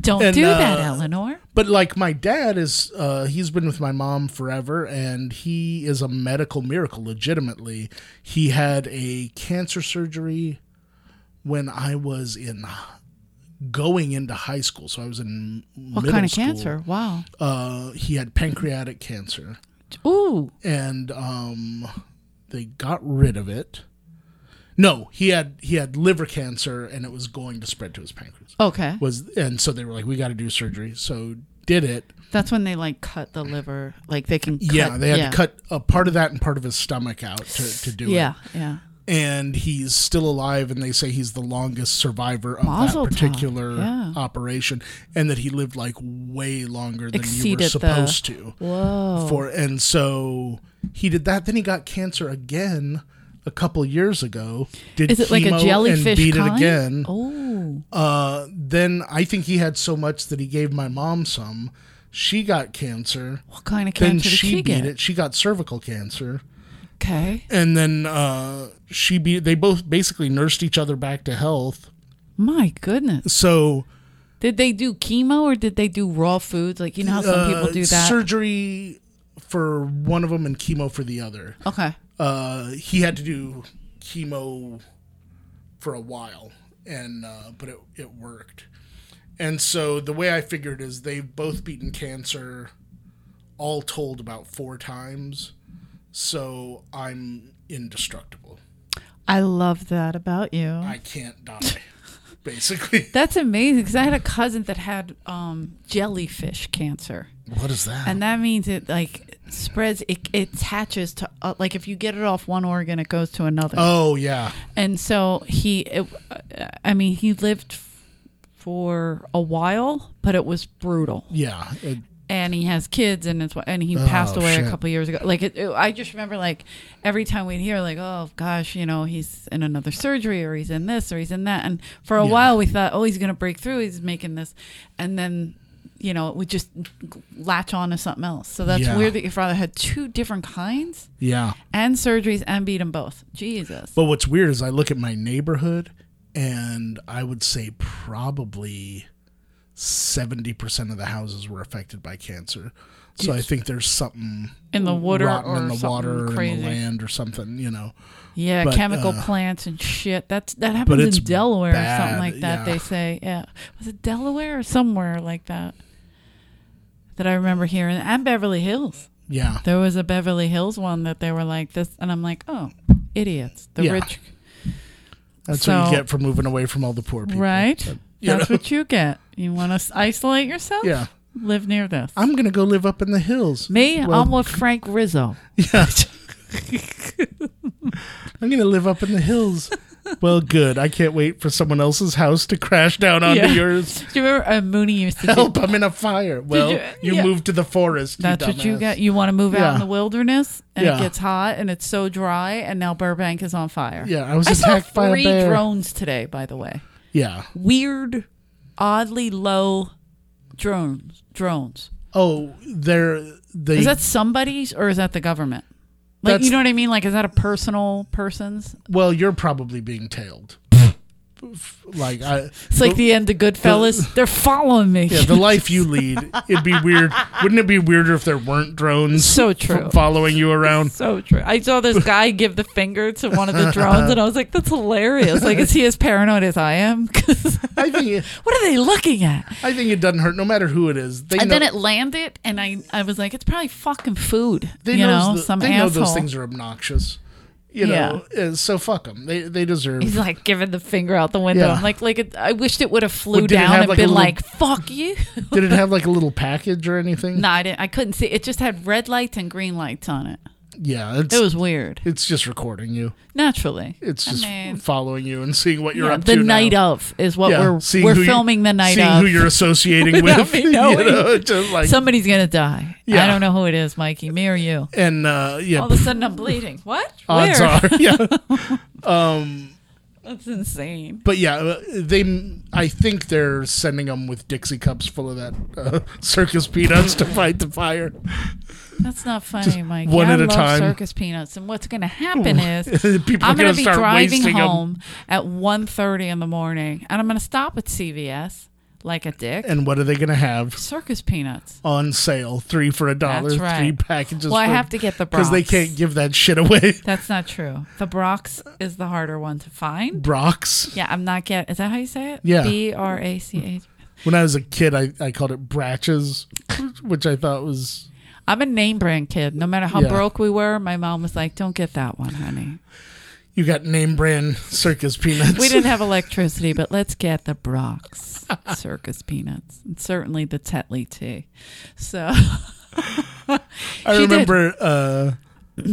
Speaker 4: Don't
Speaker 3: And,
Speaker 4: do
Speaker 3: uh,
Speaker 4: that, Eleanor.
Speaker 3: But like my dad is, uh, he's been with my mom forever, and he is a medical miracle. Legitimately, he had a cancer surgery when I was in going into high school, so I was in
Speaker 4: What
Speaker 3: middle
Speaker 4: kind of
Speaker 3: school.
Speaker 4: cancer? Wow.
Speaker 3: Uh, he had pancreatic cancer,
Speaker 4: Ooh.
Speaker 3: and um, they got rid of it. No, he had he had liver cancer, and it was going to spread to his pancreas.
Speaker 4: Okay.
Speaker 3: Was and so they were like, we got to do surgery. So did it.
Speaker 4: That's when they like cut the liver. Like they can.
Speaker 3: Yeah,
Speaker 4: cut,
Speaker 3: they had to cut a part of that and part of his stomach out to, to do
Speaker 4: Yeah.
Speaker 3: it.
Speaker 4: Yeah.
Speaker 3: And he's still alive, and they say he's the longest survivor of
Speaker 4: Mazel
Speaker 3: that
Speaker 4: tov,
Speaker 3: particular
Speaker 4: yeah.
Speaker 3: operation, and that he lived like way longer than you were
Speaker 4: Exceeded the- Oh.
Speaker 3: supposed to.
Speaker 4: Whoa.
Speaker 3: For and so he did that. Then he got cancer again a couple years ago. Did
Speaker 4: Is it like a
Speaker 3: chemo
Speaker 4: jellyfish
Speaker 3: and beat
Speaker 4: kind?
Speaker 3: it again?
Speaker 4: Oh.
Speaker 3: Uh, then I think he had so much that he gave my mom some. She got cancer.
Speaker 4: What kind of cancer
Speaker 3: Then
Speaker 4: did
Speaker 3: she,
Speaker 4: she
Speaker 3: beat
Speaker 4: get?
Speaker 3: it. She got cervical cancer,
Speaker 4: Okay.
Speaker 3: and then uh, she beat. They both basically nursed each other back to health.
Speaker 4: My goodness.
Speaker 3: So
Speaker 4: Did they do chemo or did they do raw foods? Like you know how some people
Speaker 3: uh,
Speaker 4: do that.
Speaker 3: surgery for one of them and chemo for the other.
Speaker 4: okay.
Speaker 3: Uh, he had to do chemo for a while, and uh, but it it worked. And so the way I figured is they've both beaten cancer, all told about four times. So I'm indestructible.
Speaker 4: I love that about you.
Speaker 3: I can't die, basically.
Speaker 4: That's amazing because I had a cousin that had um, jellyfish cancer,
Speaker 3: What is that?
Speaker 4: and that means it like spreads, it, it attaches to uh, like if you get it off one organ, it goes to another.
Speaker 3: oh yeah,
Speaker 4: And so he, it, uh, I mean, he lived f- for a while, but it was brutal.
Speaker 3: yeah. Uh, It-
Speaker 4: And he has kids, and it's and he passed away
Speaker 3: Oh, shit.
Speaker 4: a couple years ago. Like it, it- I just remember, like every time we'd hear, like, oh gosh, you know, he's in another surgery, or he's in this, or he's in that. And for a
Speaker 3: Yeah.
Speaker 4: while, we thought, oh, he's gonna break through. He's making this, and then. You know, it would just latch on to something else. So that's
Speaker 3: Yeah.
Speaker 4: weird that your father had two different kinds
Speaker 3: yeah.
Speaker 4: and surgeries and beat them both. Jesus.
Speaker 3: But what's weird is I look at my neighborhood and I would say probably 70% of the houses were affected by cancer. So I think there's something
Speaker 4: In the water
Speaker 3: rotten
Speaker 4: or
Speaker 3: in the
Speaker 4: something
Speaker 3: water or in
Speaker 4: crazy.
Speaker 3: the land or something, you know.
Speaker 4: Yeah,
Speaker 3: But,
Speaker 4: chemical
Speaker 3: uh,
Speaker 4: plants and shit. That's that happens
Speaker 3: it's
Speaker 4: in Delaware or
Speaker 3: bad,
Speaker 4: something like that.
Speaker 3: yeah.
Speaker 4: They say, yeah, was it Delaware or somewhere like that? That I remember hearing, and Beverly Hills.
Speaker 3: Yeah.
Speaker 4: There was a Beverly Hills one that they were like this, and I'm like, oh, idiots, the
Speaker 3: Yeah,
Speaker 4: rich,
Speaker 3: That's what
Speaker 4: So-
Speaker 3: you get for moving away from all the poor people.
Speaker 4: right?
Speaker 3: You
Speaker 4: That's
Speaker 3: know?
Speaker 4: what you get. You want to isolate yourself?
Speaker 3: Yeah.
Speaker 4: Live near this.
Speaker 3: I'm gonna go live up in the hills.
Speaker 4: Me,
Speaker 3: Well-
Speaker 4: I'm with Frank Rizzo.
Speaker 3: Yeah. I'm gonna live up in the hills. Well, good. I can't wait for someone else's house to crash down onto
Speaker 4: Yeah.
Speaker 3: yours.
Speaker 4: Do you remember uh, Mooney used to
Speaker 3: Help!
Speaker 4: do?
Speaker 3: I'm in a fire. Well, you,
Speaker 4: you- yeah.
Speaker 3: moved to the forest.
Speaker 4: That's what you
Speaker 3: dumbass.
Speaker 4: get. You want to move out
Speaker 3: Yeah.
Speaker 4: in the wilderness, and
Speaker 3: Yeah.
Speaker 4: it gets hot, and it's so dry, and now Burbank is on fire.
Speaker 3: Yeah, I was
Speaker 4: I saw
Speaker 3: attacked by a
Speaker 4: three
Speaker 3: bear.
Speaker 4: drones today. By the way,
Speaker 3: Yeah.
Speaker 4: weird, oddly low drones. Drones.
Speaker 3: Oh, they're they.
Speaker 4: Is that somebody's or is that the government? Like
Speaker 3: That's-
Speaker 4: you know what I mean? Like is that a personal person's?
Speaker 3: well, you're probably being tailed. like I.
Speaker 4: It's like the end of Goodfellas. They're following me.
Speaker 3: Yeah, the life you lead, it'd be weird. Wouldn't it be weirder if there weren't drones
Speaker 4: So
Speaker 3: f-
Speaker 4: true.
Speaker 3: following you around?
Speaker 4: so true. I saw this guy give the finger to one of the drones, and I was like, "That's hilarious!" Like, is he as paranoid as I am? 'Cause
Speaker 3: I think it,
Speaker 4: what are they looking at?
Speaker 3: I think it doesn't hurt, no matter who it is. They
Speaker 4: And
Speaker 3: know,
Speaker 4: then it landed, and I, I was like, "It's probably fucking food."
Speaker 3: they
Speaker 4: you
Speaker 3: knows
Speaker 4: know,
Speaker 3: the-
Speaker 4: some
Speaker 3: they know
Speaker 4: asshole.
Speaker 3: those things are obnoxious. You know, uh, so fuck them. They they deserve.
Speaker 4: He's like giving the finger out the window.
Speaker 3: Yeah.
Speaker 4: I'm like, like it, I wished it would have flew
Speaker 3: Well, did it
Speaker 4: down
Speaker 3: have,
Speaker 4: and
Speaker 3: like, a
Speaker 4: been
Speaker 3: little-
Speaker 4: like, "Fuck you."
Speaker 3: Did it have like a little package or anything?
Speaker 4: no, I didn't. I couldn't see. It just had red lights and green lights on it.
Speaker 3: Yeah, it's
Speaker 4: It was weird.
Speaker 3: it's just recording you.
Speaker 4: Naturally,
Speaker 3: It's
Speaker 4: I
Speaker 3: just
Speaker 4: mean-
Speaker 3: following you and seeing what you're
Speaker 4: Yeah,
Speaker 3: up
Speaker 4: the
Speaker 3: to.
Speaker 4: night of is what
Speaker 3: Yeah,
Speaker 4: we're
Speaker 3: seeing
Speaker 4: we're
Speaker 3: who you-
Speaker 4: filming the night
Speaker 3: seeing
Speaker 4: of.
Speaker 3: who you're associating
Speaker 4: Without
Speaker 3: with.
Speaker 4: me
Speaker 3: you
Speaker 4: knowing.
Speaker 3: know, just like-
Speaker 4: Somebody's gonna die.
Speaker 3: Yeah.
Speaker 4: I don't know who it is, Mikey. Me or you?
Speaker 3: and uh, yeah,
Speaker 4: All of a sudden, I'm bleeding. What?
Speaker 3: odds
Speaker 4: Where?
Speaker 3: are yeah. Um,
Speaker 4: That's insane.
Speaker 3: But yeah, uh, they. I think they're sending them with Dixie cups full of that uh, circus peanuts to fight the fire.
Speaker 4: That's not funny, Mikey.
Speaker 3: one
Speaker 4: I
Speaker 3: at a
Speaker 4: love
Speaker 3: time.
Speaker 4: circus peanuts, and what's gonna happen is
Speaker 3: People are
Speaker 4: I'm
Speaker 3: gonna
Speaker 4: gonna be
Speaker 3: start
Speaker 4: driving
Speaker 3: wasting 'em.
Speaker 4: home at 1.30 in the morning, and I'm gonna stop at CVS like a dick.
Speaker 3: And what are they going to have
Speaker 4: circus peanuts.
Speaker 3: on sale? Three for a dollar.
Speaker 4: That's right.
Speaker 3: Three packages.
Speaker 4: Well, I have to get the
Speaker 3: because they
Speaker 4: Bronx.
Speaker 3: can't give that shit away.
Speaker 4: That's not true. The Brox is the harder one to find.
Speaker 3: Brox.
Speaker 4: Yeah, I'm not get. Is that how you say it?
Speaker 3: Yeah.
Speaker 4: B R A C H.
Speaker 3: When I was a kid, I, I called it Bratches, which I thought was
Speaker 4: I'm a name brand kid. No matter how
Speaker 3: Yeah.
Speaker 4: broke we were, my mom was like, "Don't get that one, honey."
Speaker 3: you got name brand circus peanuts.
Speaker 4: We didn't have electricity, but let's get the Brox circus peanuts and certainly the Tetley tea. So
Speaker 3: I
Speaker 4: She did.
Speaker 3: remember uh,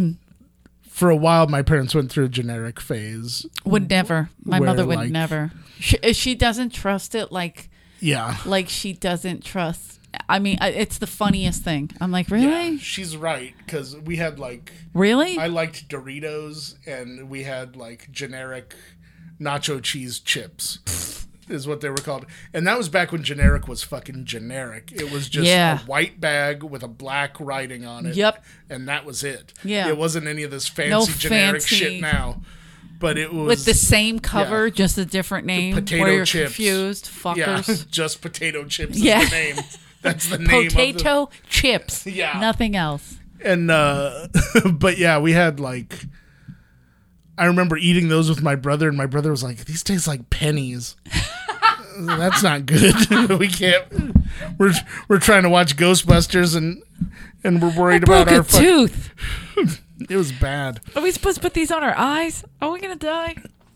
Speaker 3: for a while my parents went through a generic phase.
Speaker 4: would never. My
Speaker 3: Where,
Speaker 4: mother would
Speaker 3: like-
Speaker 4: never. She, if she doesn't trust it like
Speaker 3: Yeah.
Speaker 4: like she doesn't trust. I mean, I- it's the funniest thing. I'm like, really,
Speaker 3: Yeah, she's right because we had like
Speaker 4: really?
Speaker 3: I liked Doritos and we had like generic nacho cheese chips is what they were called, and that was back when generic was fucking generic. It was just
Speaker 4: Yeah.
Speaker 3: a white bag with a black writing on it.
Speaker 4: Yep.
Speaker 3: and that was it.
Speaker 4: Yeah.
Speaker 3: it wasn't any of this fancy
Speaker 4: No
Speaker 3: generic
Speaker 4: fancy-
Speaker 3: shit now. But it was
Speaker 4: With the same cover, just a different name.
Speaker 3: potato
Speaker 4: where you're
Speaker 3: chips.
Speaker 4: confused,
Speaker 3: yeah,
Speaker 4: fuckers.
Speaker 3: just potato chips
Speaker 4: Yeah.
Speaker 3: is the name. That's the name. of the-
Speaker 4: potato chips.
Speaker 3: Yeah.
Speaker 4: Nothing else.
Speaker 3: and uh but yeah we had like i remember eating those with my brother and my brother was like these taste like pennies that's not good we can't we're we're trying to watch ghostbusters and and we're worried about
Speaker 4: Broke a
Speaker 3: our fuck-
Speaker 4: tooth.
Speaker 3: it was bad
Speaker 4: Are we supposed to put these on our eyes? Are we gonna die?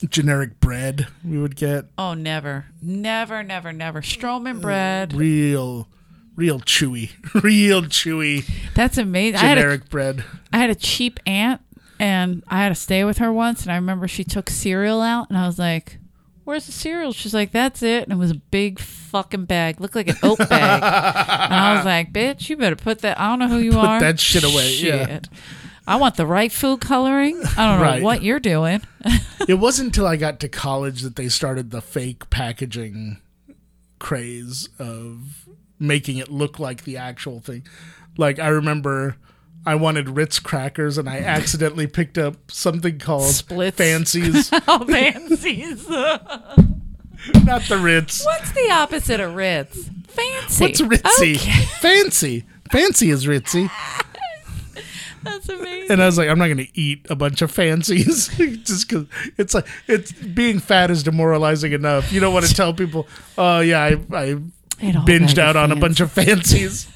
Speaker 3: generic bread we would get
Speaker 4: Oh, never, never, never, never.
Speaker 3: Mm.
Speaker 4: Stroman bread.
Speaker 3: real real chewy real chewy
Speaker 4: That's amazing. I had, a,
Speaker 3: generic bread
Speaker 4: I had a cheap aunt, and I had to stay with her once. And I remember she took cereal out, and I was like, "Where's the cereal?" She's like, "That's it." And it was a big fucking bag, looked like an oat bag. and I was like, "Bitch, you better put that. I don't know who you are.
Speaker 3: that shit away, yeah.
Speaker 4: I want the right food coloring. I don't know
Speaker 3: Right.
Speaker 4: what you're doing.
Speaker 3: it wasn't until I got to college that they started the fake packaging craze of making it look like the actual thing. Like I remember I wanted Ritz crackers and I accidentally picked up something called
Speaker 4: Splits.
Speaker 3: Fancies,
Speaker 4: Oh, fancies.
Speaker 3: not the Ritz.
Speaker 4: What's the opposite of Ritz? Fancy.
Speaker 3: What's Ritzy?
Speaker 4: Okay.
Speaker 3: Fancy. Fancy is Ritzy.
Speaker 4: That's amazing.
Speaker 3: And I was like, I'm not going to eat a bunch of fancies just because it's like, it's being fat is demoralizing enough. You don't want to tell people, oh, yeah, I, I
Speaker 4: Ate a whole bag
Speaker 3: binged
Speaker 4: of
Speaker 3: out on a bunch of fancies.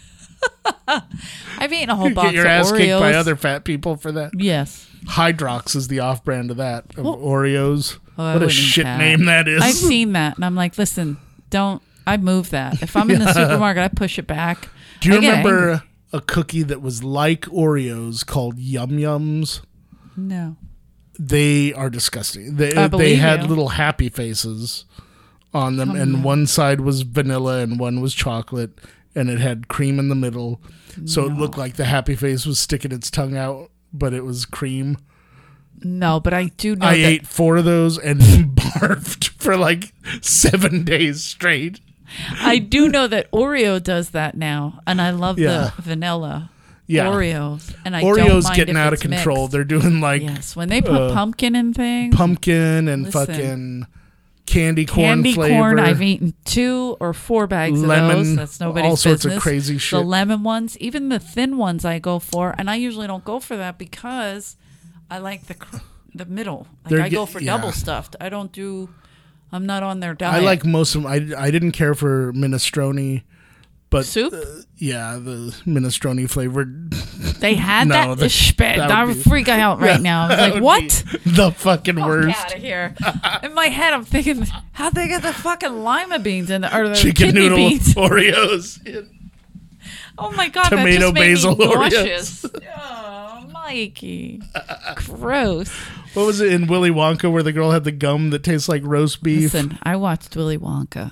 Speaker 4: I've eaten a whole
Speaker 3: You
Speaker 4: box
Speaker 3: get your
Speaker 4: of
Speaker 3: ass
Speaker 4: Oreos.
Speaker 3: kicked by other fat people for that.
Speaker 4: yes.
Speaker 3: Hydrox is the off-brand of that of Oreos.
Speaker 4: Oh, I
Speaker 3: what a
Speaker 4: wouldn't eat
Speaker 3: shit
Speaker 4: that.
Speaker 3: name that is.
Speaker 4: I've seen that, and I'm like, listen, don't. I move that. If I'm in the supermarket, I push it back.
Speaker 3: Do you
Speaker 4: I get angry.
Speaker 3: remember a cookie that was like Oreos called Yum Yums?
Speaker 4: No.
Speaker 3: They are disgusting. They
Speaker 4: I
Speaker 3: they
Speaker 4: believe
Speaker 3: had
Speaker 4: you.
Speaker 3: little happy faces on them, and one side was vanilla and one was chocolate, and it had cream in the middle, so it looked like the happy face was sticking its tongue out, but it was cream.
Speaker 4: No, but I do know
Speaker 3: I
Speaker 4: that
Speaker 3: ate four of those and barfed for like seven days straight.
Speaker 4: I do know that Oreo does that now, and I love
Speaker 3: Yeah.
Speaker 4: the vanilla
Speaker 3: Yeah.
Speaker 4: Oreos. And I don't
Speaker 3: Oreos
Speaker 4: mind
Speaker 3: getting
Speaker 4: if
Speaker 3: out of
Speaker 4: it's
Speaker 3: control.
Speaker 4: mixed.
Speaker 3: They're doing like uh,
Speaker 4: yes, when they put pumpkin in things,
Speaker 3: pumpkin and
Speaker 4: Listen.
Speaker 3: fucking candy corn
Speaker 4: candy
Speaker 3: flavor.
Speaker 4: corn. I've eaten two or four bags
Speaker 3: Lemon,
Speaker 4: of those. That's nobody's
Speaker 3: all sorts of
Speaker 4: business.
Speaker 3: crazy shit.
Speaker 4: The lemon ones, even the thin ones, I go for, and I usually don't go for that because I like the cr- the middle. Like
Speaker 3: They're
Speaker 4: I go
Speaker 3: ge-
Speaker 4: for
Speaker 3: yeah.
Speaker 4: double stuffed. I don't do. I'm not on their
Speaker 3: I
Speaker 4: diet.
Speaker 3: like most of 'em. I I didn't care for minestrone, but
Speaker 4: soup.
Speaker 3: yeah, the minestrone flavored
Speaker 4: They had
Speaker 3: No,
Speaker 4: that.
Speaker 3: that-
Speaker 4: shit.
Speaker 3: that would
Speaker 4: I'm
Speaker 3: be-
Speaker 4: freaking out right now. I was like, what? Oh,
Speaker 3: the fucking
Speaker 4: Fuck
Speaker 3: worst.
Speaker 4: out of here! In my head, I'm thinking, how they get the fucking lima beans in the or the
Speaker 3: Chicken
Speaker 4: kidney
Speaker 3: noodle
Speaker 4: beans?
Speaker 3: Oreos.
Speaker 4: Oh my god,
Speaker 3: Tomato
Speaker 4: that just made
Speaker 3: basil
Speaker 4: me
Speaker 3: Oreos.
Speaker 4: nauseous. Oh, Mikey, gross.
Speaker 3: What was it in Willy Wonka where the girl had the gum that tastes like roast beef?
Speaker 4: Listen, I watched Willy Wonka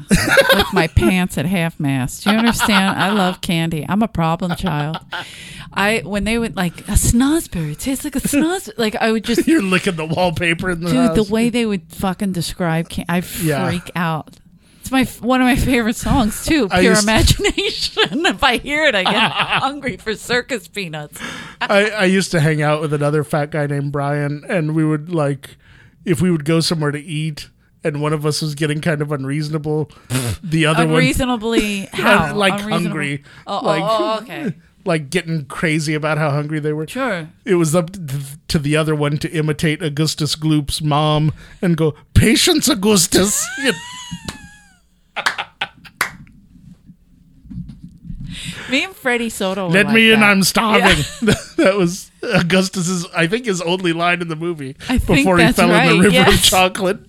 Speaker 4: with my pants at half mast. Do you understand? I love candy. I'm a problem child. I when they went like a snozzberry, it tastes like a snozz. Like I would just
Speaker 3: You're licking the wallpaper in the
Speaker 4: Dude,
Speaker 3: house.
Speaker 4: the way they would fucking describe, can- I freak
Speaker 3: Yeah.
Speaker 4: out. It's my one of my favorite songs too.
Speaker 3: I
Speaker 4: Pure
Speaker 3: used-
Speaker 4: imagination. if I hear it, I get hungry for circus peanuts.
Speaker 3: I, I used to hang out with another fat guy named Brian, and we would like, if we would go somewhere to eat, and one of us was getting kind of unreasonable, the other one
Speaker 4: Unreasonably, how
Speaker 3: like
Speaker 4: Unreasonable-
Speaker 3: hungry,
Speaker 4: Oh, oh,
Speaker 3: like-
Speaker 4: oh, okay,
Speaker 3: like getting crazy about how hungry they were.
Speaker 4: sure.
Speaker 3: It was up to- to the other one to imitate Augustus Gloop's mom and go, "Patience, Augustus." You know?
Speaker 4: Me and Freddie Soto. were
Speaker 3: Let
Speaker 4: like
Speaker 3: me in,
Speaker 4: that.
Speaker 3: I'm starving. that was Augustus's, I think, his only line in the movie
Speaker 4: I think
Speaker 3: before he
Speaker 4: that's
Speaker 3: fell in
Speaker 4: right,
Speaker 3: the river of
Speaker 4: yes.
Speaker 3: chocolate.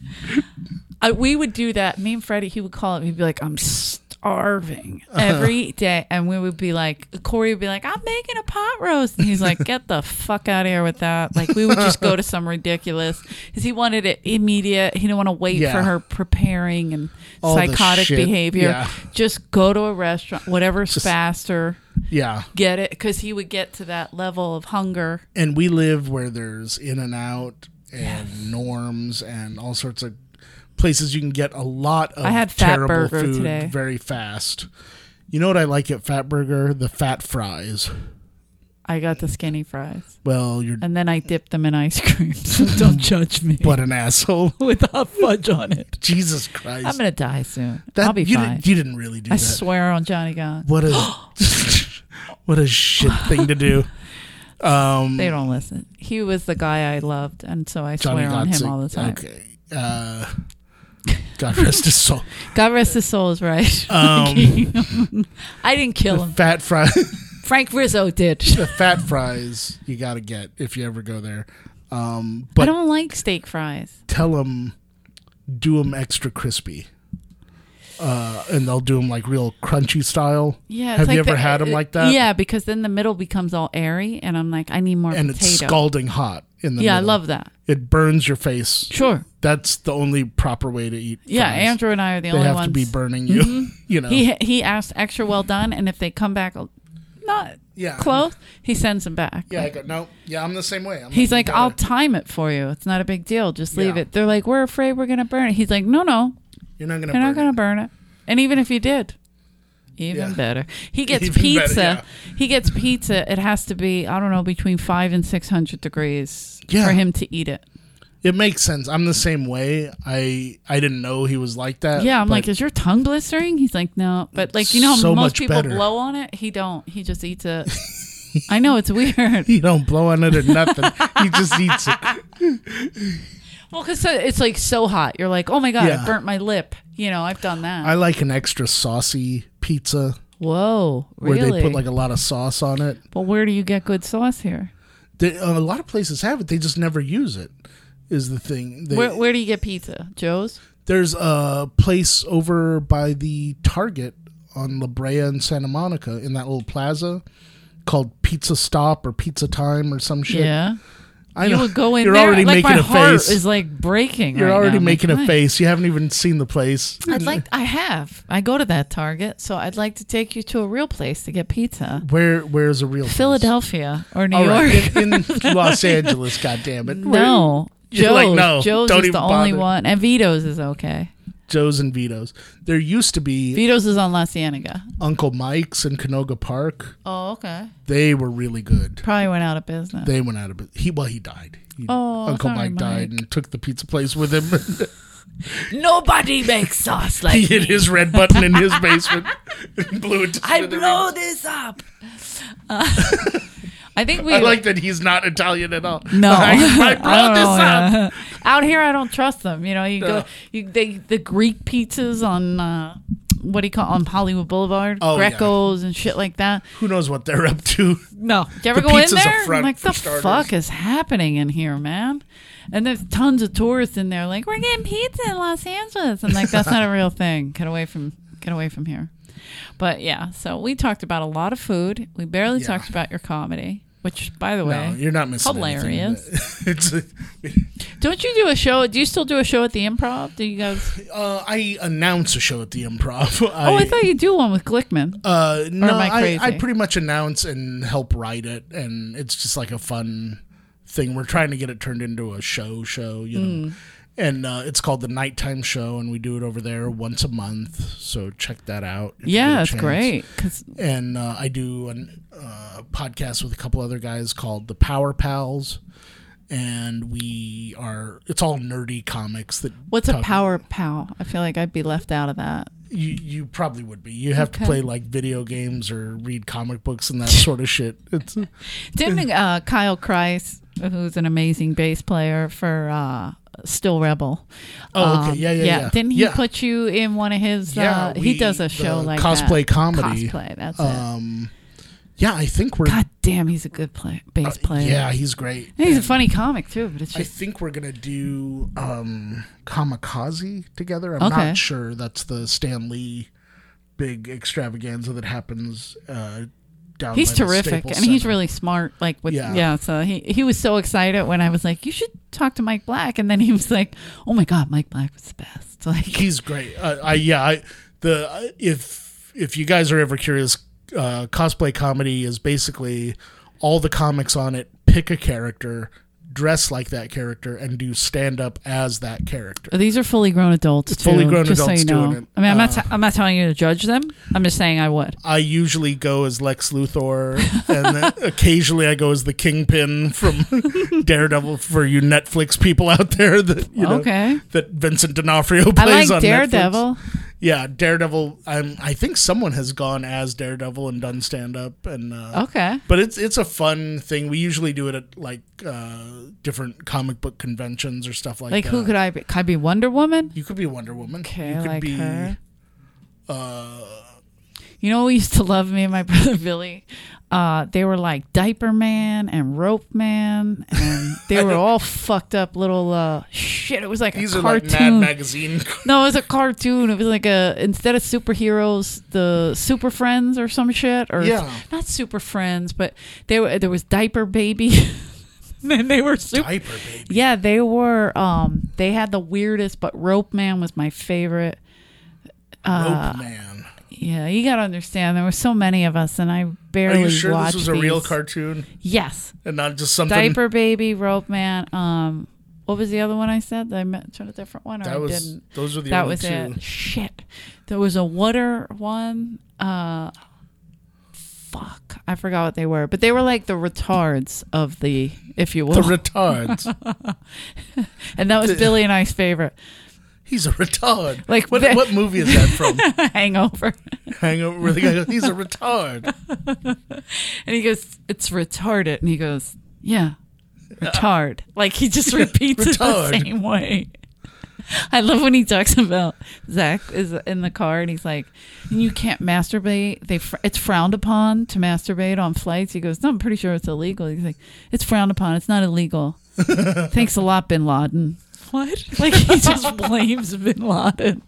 Speaker 4: I, we would do that. Me and Freddie, he would call it. He'd be like, "I'm starving
Speaker 3: Uh-huh.
Speaker 4: every day," and we would be like, Corey would be like, "I'm making a pot roast," and he's like, "Get the fuck out of here with that!" Like we would just go to some ridiculous because he wanted it immediate. He didn't want to wait
Speaker 3: Yeah.
Speaker 4: for her preparing and
Speaker 3: All the
Speaker 4: psychotic
Speaker 3: shit,
Speaker 4: behaviver.
Speaker 3: yeah.
Speaker 4: Just go to a restaurant, whatever's faster.
Speaker 3: Yeah.
Speaker 4: Get it because he would get to that level of hunger.
Speaker 3: and we live where there's in and out and norms and all sorts of places you can get a lot of
Speaker 4: I had Fat
Speaker 3: terrible
Speaker 4: Burger
Speaker 3: food
Speaker 4: today.
Speaker 3: very fast. You know what I like at Fat Burger? The fat fries.
Speaker 4: I got the skinny fries,
Speaker 3: Well, you're
Speaker 4: and then I dipped them in ice cream. So don't judge me.
Speaker 3: what an asshole.
Speaker 4: without fudge on it.
Speaker 3: Jesus Christ.
Speaker 4: I'm gonna die soon.
Speaker 3: That-
Speaker 4: I'll be
Speaker 3: you,
Speaker 4: fine.
Speaker 3: Didn't, you didn't really do
Speaker 4: I
Speaker 3: that.
Speaker 4: swear on Johnny Gone.
Speaker 3: What a what a shit thing to do. Um,
Speaker 4: They don't listen. He was the guy I loved, and so I
Speaker 3: Johnny
Speaker 4: swear on him
Speaker 3: Gottschalk.
Speaker 4: all the time.
Speaker 3: Okay. Uh, God rest his soul.
Speaker 4: God rest his soul is right.
Speaker 3: Um,
Speaker 4: I didn't kill him.
Speaker 3: fat fries.
Speaker 4: Frank Rizzo did.
Speaker 3: the fat fries you got to get if you ever go there. Um,
Speaker 4: I
Speaker 3: but
Speaker 4: don't like steak fries.
Speaker 3: tell them, do them extra crispy. Uh, and they'll do them like real crunchy style.
Speaker 4: Yeah. it's
Speaker 3: Have
Speaker 4: like
Speaker 3: you ever
Speaker 4: the- uh,
Speaker 3: had them like that?
Speaker 4: Yeah, because then the middle becomes all airy, and I'm like, I need more
Speaker 3: And
Speaker 4: potato.
Speaker 3: it's scalding hot in the
Speaker 4: yeah, I
Speaker 3: middle.
Speaker 4: love that.
Speaker 3: it. Burns your face.
Speaker 4: Sure.
Speaker 3: That's the only proper way to eat.
Speaker 4: Yeah,
Speaker 3: fries.
Speaker 4: Andrew and I are the
Speaker 3: they
Speaker 4: only
Speaker 3: have
Speaker 4: ones. Mm-hmm.
Speaker 3: to be burning you. you know.
Speaker 4: he he asked extra well done, and if they come back not
Speaker 3: yeah.
Speaker 4: close, he sends them back.
Speaker 3: Yeah, I go, no. Yeah, I'm the same way. I'm
Speaker 4: He's like,
Speaker 3: brother.
Speaker 4: I'll time it for you. It's not a big deal. Just leave
Speaker 3: Yeah.
Speaker 4: it. They're like, we're afraid we're gonna burn it. He's like, no, no,
Speaker 3: You're not gonna.
Speaker 4: you're
Speaker 3: burn
Speaker 4: not gonna
Speaker 3: it.
Speaker 4: burn it. And even if you did, even
Speaker 3: Yeah.
Speaker 4: better. He gets
Speaker 3: Even better,
Speaker 4: pizza.
Speaker 3: yeah.
Speaker 4: He gets pizza. It has to be I don't know between five and six hundred degrees
Speaker 3: Yeah.
Speaker 4: for him to eat it.
Speaker 3: It makes sense. I'm the same way. I I didn't know he was like that.
Speaker 4: yeah, I'm
Speaker 3: Uh, but-
Speaker 4: like, is your tongue blistering? He's like, no. But like, you know, how
Speaker 3: So
Speaker 4: most
Speaker 3: much
Speaker 4: people
Speaker 3: better.
Speaker 4: blow on it. He don't. He just eats it. I know it's weird.
Speaker 3: He don't blow on it or nothing. he just eats it.
Speaker 4: Well, because it's like so hot. You're like, oh my god,
Speaker 3: Yeah.
Speaker 4: I burnt my lip. You know, I've done that.
Speaker 3: I like an extra saucy pizza
Speaker 4: Whoa,
Speaker 3: where
Speaker 4: really?
Speaker 3: they put like a lot of sauce on it.
Speaker 4: Well, where do you get good sauce here?
Speaker 3: They, a lot of places have it. They just never use it. Is the thing. They,
Speaker 4: where Where do you get pizza? Joe's?
Speaker 3: There's a place over by the Target on La Brea and Santa Monica in that little plaza called Pizza Stop or Pizza Time or some shit.
Speaker 4: Yeah.
Speaker 3: I
Speaker 4: you
Speaker 3: know-
Speaker 4: would go in
Speaker 3: You're
Speaker 4: there.
Speaker 3: already
Speaker 4: like
Speaker 3: making
Speaker 4: my
Speaker 3: a
Speaker 4: heart
Speaker 3: face.
Speaker 4: is like breaking.
Speaker 3: You're
Speaker 4: right
Speaker 3: already
Speaker 4: now. I'm
Speaker 3: making
Speaker 4: like,
Speaker 3: a face. You haven't even seen the place.
Speaker 4: I'd like. I have. I go to that Target, so I'd like to take you to a real place to get pizza.
Speaker 3: Where where's a real place?
Speaker 4: Philadelphia or New
Speaker 3: All right,
Speaker 4: York.
Speaker 3: in, in Los Angeles, goddammit. it.
Speaker 4: no.
Speaker 3: You're
Speaker 4: Joe's.
Speaker 3: like, no,
Speaker 4: Joe's
Speaker 3: don't
Speaker 4: is
Speaker 3: even
Speaker 4: the only
Speaker 3: bother.
Speaker 4: one. And Vito's is okay.
Speaker 3: Joe's and Vito's. There used to be
Speaker 4: Vito's is on La Cienega.
Speaker 3: Uncle Mike's in Canoga Park.
Speaker 4: Oh, okay.
Speaker 3: They were really good.
Speaker 4: Probably went out of business.
Speaker 3: They went out of bu- he well he died. He-
Speaker 4: Oh,
Speaker 3: Uncle
Speaker 4: sorry,
Speaker 3: Mike died
Speaker 4: Mike.
Speaker 3: and took the pizza place with him.
Speaker 4: Nobody makes sauce like
Speaker 3: he hit his red button in his basement and blew it. To
Speaker 4: I
Speaker 3: smithereens.
Speaker 4: blow this up. Uh, I think we
Speaker 3: I like that he's not Italian at all.
Speaker 4: no.
Speaker 3: I, I blow
Speaker 4: I don't
Speaker 3: this
Speaker 4: know,
Speaker 3: up.
Speaker 4: yeah. Out here, I don't trust them. You know, you go you they the Greek pizzas on uh, what do you call on Hollywood Boulevard,
Speaker 3: Oh, yeah.
Speaker 4: Greco's and shit like that.
Speaker 3: Who knows what they're up to?
Speaker 4: No, you ever
Speaker 3: The
Speaker 4: go in
Speaker 3: pizza's a
Speaker 4: there?
Speaker 3: front
Speaker 4: like
Speaker 3: for
Speaker 4: the
Speaker 3: starters.
Speaker 4: fuck is happening in here, man? And there's tons of tourists in there. Like we're getting pizza in Los Angeles. I'm like, that's not a real thing. Get away from get away from here. But yeah, so we talked about a lot of food. We barely
Speaker 3: Yeah.
Speaker 4: talked about your comedy, which, by the way,
Speaker 3: No, you're not missing
Speaker 4: Hilarious.
Speaker 3: anything. it's a,
Speaker 4: don't you do a show? Do you still do a show at the Improv? Do you guys?
Speaker 3: uh, I announce a show at the Improv. I,
Speaker 4: Oh, I thought you do one with Glickman.
Speaker 3: Uh, no,
Speaker 4: am I
Speaker 3: I, I
Speaker 4: crazy?
Speaker 3: pretty much announce and help write it, and it's just like a fun thing. We're trying to get it turned into a show, show, you know.
Speaker 4: Hmm.
Speaker 3: And uh, it's called the Nighttime Show, and we do it over there once a month. So check that out. if you get
Speaker 4: yeah,
Speaker 3: a
Speaker 4: it's
Speaker 3: chance.
Speaker 4: great. 'cause-
Speaker 3: And uh, I do a uh, podcast with a couple other guys called the Power Pals, and we are it's all nerdy comics that.
Speaker 4: what's a
Speaker 3: talk-
Speaker 4: power pal? I feel like I'd be left out of that.
Speaker 3: you you probably would be. You have
Speaker 4: Okay.
Speaker 3: to play like video games or read comic books and that sort of shit. It's
Speaker 4: Didn't uh, Kyle Kreis, who's an amazing bass player for uh, Still Rebel? um,
Speaker 3: Oh, okay. Yeah, yeah, yeah.
Speaker 4: Didn't he
Speaker 3: Yeah.
Speaker 4: put you in one of his?
Speaker 3: Yeah,
Speaker 4: uh,
Speaker 3: we-
Speaker 4: he does a
Speaker 3: the
Speaker 4: show like
Speaker 3: cosplay
Speaker 4: that.
Speaker 3: comedy,
Speaker 4: Cosplay, that's it.
Speaker 3: um yeah, I think we're
Speaker 4: God damn, he's a good play- bass player.
Speaker 3: Uh, yeah, he's great.
Speaker 4: And he's a funny comic too, but it's
Speaker 3: I
Speaker 4: just
Speaker 3: think we're gonna do um Kamikaze together. I'm
Speaker 4: Okay.
Speaker 3: not sure. That's the Stan Lee big extravaganza that happens uh down
Speaker 4: he's
Speaker 3: by the
Speaker 4: terrific
Speaker 3: Staples
Speaker 4: and he's
Speaker 3: Center.
Speaker 4: really smart. Like with yeah.
Speaker 3: Yeah.
Speaker 4: so he he was so excited when I was like, you should talk to Mike Black, and then he was like, oh my god, Mike Black was the best. Like
Speaker 3: he's great. Uh, I yeah, I, the uh, if if you guys are ever curious, uh, cosplay comedy is basically all the comics on it pick a character, dress like that character, and do stand up as that character.
Speaker 4: These are fully grown adults. Too,
Speaker 3: fully grown
Speaker 4: just so
Speaker 3: adults
Speaker 4: you know.
Speaker 3: doing it.
Speaker 4: I mean, I'm not.
Speaker 3: Uh,
Speaker 4: T- I'm not telling you to judge them. I'm just saying I would.
Speaker 3: I usually go as Lex Luthor, and then occasionally I go as the Kingpin from Daredevil. For you Netflix people out there, that you know
Speaker 4: okay.
Speaker 3: that Vincent D'Onofrio
Speaker 4: I
Speaker 3: plays
Speaker 4: like
Speaker 3: on Netflix.
Speaker 4: Daredevil.
Speaker 3: Yeah, Daredevil. Um, I think someone has gone as Daredevil and done stand up, and uh,
Speaker 4: Okay.
Speaker 3: but it's it's a fun thing. We usually do it at like uh, different comic book conventions or stuff like,
Speaker 4: Like
Speaker 3: that.
Speaker 4: who could I be? Could I be Wonder Woman?
Speaker 3: You could be Wonder Woman. uh,
Speaker 4: Okay,
Speaker 3: you
Speaker 4: I
Speaker 3: could
Speaker 4: like
Speaker 3: be,
Speaker 4: her.
Speaker 3: Uh,
Speaker 4: You know, we used to love me and my brother Billy. Uh, they were like Diaper Man and Rope Man, and they were all fucked up little uh, shit. It was like
Speaker 3: these
Speaker 4: a
Speaker 3: are
Speaker 4: cartoon.
Speaker 3: like Mad Magazine.
Speaker 4: No, it was a cartoon. It was like a instead of superheroes, the Super Friends or some shit, or
Speaker 3: Yeah.
Speaker 4: not Super Friends, but they were there was Diaper Baby. Then they were super.
Speaker 3: Hyper baby.
Speaker 4: Yeah, they were. Um, they had the weirdest, but Rope Man was my favorite. Uh,
Speaker 3: Rope Man.
Speaker 4: Yeah, you gotta understand. There were so many of us, and I
Speaker 3: Are
Speaker 4: barely
Speaker 3: you sure
Speaker 4: watched.
Speaker 3: this was a real
Speaker 4: these.
Speaker 3: cartoon
Speaker 4: Yes,
Speaker 3: and not just something?
Speaker 4: Diaper Baby, Rope Man. Um, what was the other one I said? Did I mention a different one, or I
Speaker 3: That was
Speaker 4: didn't?
Speaker 3: those were the
Speaker 4: that
Speaker 3: only
Speaker 4: was
Speaker 3: two.
Speaker 4: it. Shit. There was a water one. Uh, fuck. I forgot what they were, but they were like the retards of the, if you will.
Speaker 3: The retards.
Speaker 4: and that was Billy and I's favorite
Speaker 3: He's a retard.
Speaker 4: Like,
Speaker 3: what?
Speaker 4: the-
Speaker 3: What movie is that from?
Speaker 4: hangover.
Speaker 3: Hangover. Where the guy goes, He's a retard.
Speaker 4: And he goes, "It's retarded," and he goes, "Yeah, retard." Like he just repeats it the
Speaker 3: Retard.
Speaker 4: same way. I love when he talks about Zach is in the car and he's like, "You can't masturbate. They fr- it's frowned upon to masturbate on flights." He goes, "No, I'm pretty sure it's illegal." He's like, "It's frowned upon. It's not illegal." Thanks a lot, Bin Laden. What? Like he just blames Bin Laden.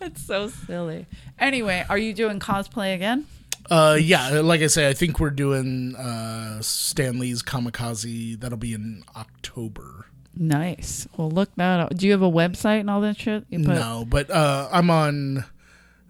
Speaker 4: That's so silly. Anyway, are you doing cosplay again?
Speaker 3: Uh, yeah, like I say, I think we're doing uh, Stanley's Kamikaze. That'll be in October.
Speaker 4: Nice. Well, look that up. Do you have a website and all that shit? You put-
Speaker 3: no, but uh, I'm on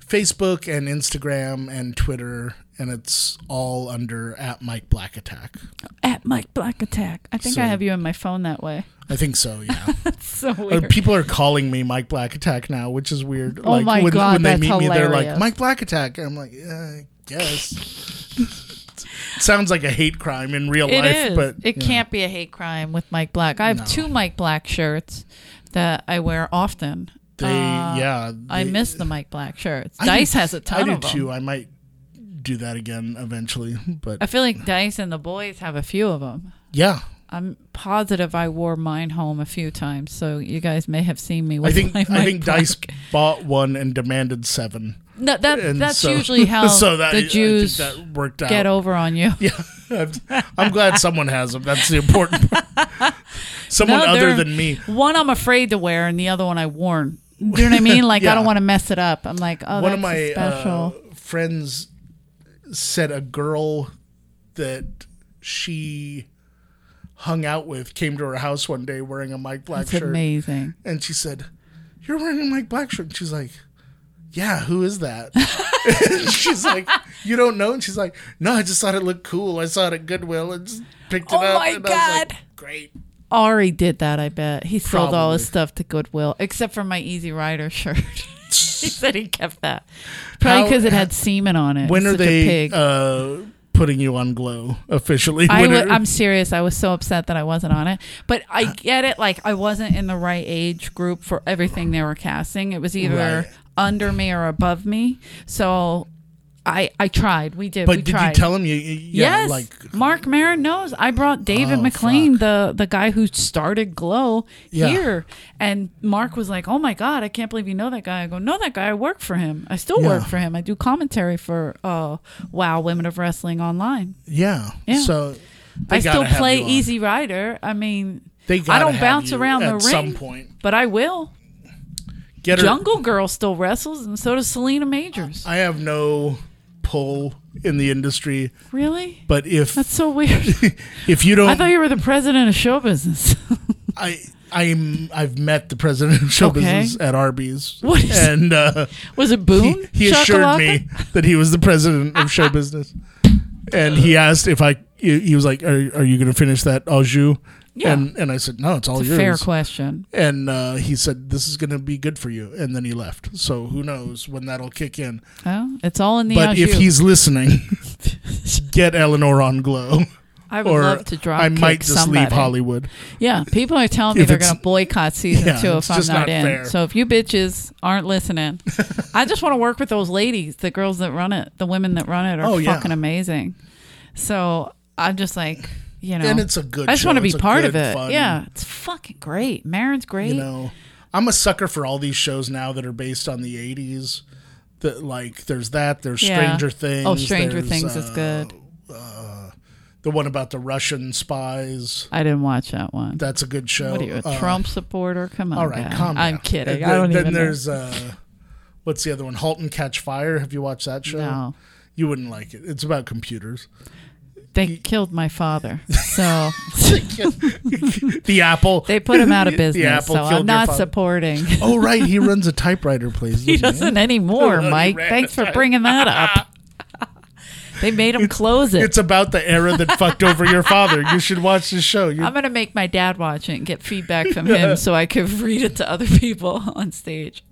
Speaker 3: Facebook and Instagram and Twitter, and it's all under at Mike Black Attack.
Speaker 4: At Mike Black Attack. I think I
Speaker 3: So-
Speaker 4: have you in my phone that way.
Speaker 3: I think so. Yeah,
Speaker 4: So
Speaker 3: Or
Speaker 4: weird.
Speaker 3: people are calling me Mike Black Attack now, which is weird.
Speaker 4: Oh
Speaker 3: like
Speaker 4: my
Speaker 3: when,
Speaker 4: God,
Speaker 3: when they
Speaker 4: that's
Speaker 3: meet me, they're like
Speaker 4: hilarious.
Speaker 3: Mike Black Attack, and I'm like, yeah, I guess. Sounds like a hate crime in real
Speaker 4: It
Speaker 3: life,
Speaker 4: is.
Speaker 3: but
Speaker 4: it
Speaker 3: yeah.
Speaker 4: can't be a hate crime with Mike Black. I have
Speaker 3: No.
Speaker 4: two Mike Black shirts that I wear often.
Speaker 3: They,
Speaker 4: Uh,
Speaker 3: yeah,
Speaker 4: I
Speaker 3: they-
Speaker 4: miss the Mike Black shirts.
Speaker 3: I
Speaker 4: Dice
Speaker 3: do-
Speaker 4: has a ton
Speaker 3: I do
Speaker 4: of them.
Speaker 3: too. I might do that again eventually, but
Speaker 4: I feel like Dice and the boys have a few of them.
Speaker 3: yeah,
Speaker 4: I'm positive I wore mine home a few times, so you guys may have seen me. With
Speaker 3: I think
Speaker 4: my
Speaker 3: I
Speaker 4: Mike
Speaker 3: think
Speaker 4: Black.
Speaker 3: Dice bought one and demanded seven.
Speaker 4: No, that,
Speaker 3: And
Speaker 4: that's
Speaker 3: so-
Speaker 4: usually how
Speaker 3: so that, I
Speaker 4: the
Speaker 3: think
Speaker 4: Jews
Speaker 3: that worked out.
Speaker 4: get over on you.
Speaker 3: Yeah, I'm, I'm glad someone has them. That's the important part. Someone
Speaker 4: No,
Speaker 3: other
Speaker 4: they're-
Speaker 3: than me.
Speaker 4: One I'm afraid to wear, and the other one I worn. Do you know what I mean? Like I
Speaker 3: Yeah.
Speaker 4: don't want to mess it up. I'm like, oh,
Speaker 3: One
Speaker 4: that's
Speaker 3: of my
Speaker 4: a special.
Speaker 3: Uh, friends said a girl that she hung out with came to her house one day wearing a Mike Black
Speaker 4: it's
Speaker 3: shirt.
Speaker 4: amazing.
Speaker 3: And she said, You're wearing a Mike Black shirt. And she's like, Yeah, who is that? And she's like, You don't know? And she's like, No, I just thought it looked cool. I saw it at Goodwill and just picked it
Speaker 4: Oh
Speaker 3: up.
Speaker 4: my
Speaker 3: and I was like,
Speaker 4: God.
Speaker 3: Great.
Speaker 4: Ari did that, I bet. He sold all his
Speaker 3: Probably.
Speaker 4: stuff to Goodwill, except for my Easy Rider shirt. he said he kept that. Probably
Speaker 3: How-
Speaker 4: because it had semen on it.
Speaker 3: When
Speaker 4: He's
Speaker 3: are
Speaker 4: such a
Speaker 3: they
Speaker 4: pig.
Speaker 3: uh, putting you on Glow officially?
Speaker 4: I
Speaker 3: When
Speaker 4: w-
Speaker 3: are-
Speaker 4: I'm serious. I was so upset that I wasn't on it. But
Speaker 3: Uh.
Speaker 4: I get it. Like, I wasn't in the right age group for everything they were casting. It was either
Speaker 3: Right.
Speaker 4: under me or above me. So I I tried. We did.
Speaker 3: but
Speaker 4: we
Speaker 3: did
Speaker 4: tried.
Speaker 3: you tell him you, you you know,
Speaker 4: yes,
Speaker 3: like
Speaker 4: Mark Maron knows. I brought David
Speaker 3: Oh,
Speaker 4: McLean, the the guy who started Glow,
Speaker 3: Yeah.
Speaker 4: here, and Mark was like, "Oh my God, I can't believe you know that guy." I go, "No, that guy. I work for him. I still work
Speaker 3: Yeah.
Speaker 4: for him. I do commentary for uh, Wow Women of Wrestling online.
Speaker 3: yeah.
Speaker 4: Yeah.
Speaker 3: So they
Speaker 4: I still
Speaker 3: gotta have
Speaker 4: play
Speaker 3: you on.
Speaker 4: Easy Rider. I mean,
Speaker 3: They
Speaker 4: I
Speaker 3: gotta
Speaker 4: don't
Speaker 3: have
Speaker 4: bounce
Speaker 3: you
Speaker 4: around the
Speaker 3: at
Speaker 4: ring,
Speaker 3: some point.
Speaker 4: but I will.
Speaker 3: Get her,
Speaker 4: Jungle Girl still wrestles, and so does Selena Majors.
Speaker 3: I have no pull in the industry,
Speaker 4: really?
Speaker 3: but if
Speaker 4: That's so weird.
Speaker 3: if you don't
Speaker 4: I thought you were the president of show business.
Speaker 3: I I'm I've met the president of show
Speaker 4: Okay.
Speaker 3: business at Arby's.
Speaker 4: What is-
Speaker 3: and uh,
Speaker 4: was it
Speaker 3: he,
Speaker 4: Boone?
Speaker 3: he assured
Speaker 4: Shakalaka?
Speaker 3: me that he was the president of show business. And he asked if I he he was like, Are are you gonna finish that au jus?
Speaker 4: Yeah.
Speaker 3: And and I said, No, it's all
Speaker 4: It's a
Speaker 3: yours.
Speaker 4: fair question.
Speaker 3: and uh, he said, This is gonna be good for you and then he left. So who knows when that'll kick in.
Speaker 4: Oh, it's all in the
Speaker 3: But if
Speaker 4: au jus.
Speaker 3: he's listening, get Eleanor on glow.
Speaker 4: I would
Speaker 3: Or
Speaker 4: love to drop
Speaker 3: I might
Speaker 4: kick
Speaker 3: just
Speaker 4: somebody.
Speaker 3: leave Hollywood.
Speaker 4: Yeah, people are telling me
Speaker 3: If
Speaker 4: they're
Speaker 3: it's-
Speaker 4: going to boycott season
Speaker 3: Yeah,
Speaker 4: two if
Speaker 3: it's
Speaker 4: I'm
Speaker 3: just
Speaker 4: not,
Speaker 3: not
Speaker 4: in.
Speaker 3: fair.
Speaker 4: So if you bitches aren't listening, I just want to work with those ladies. The girls that run it, the women that run it are
Speaker 3: Oh, yeah.
Speaker 4: fucking amazing. So I'm just like, you know,
Speaker 3: And it's a good
Speaker 4: I just
Speaker 3: show.
Speaker 4: want to be
Speaker 3: It's a
Speaker 4: part
Speaker 3: good,
Speaker 4: of it.
Speaker 3: fun-
Speaker 4: Yeah, it's fucking great. Marin's great.
Speaker 3: you know i'm a sucker for all these shows now that are based on the 80s that like there's that there's
Speaker 4: Yeah.
Speaker 3: stranger things
Speaker 4: Oh, Stranger
Speaker 3: there's,
Speaker 4: Things is
Speaker 3: uh,
Speaker 4: good.
Speaker 3: the one about the russian spies
Speaker 4: I didn't watch that one.
Speaker 3: that's a good show
Speaker 4: what are you, a
Speaker 3: Uh,
Speaker 4: Trump supporter? Come on,
Speaker 3: all right
Speaker 4: guy.
Speaker 3: calm
Speaker 4: I'm
Speaker 3: down.
Speaker 4: kidding.
Speaker 3: And
Speaker 4: I don't
Speaker 3: then, then
Speaker 4: even.
Speaker 3: there's uh what's the other one halt and catch fire have you watched that show
Speaker 4: know. No.
Speaker 3: you wouldn't like it it's about computers
Speaker 4: They
Speaker 3: E-
Speaker 4: killed my father. So
Speaker 3: the apple
Speaker 4: they put him out of
Speaker 3: The
Speaker 4: business.
Speaker 3: Apple
Speaker 4: So
Speaker 3: killed your
Speaker 4: I'm not
Speaker 3: father.
Speaker 4: supporting.
Speaker 3: oh right he runs a typewriter place
Speaker 4: He
Speaker 3: doesn't
Speaker 4: doesn't anymore, Mike.
Speaker 3: ran
Speaker 4: Thanks for bringing that up. they made him close it.
Speaker 3: it's about the era that fucked over your father you should watch this show you
Speaker 4: I'm going to make my dad watch it and get feedback from him so I could read it to other people on stage.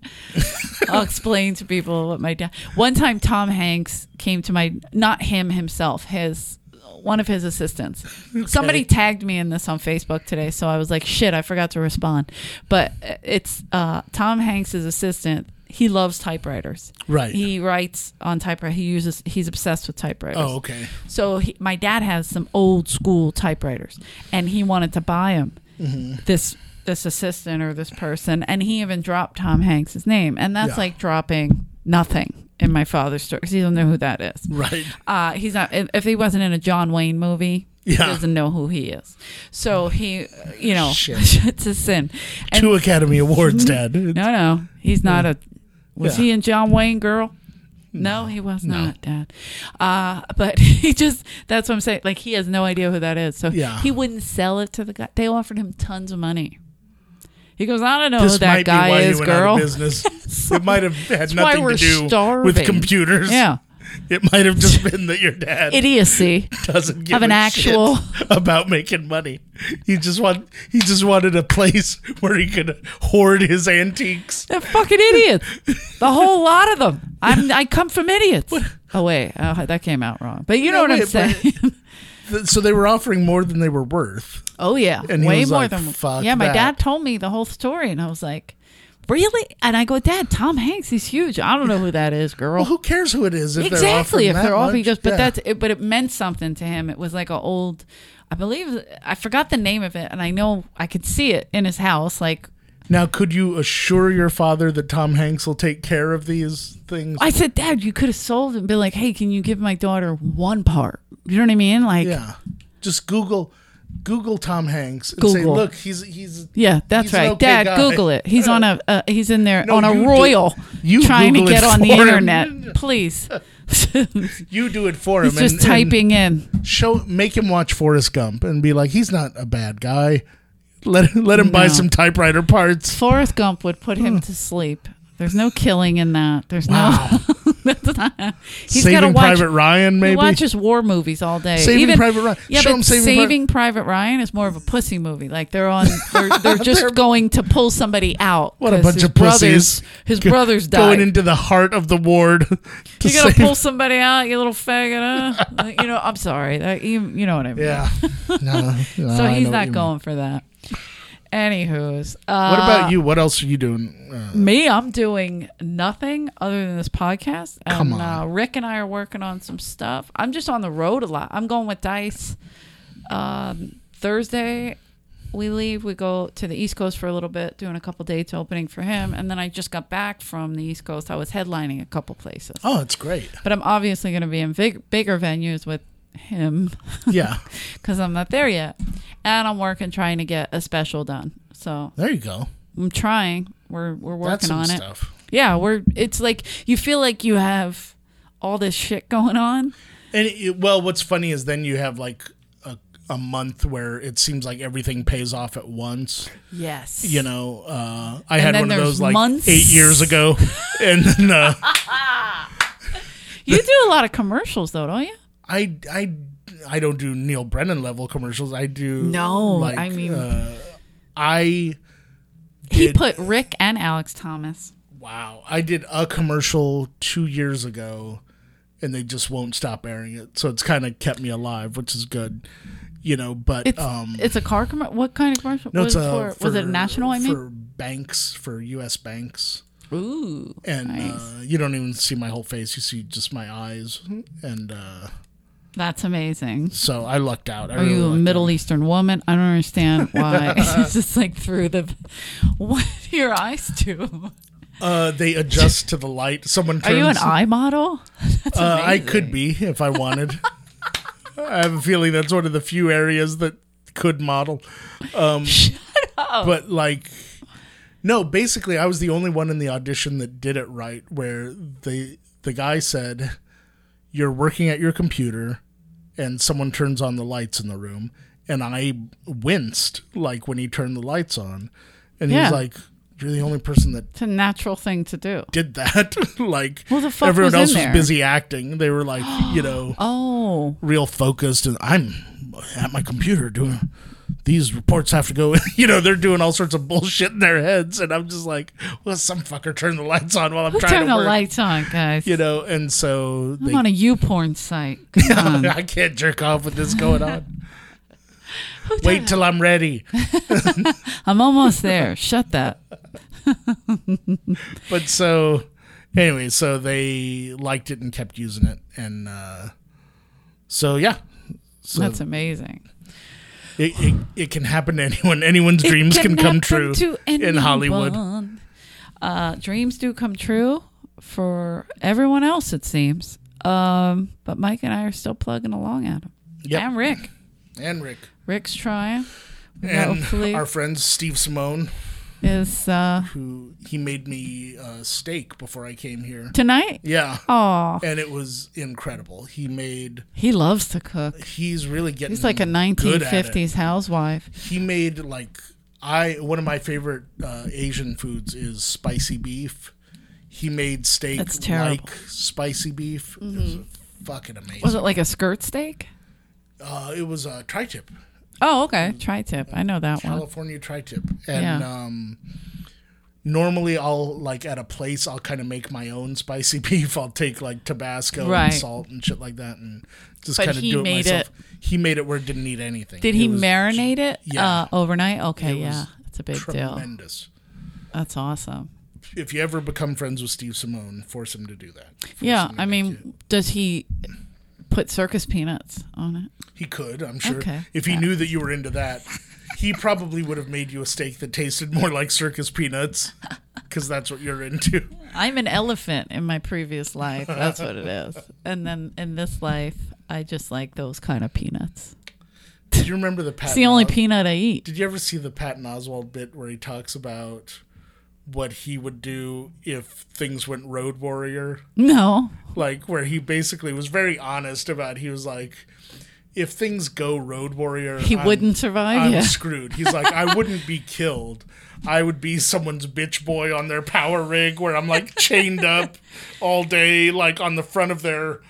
Speaker 4: I'll explain to people what my dad. One time, Tom Hanks came to my, not him himself, his. One of his assistants. Somebody tagged me in this on Facebook today, so I was like, "Shit, I forgot to respond." But it's uh, Tom Hanks' assistant. He loves typewriters.
Speaker 3: Right.
Speaker 4: He writes on typewriter. He uses. He's obsessed with typewriters.
Speaker 3: oh okay
Speaker 4: So he, my dad has some old school typewriters, and he wanted to buy them.
Speaker 3: Mm-hmm.
Speaker 4: This this assistant or this person, and he even dropped Tom Hanks' name, and that's
Speaker 3: Yeah.
Speaker 4: like dropping nothing in my father's story because he doesn't know who that is.
Speaker 3: right
Speaker 4: Uh, he's not. If if he wasn't in a John Wayne movie, He
Speaker 3: Yeah.
Speaker 4: doesn't know who he is. So he, you know,
Speaker 3: Shit.
Speaker 4: it's a sin. And
Speaker 3: Two Academy Awards, Dad.
Speaker 4: no, no, he's not a. Was
Speaker 3: Yeah.
Speaker 4: he in John Wayne Girl? No, he was not, Dad. Uh, but he just—that's what I'm saying. Like he has no idea who that is, so
Speaker 3: Yeah.
Speaker 4: he wouldn't sell it to the guy. They offered him tons of money. He goes, I don't know who
Speaker 3: This
Speaker 4: that
Speaker 3: might be why
Speaker 4: guy
Speaker 3: you
Speaker 4: is,
Speaker 3: went
Speaker 4: girl.
Speaker 3: out of business. it might have had
Speaker 4: That's why
Speaker 3: nothing to
Speaker 4: we're
Speaker 3: do
Speaker 4: starving.
Speaker 3: with computers.
Speaker 4: Yeah,
Speaker 3: It might have just been that your dad
Speaker 4: idiocy.
Speaker 3: doesn't give
Speaker 4: Of an
Speaker 3: a
Speaker 4: actual-
Speaker 3: shit about making money. He just want he just wanted a place where he could hoard his antiques.
Speaker 4: They're fucking idiots. The whole lot of them. I'm, I come from idiots. Oh wait, oh, that came out wrong. But you know
Speaker 3: No,
Speaker 4: what I'm
Speaker 3: wait, but-
Speaker 4: saying.
Speaker 3: Th- So they were offering more than they were worth.
Speaker 4: Oh yeah,
Speaker 3: And he
Speaker 4: way
Speaker 3: was
Speaker 4: more
Speaker 3: like,
Speaker 4: than
Speaker 3: "Fuck
Speaker 4: yeah. My
Speaker 3: that."
Speaker 4: dad told me the whole story, and I was like, "Really?" And I go, "Dad, Tom Hanks, he's huge. I don't know who that is, girl."
Speaker 3: Well, who cares who it is if they're offering
Speaker 4: exactly. If
Speaker 3: that
Speaker 4: they're off, he
Speaker 3: much?
Speaker 4: goes, "But
Speaker 3: Yeah.
Speaker 4: that's it, but it meant something to him. It was like an old, I believe, I forgot the name of it, and I know I could see it in his house. Like
Speaker 3: now. Could you assure your father that Tom Hanks will take care of these things?
Speaker 4: I said, Dad, you could have sold it and been like, Hey, can you give my daughter one part? You know what I mean? Like, yeah,
Speaker 3: yeah, just Google Google Tom Hanks and say,
Speaker 4: Google.
Speaker 3: look, he's he's
Speaker 4: that's
Speaker 3: He's an
Speaker 4: right,
Speaker 3: okay
Speaker 4: Dad.
Speaker 3: guy.
Speaker 4: Google it. He's on a, uh, he's in there
Speaker 3: No,
Speaker 4: on a
Speaker 3: you do-
Speaker 4: royal,
Speaker 3: you
Speaker 4: trying to
Speaker 3: Google it
Speaker 4: get on the
Speaker 3: for him.
Speaker 4: internet, please.
Speaker 3: you do it for him.
Speaker 4: He's just
Speaker 3: and- and-
Speaker 4: typing in.
Speaker 3: show make him watch Forrest Gump and be like, he's not a bad guy. Let let him buy
Speaker 4: No.
Speaker 3: some typewriter parts.
Speaker 4: Forrest Gump would put him to sleep. There's no killing in that. There's no. That's not, he's got to
Speaker 3: Saving
Speaker 4: watch.
Speaker 3: Private Ryan,
Speaker 4: he
Speaker 3: maybe.
Speaker 4: watches war movies all day.
Speaker 3: Saving Private Ryan.
Speaker 4: Yeah,
Speaker 3: Show
Speaker 4: but
Speaker 3: him
Speaker 4: Saving,
Speaker 3: Saving Pri-
Speaker 4: Private Ryan is more of a pussy movie. Like they're on, they're, they're just going to pull somebody out.
Speaker 3: what a
Speaker 4: 'cause
Speaker 3: bunch
Speaker 4: his
Speaker 3: of pussies!
Speaker 4: Brothers, his
Speaker 3: Go-
Speaker 4: brothers died.
Speaker 3: going into the heart of the ward. To
Speaker 4: you gotta
Speaker 3: save-
Speaker 4: pull somebody out, you little faggot. Huh? Like, you know, I'm sorry. That, you, you know what I mean.
Speaker 3: Yeah. No, no,
Speaker 4: So
Speaker 3: I
Speaker 4: he's
Speaker 3: know what you
Speaker 4: not
Speaker 3: mean.
Speaker 4: going for that. Anywho's. Uh,
Speaker 3: What about you? What else are you doing? Uh,
Speaker 4: Me, I'm doing nothing other than this podcast. And,
Speaker 3: Come on.
Speaker 4: Uh, Rick and I are working on some stuff. I'm just on the road a lot. I'm going with Dice. Um, Thursday, we leave. We go to the East Coast for a little bit, doing a couple dates opening for him. And then I just got back from the East Coast. I was headlining a couple places.
Speaker 3: oh, it's great.
Speaker 4: But I'm obviously going to be in big, bigger venues with him
Speaker 3: Yeah.
Speaker 4: because I'm not there yet. And I'm working trying to get a special done. So
Speaker 3: There you go.
Speaker 4: I'm trying. We're, we're
Speaker 3: That's
Speaker 4: working
Speaker 3: some
Speaker 4: on it.
Speaker 3: stuff.
Speaker 4: Yeah, we're it's like you feel like you have all this shit going on.
Speaker 3: And it, well, what's funny is then you have like a, a month where it seems like everything pays off at once.
Speaker 4: Yes.
Speaker 3: you know, uh, I
Speaker 4: And
Speaker 3: had
Speaker 4: then
Speaker 3: one of
Speaker 4: there's
Speaker 3: those like
Speaker 4: months.
Speaker 3: eight years ago, and then, uh,
Speaker 4: You do a lot of commercials though, don't you?
Speaker 3: I I I don't do Neil Brennan level commercials. I do
Speaker 4: No, I mean-
Speaker 3: uh, I
Speaker 4: He
Speaker 3: Did-
Speaker 4: put Rick and Alex Thomas.
Speaker 3: wow, I did a commercial two years ago, and they just won't stop airing it, so it's kind of kept me alive, which is good, you know. But
Speaker 4: It's
Speaker 3: um,
Speaker 4: it's a car commercial. What kind of commercial?
Speaker 3: no,
Speaker 4: was
Speaker 3: it's
Speaker 4: it
Speaker 3: uh,
Speaker 4: for, was it
Speaker 3: for-
Speaker 4: national? I mean,
Speaker 3: for banks for U.S. banks.
Speaker 4: ooh,
Speaker 3: And
Speaker 4: nice.
Speaker 3: uh, you don't even see my whole face; you see just my eyes. And uh,
Speaker 4: that's amazing.
Speaker 3: so I lucked out. I
Speaker 4: Are
Speaker 3: really
Speaker 4: you a
Speaker 3: lucked out.
Speaker 4: Middle Eastern woman? I don't understand why. it's just like through the what do your eyes do.
Speaker 3: Uh, they adjust to the light. Someone
Speaker 4: Are
Speaker 3: turns.
Speaker 4: you an eye model? That's
Speaker 3: Uh, I
Speaker 4: amazing.
Speaker 3: could be if I wanted. I have a feeling that's one of the few areas that could model. Um, But like, no. Basically, I was the only one in the audition that did it right. Where the the guy said, "You're working at your computer, and someone turns on the lights in the room," and I winced like when he turned the lights on, and
Speaker 4: Yeah.
Speaker 3: he was like, "You're the only person that
Speaker 4: It's a natural thing to do.
Speaker 3: did that. like
Speaker 4: Well, the fuck
Speaker 3: everyone
Speaker 4: was in
Speaker 3: else
Speaker 4: there?
Speaker 3: was busy acting. They were like, you know,
Speaker 4: Oh,
Speaker 3: real focused, and I'm at my computer doing these reports have to go. you know, they're doing all sorts of bullshit in their heads, and I'm just like, well, some fucker turned the lights on while I'm trying
Speaker 4: turn
Speaker 3: to
Speaker 4: the
Speaker 3: work.
Speaker 4: lights on, guys.
Speaker 3: You know, and so they,
Speaker 4: I'm on a U porn site. Come on.
Speaker 3: I can't jerk off with this going on. Wait till I'm ready.
Speaker 4: I'm almost there. Shut that.
Speaker 3: But so, anyway, so they liked it and kept using it, and uh, so yeah. So
Speaker 4: That's amazing.
Speaker 3: It, it, it can happen to anyone. Anyone's dreams can, come
Speaker 4: happen
Speaker 3: true
Speaker 4: to
Speaker 3: in Hollywood.
Speaker 4: anyone. Uh, dreams do come true for everyone else, it seems. Um, but Mike and I are still plugging along at him.
Speaker 3: Yep.
Speaker 4: And Rick.
Speaker 3: and Rick
Speaker 4: Rick's trying. We got
Speaker 3: and
Speaker 4: hopefully
Speaker 3: our friend Steve Simone,
Speaker 4: is uh,
Speaker 3: who he made me uh, steak before I came here.
Speaker 4: tonight.
Speaker 3: Yeah,
Speaker 4: Oh,
Speaker 3: and it was incredible. He made
Speaker 4: he loves to cook.
Speaker 3: he's really getting
Speaker 4: He's like a
Speaker 3: good at it.
Speaker 4: 1950s housewife.
Speaker 3: he made like I one of my favorite uh, Asian foods is spicy beef. He made steak
Speaker 4: That's terrible. Mm-hmm.
Speaker 3: like spicy beef. It was fucking amazing.
Speaker 4: Was it like a skirt steak?
Speaker 3: uh, it was a tri-tip,
Speaker 4: Oh, okay. Tri tip. I know that one.
Speaker 3: California tri-tip, and
Speaker 4: Yeah.
Speaker 3: um, normally I'll like at a place I'll kind of make my own spicy beef. I'll take like Tabasco
Speaker 4: Right.
Speaker 3: and salt and shit like that, and just
Speaker 4: But
Speaker 3: kind of
Speaker 4: he
Speaker 3: do it
Speaker 4: made
Speaker 3: myself. He made it where it didn't need anything.
Speaker 4: Did
Speaker 3: It
Speaker 4: he
Speaker 3: was
Speaker 4: marinate it
Speaker 3: yeah.
Speaker 4: uh, overnight? Okay,
Speaker 3: It was
Speaker 4: yeah. That's a big deal.
Speaker 3: Tremendous.
Speaker 4: That's awesome.
Speaker 3: if you ever become friends with Steve Simone, force him to do that. Force
Speaker 4: Yeah,
Speaker 3: him to
Speaker 4: I
Speaker 3: make
Speaker 4: mean,
Speaker 3: it.
Speaker 4: does he put circus peanuts on it?
Speaker 3: he could, I'm sure.
Speaker 4: Okay.
Speaker 3: If he knew that you were into that, he probably would have made you a steak that tasted more like circus peanuts because that's what you're into.
Speaker 4: I'm an elephant in my previous life. That's what it is. And then in this life, I just like those kind of peanuts.
Speaker 3: Do you remember the Pat?
Speaker 4: It's the only
Speaker 3: Os-
Speaker 4: peanut I eat.
Speaker 3: Did you ever see the Patton Oswald bit where he talks about what he would do if things went road warrior?
Speaker 4: No.
Speaker 3: like where he basically was very honest about he was like if things go road warrior
Speaker 4: He wouldn't survive,
Speaker 3: i'm
Speaker 4: yeah.
Speaker 3: screwed he's like i wouldn't be killed i would be someone's bitch boy on their power rig where i'm like chained up all day like on the front of their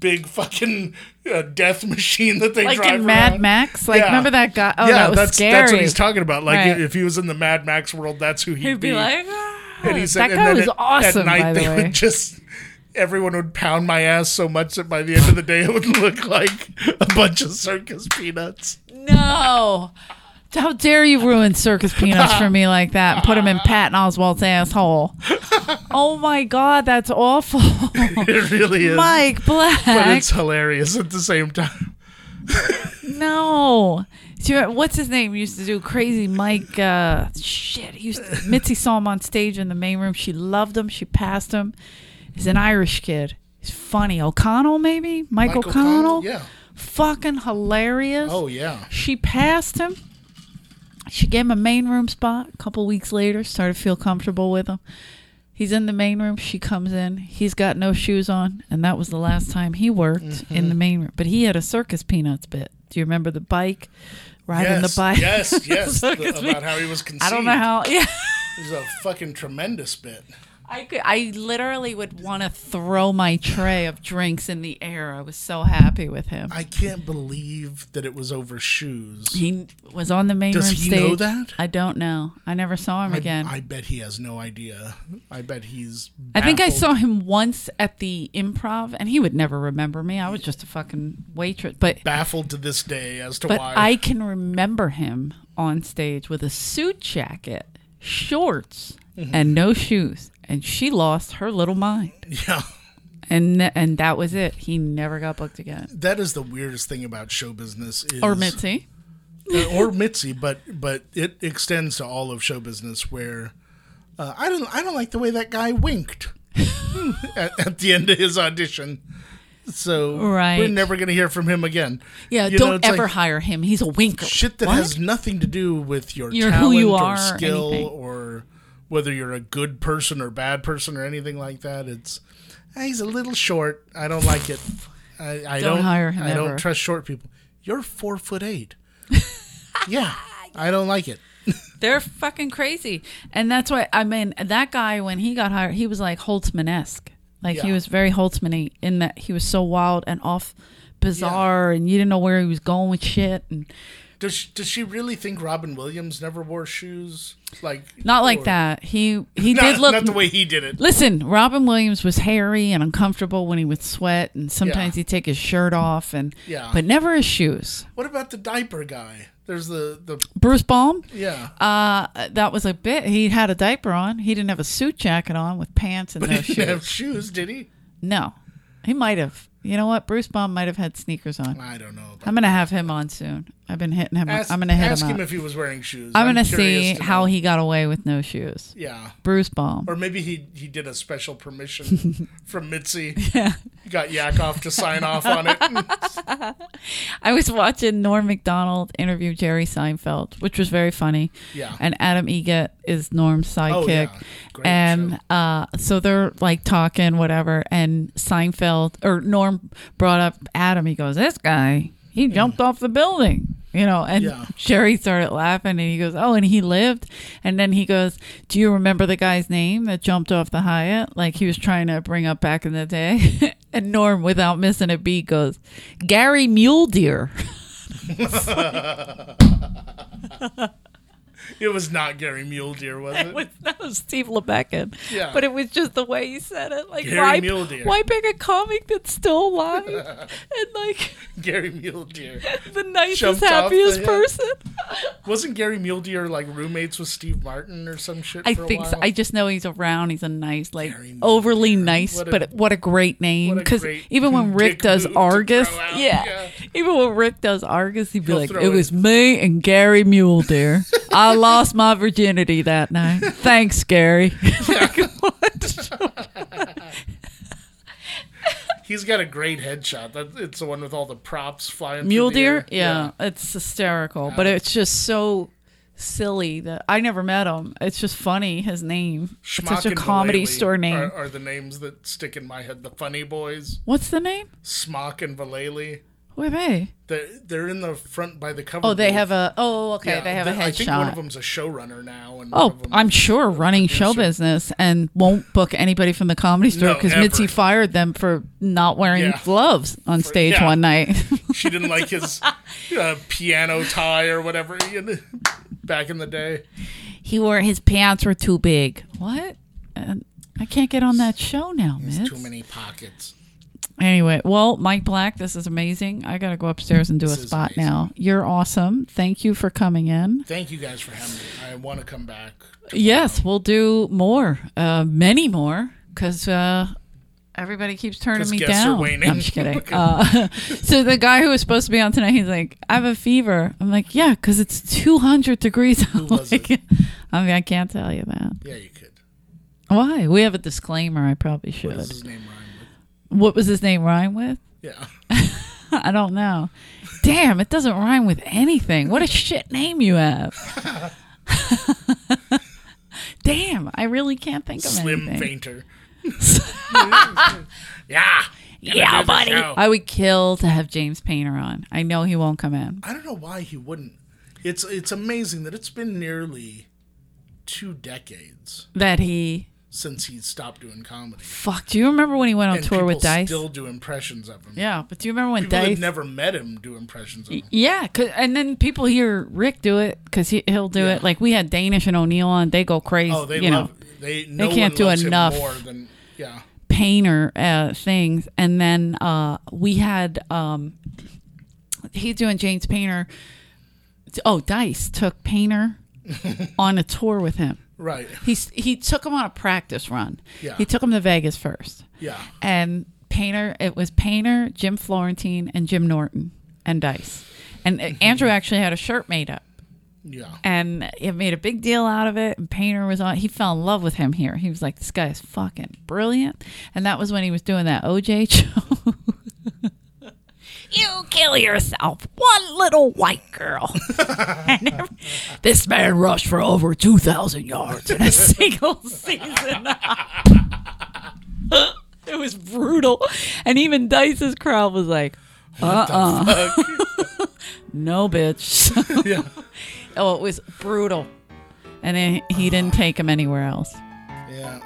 Speaker 3: big fucking uh, death machine that they
Speaker 4: Like
Speaker 3: drive
Speaker 4: in Mad
Speaker 3: around.
Speaker 4: Max? Like,
Speaker 3: Yeah.
Speaker 4: remember that guy? Oh,
Speaker 3: yeah
Speaker 4: that was
Speaker 3: that's
Speaker 4: scary.
Speaker 3: that's what he's talking about like
Speaker 4: Right.
Speaker 3: if he was in the mad max world that's who he'd,
Speaker 4: He'd be like, "Ah."
Speaker 3: and he said,
Speaker 4: that guy
Speaker 3: and then
Speaker 4: was
Speaker 3: at-
Speaker 4: awesome,
Speaker 3: At night,
Speaker 4: by the
Speaker 3: they
Speaker 4: way.
Speaker 3: would just everyone would pound my ass so much that by the end of the day, it would look like a bunch of circus peanuts.
Speaker 4: No. How dare you ruin circus peanuts for me like that and put them in Patton Oswald's asshole? Oh my God, that's awful.
Speaker 3: It really is,
Speaker 4: Mike
Speaker 3: but
Speaker 4: Black.
Speaker 3: it's hilarious at the same time.
Speaker 4: No. Do you- What's his name? Used to do crazy Mike. Uh, shit. He used to, Mitzi saw him on stage in the main room. She loved him. She passed him. He's an Irish kid. He's funny. O'Connell, maybe? Mike, O'Connell?
Speaker 3: yeah.
Speaker 4: Fucking hilarious.
Speaker 3: Oh yeah.
Speaker 4: She passed him. She gave him a main room spot. A couple weeks later, started to feel comfortable with him. He's in the main room. She comes in. He's got no shoes on, and that was the last time he worked
Speaker 3: Mm-hmm.
Speaker 4: in the main room. But he had a circus peanuts bit. Do you remember the bike riding
Speaker 3: Yes,
Speaker 4: the bike?
Speaker 3: yes, yes. the-
Speaker 4: Circus
Speaker 3: about how he was conceived.
Speaker 4: I don't know how. Yeah,
Speaker 3: It was a fucking tremendous bit.
Speaker 4: I could. I literally would want to throw my tray of drinks in the air. I was so happy with him.
Speaker 3: I can't believe that it was over shoes.
Speaker 4: he was on the main
Speaker 3: Does
Speaker 4: room
Speaker 3: he
Speaker 4: stage.
Speaker 3: know that?
Speaker 4: I don't know. I never saw him
Speaker 3: I,
Speaker 4: again.
Speaker 3: I bet he has no idea. I bet he's.
Speaker 4: I think I
Speaker 3: baffled.
Speaker 4: saw him once at the improv, and he would never remember me. I was just a fucking waitress, but
Speaker 3: baffled to this day as to
Speaker 4: but
Speaker 3: why.
Speaker 4: I can remember him on stage with a suit jacket, shorts,
Speaker 3: Mm-hmm.
Speaker 4: and no shoes, and she lost her little mind,
Speaker 3: yeah.
Speaker 4: and and that was it. He never got booked again.
Speaker 3: that is the weirdest thing about show business is Uh,
Speaker 4: Or Mitzi,
Speaker 3: or Mitzi, but but it extends to all of show business where uh, I don't I don't like the way that guy winked at, at the end of his audition. So
Speaker 4: Right.
Speaker 3: we're never gonna hear from him again.
Speaker 4: yeah.
Speaker 3: You know,
Speaker 4: don't
Speaker 3: it's
Speaker 4: ever
Speaker 3: like
Speaker 4: hire him. He's a winker.
Speaker 3: shit that
Speaker 4: What?
Speaker 3: has nothing to do with your
Speaker 4: Your-
Speaker 3: talent
Speaker 4: who you are
Speaker 3: or
Speaker 4: or
Speaker 3: skill
Speaker 4: anything.
Speaker 3: or whether you're a good person or bad person or anything like that. It's "Ah, he's a little short. I don't like it. I, I
Speaker 4: Don't
Speaker 3: don't,
Speaker 4: hire him
Speaker 3: I
Speaker 4: ever."
Speaker 3: don't trust short people. You're four foot eight. yeah, I don't like it.
Speaker 4: They're fucking crazy. And that's why, I mean, that guy, when he got hired, he was like Holtzman esque. Like, he
Speaker 3: Yeah.
Speaker 4: was very Holtzman in that he was so wild and off bizarre, and you didn't know where he was going with shit. And
Speaker 3: Does she, does she really think Robin Williams never wore shoes? Like
Speaker 4: not like
Speaker 3: or-
Speaker 4: that. He he
Speaker 3: Not,
Speaker 4: did look.
Speaker 3: not the way he did it.
Speaker 4: Listen, Robin Williams was hairy and uncomfortable when he would sweat, and sometimes
Speaker 3: Yeah.
Speaker 4: he'd take his shirt off, and
Speaker 3: Yeah.
Speaker 4: but never his shoes.
Speaker 3: What about the diaper guy? There's the the
Speaker 4: Bruce Baum,
Speaker 3: yeah.
Speaker 4: uh, that was a bit. He had a diaper on. He didn't have a suit jacket on with pants and
Speaker 3: but
Speaker 4: no
Speaker 3: he
Speaker 4: shoes.
Speaker 3: didn't have shoes, did he?
Speaker 4: No, he might have. You know what? Bruce Baum might have had sneakers on.
Speaker 3: I don't know. About
Speaker 4: I'm gonna have him on soon. I've been hitting him.
Speaker 3: Ask,
Speaker 4: I'm gonna hit
Speaker 3: ask
Speaker 4: him,
Speaker 3: him,
Speaker 4: up.
Speaker 3: if he was wearing shoes.
Speaker 4: I'm gonna
Speaker 3: curious
Speaker 4: see
Speaker 3: to
Speaker 4: how
Speaker 3: know.
Speaker 4: he got away with no shoes.
Speaker 3: Yeah,
Speaker 4: Bruce Baum.
Speaker 3: or maybe he he did a special permission from Mitzi. Yeah, got Yakov to sign off on it.
Speaker 4: I was watching Norm McDonald interview Jerry Seinfeld, which was very funny.
Speaker 3: Yeah.
Speaker 4: And Adam Egget is Norm's
Speaker 3: Oh, yeah.
Speaker 4: sidekick.
Speaker 3: Great
Speaker 4: and uh, so they're like talking, whatever. And Seinfeld or Norm brought up Adam. He goes, This guy, he jumped off the building. You know, and
Speaker 3: Yeah.
Speaker 4: Jerry started laughing and he goes, Oh, and he lived. And then he goes, Do you remember the guy's name that jumped off the Hyatt? Like he was trying to bring up back in the day. and Norm, without missing a beat, goes, Gary Mule Deer.
Speaker 3: It was not Gary Mule Deer, was it?
Speaker 4: It was, that was Steve Lebekin.
Speaker 3: Yeah.
Speaker 4: But it was just the way he said it. Like,
Speaker 3: Gary
Speaker 4: why,
Speaker 3: Mule Deer.
Speaker 4: why pick a comic that's still alive? and, like,
Speaker 3: Gary Mule Deer.
Speaker 4: the nicest,
Speaker 3: Jumped off
Speaker 4: happiest
Speaker 3: the hill.
Speaker 4: person?
Speaker 3: Wasn't Gary Mule Deer like roommates with Steve Martin or some shit?
Speaker 4: I
Speaker 3: for a
Speaker 4: think so.
Speaker 3: while?
Speaker 4: I just know he's around. He's a nice, like,
Speaker 3: Gary Mule
Speaker 4: overly nice,
Speaker 3: What a-
Speaker 4: but what a great name.
Speaker 3: what a
Speaker 4: Because
Speaker 3: great
Speaker 4: even when Rick
Speaker 3: dick
Speaker 4: does
Speaker 3: move to
Speaker 4: Argus,
Speaker 3: throw out.
Speaker 4: yeah,
Speaker 3: Yeah.
Speaker 4: even when Rick does Argus, he'd be
Speaker 3: He'll
Speaker 4: like,
Speaker 3: throw
Speaker 4: it
Speaker 3: it.
Speaker 4: was me and Gary Mule Deer. I lost my virginity that night. Thanks, Gary.
Speaker 3: He's got a great headshot. That it's the one with all the props flying. through
Speaker 4: Mule
Speaker 3: the
Speaker 4: deer?
Speaker 3: air.
Speaker 4: Yeah, it's hysterical, but it's just so silly that I never met him. It's just funny his name. it's
Speaker 3: Schmock
Speaker 4: such a
Speaker 3: and
Speaker 4: comedy
Speaker 3: Vallely
Speaker 4: store name.
Speaker 3: Are, are the names that stick in my head. The Funny Boys,
Speaker 4: What's the name?
Speaker 3: Smock and Vallely.
Speaker 4: Who are they?
Speaker 3: They're, they're in the front by the cover.
Speaker 4: Oh, they
Speaker 3: booth.
Speaker 4: have a. Oh, okay,
Speaker 3: Yeah,
Speaker 4: they have a
Speaker 3: I think one of
Speaker 4: headshot.
Speaker 3: them's a showrunner now. And one
Speaker 4: Oh,
Speaker 3: of them-
Speaker 4: I'm sure running show business and won't book anybody from the comedy store
Speaker 3: No,
Speaker 4: because Mitzi
Speaker 3: ever.
Speaker 4: fired them for not wearing
Speaker 3: Yeah.
Speaker 4: gloves on stage
Speaker 3: yeah.
Speaker 4: one night.
Speaker 3: she didn't like his uh, piano tie or whatever you know, back in the day.
Speaker 4: he wore his pants were too big. What? And I can't get on that show now, Mitz.
Speaker 3: Too many pockets.
Speaker 4: Anyway, well, Mike Black, this is amazing. I got to go upstairs and do a
Speaker 3: is
Speaker 4: spot
Speaker 3: amazing.
Speaker 4: now. You're awesome. Thank you for coming in.
Speaker 3: Thank you guys for having me. I want to come back.
Speaker 4: Yes, we'll do more, uh, many more, because uh, everybody keeps turning
Speaker 3: 'Cause
Speaker 4: me
Speaker 3: guests are
Speaker 4: down.
Speaker 3: waning.
Speaker 4: I'm just kidding. Uh, so the guy who was supposed to be on tonight, he's like, I have a fever. I'm like, yeah, because it's 200 degrees. out."
Speaker 3: was it?
Speaker 4: Like, I mean, I can't tell you that.
Speaker 3: Yeah, you could.
Speaker 4: Why? We have a disclaimer. I probably should.
Speaker 3: What's his name rhyme
Speaker 4: what was his name rhyme with?
Speaker 3: with? Yeah.
Speaker 4: I don't know. Damn, it doesn't rhyme with anything. What a shit name you have. Damn, I really can't think of
Speaker 3: Slim
Speaker 4: anything.
Speaker 3: Fainter. yeah. Yeah, buddy.
Speaker 4: I would kill to have James Painter on. I know he won't come in.
Speaker 3: I don't know why he wouldn't. It's it's amazing that it's been nearly two decades
Speaker 4: That he
Speaker 3: since he stopped doing comedy.
Speaker 4: fuck. Do you remember when he went on
Speaker 3: And
Speaker 4: tour with
Speaker 3: people
Speaker 4: Dice?
Speaker 3: Still do impressions of him.
Speaker 4: yeah, but do you remember when
Speaker 3: People
Speaker 4: Dice?
Speaker 3: had never met him do impressions of him.
Speaker 4: yeah, 'cause- and then people hear Rick do it because he, he'll do it. Like we had Danish and O'Neill on, they go crazy.
Speaker 3: Oh, they
Speaker 4: you know.
Speaker 3: love. They no
Speaker 4: can't
Speaker 3: one
Speaker 4: do
Speaker 3: loves him
Speaker 4: enough.
Speaker 3: more than yeah.
Speaker 4: painter uh, things, and then uh, we had um, he's doing James Painter. Oh, Dice took Painter on a tour with him.
Speaker 3: Right.
Speaker 4: He's he took him on a practice run.
Speaker 3: Yeah.
Speaker 4: He took him to Vegas first,
Speaker 3: Yeah.
Speaker 4: and Painter. It was Painter, Jim Florentine, and Jim Norton, and Dice. And uh, Andrew actually had a shirt made up
Speaker 3: Yeah.
Speaker 4: and it made a big deal out of it. And Painter was on. He fell in love with him here. He was like, "This guy is fucking brilliant," and that was when he was doing that OJ show. you kill yourself, one little white girl. and every- this man rushed for over two thousand yards in a single season. it was brutal, and even Dice's crowd was like, "Uh-uh, "No, bitch."
Speaker 3: Uh, yeah.
Speaker 4: Oh, it was brutal. And then he didn't take him anywhere else.
Speaker 3: Yeah.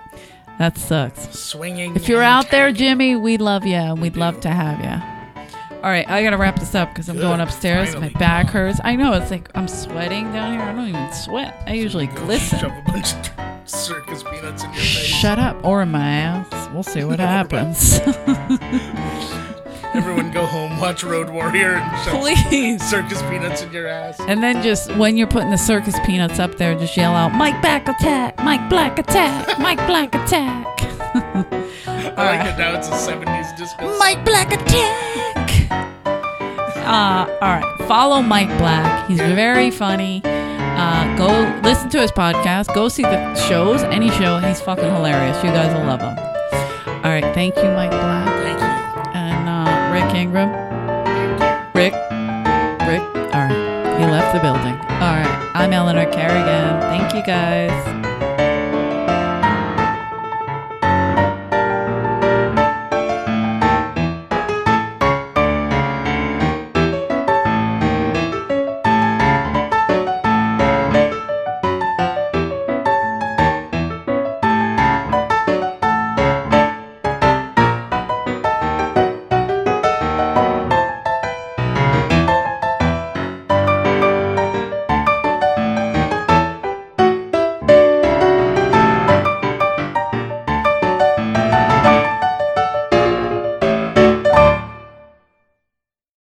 Speaker 4: That sucks.
Speaker 3: Swinging.
Speaker 4: If you're
Speaker 3: and
Speaker 4: out there, Jimmy, we love you. and We'd love to have you. All right, I got to wrap this up because I'm going upstairs. My
Speaker 3: Finally.
Speaker 4: back hurts. I know. It's like I'm sweating down here. I don't even sweat. I usually
Speaker 3: Shove
Speaker 4: glisten.
Speaker 3: a bunch of circus peanuts in your face.
Speaker 4: Shut up. Or in my ass. We'll see what happens.
Speaker 3: Everyone go home, watch Road Warrior, and shove
Speaker 4: Please.
Speaker 3: circus peanuts in your ass.
Speaker 4: And then just when you're putting the circus peanuts up there, just yell out, Mike Back Attack, Mike Black Attack, Mike Black Attack.
Speaker 3: I like it now. It's a '70s disco.
Speaker 4: Mike Black attack. Uh, all right. Follow Mike Black. He's very funny. Uh, go listen to his podcast. Go see the shows. Any show. He's fucking hilarious. You guys will love him. All right. Thank you, Mike Black. uh,
Speaker 3: Thank you.
Speaker 4: Rick Ingram? Rick? Rick? All right. He left the building. All right. I'm Eleanor Carrigan. Thank you guys.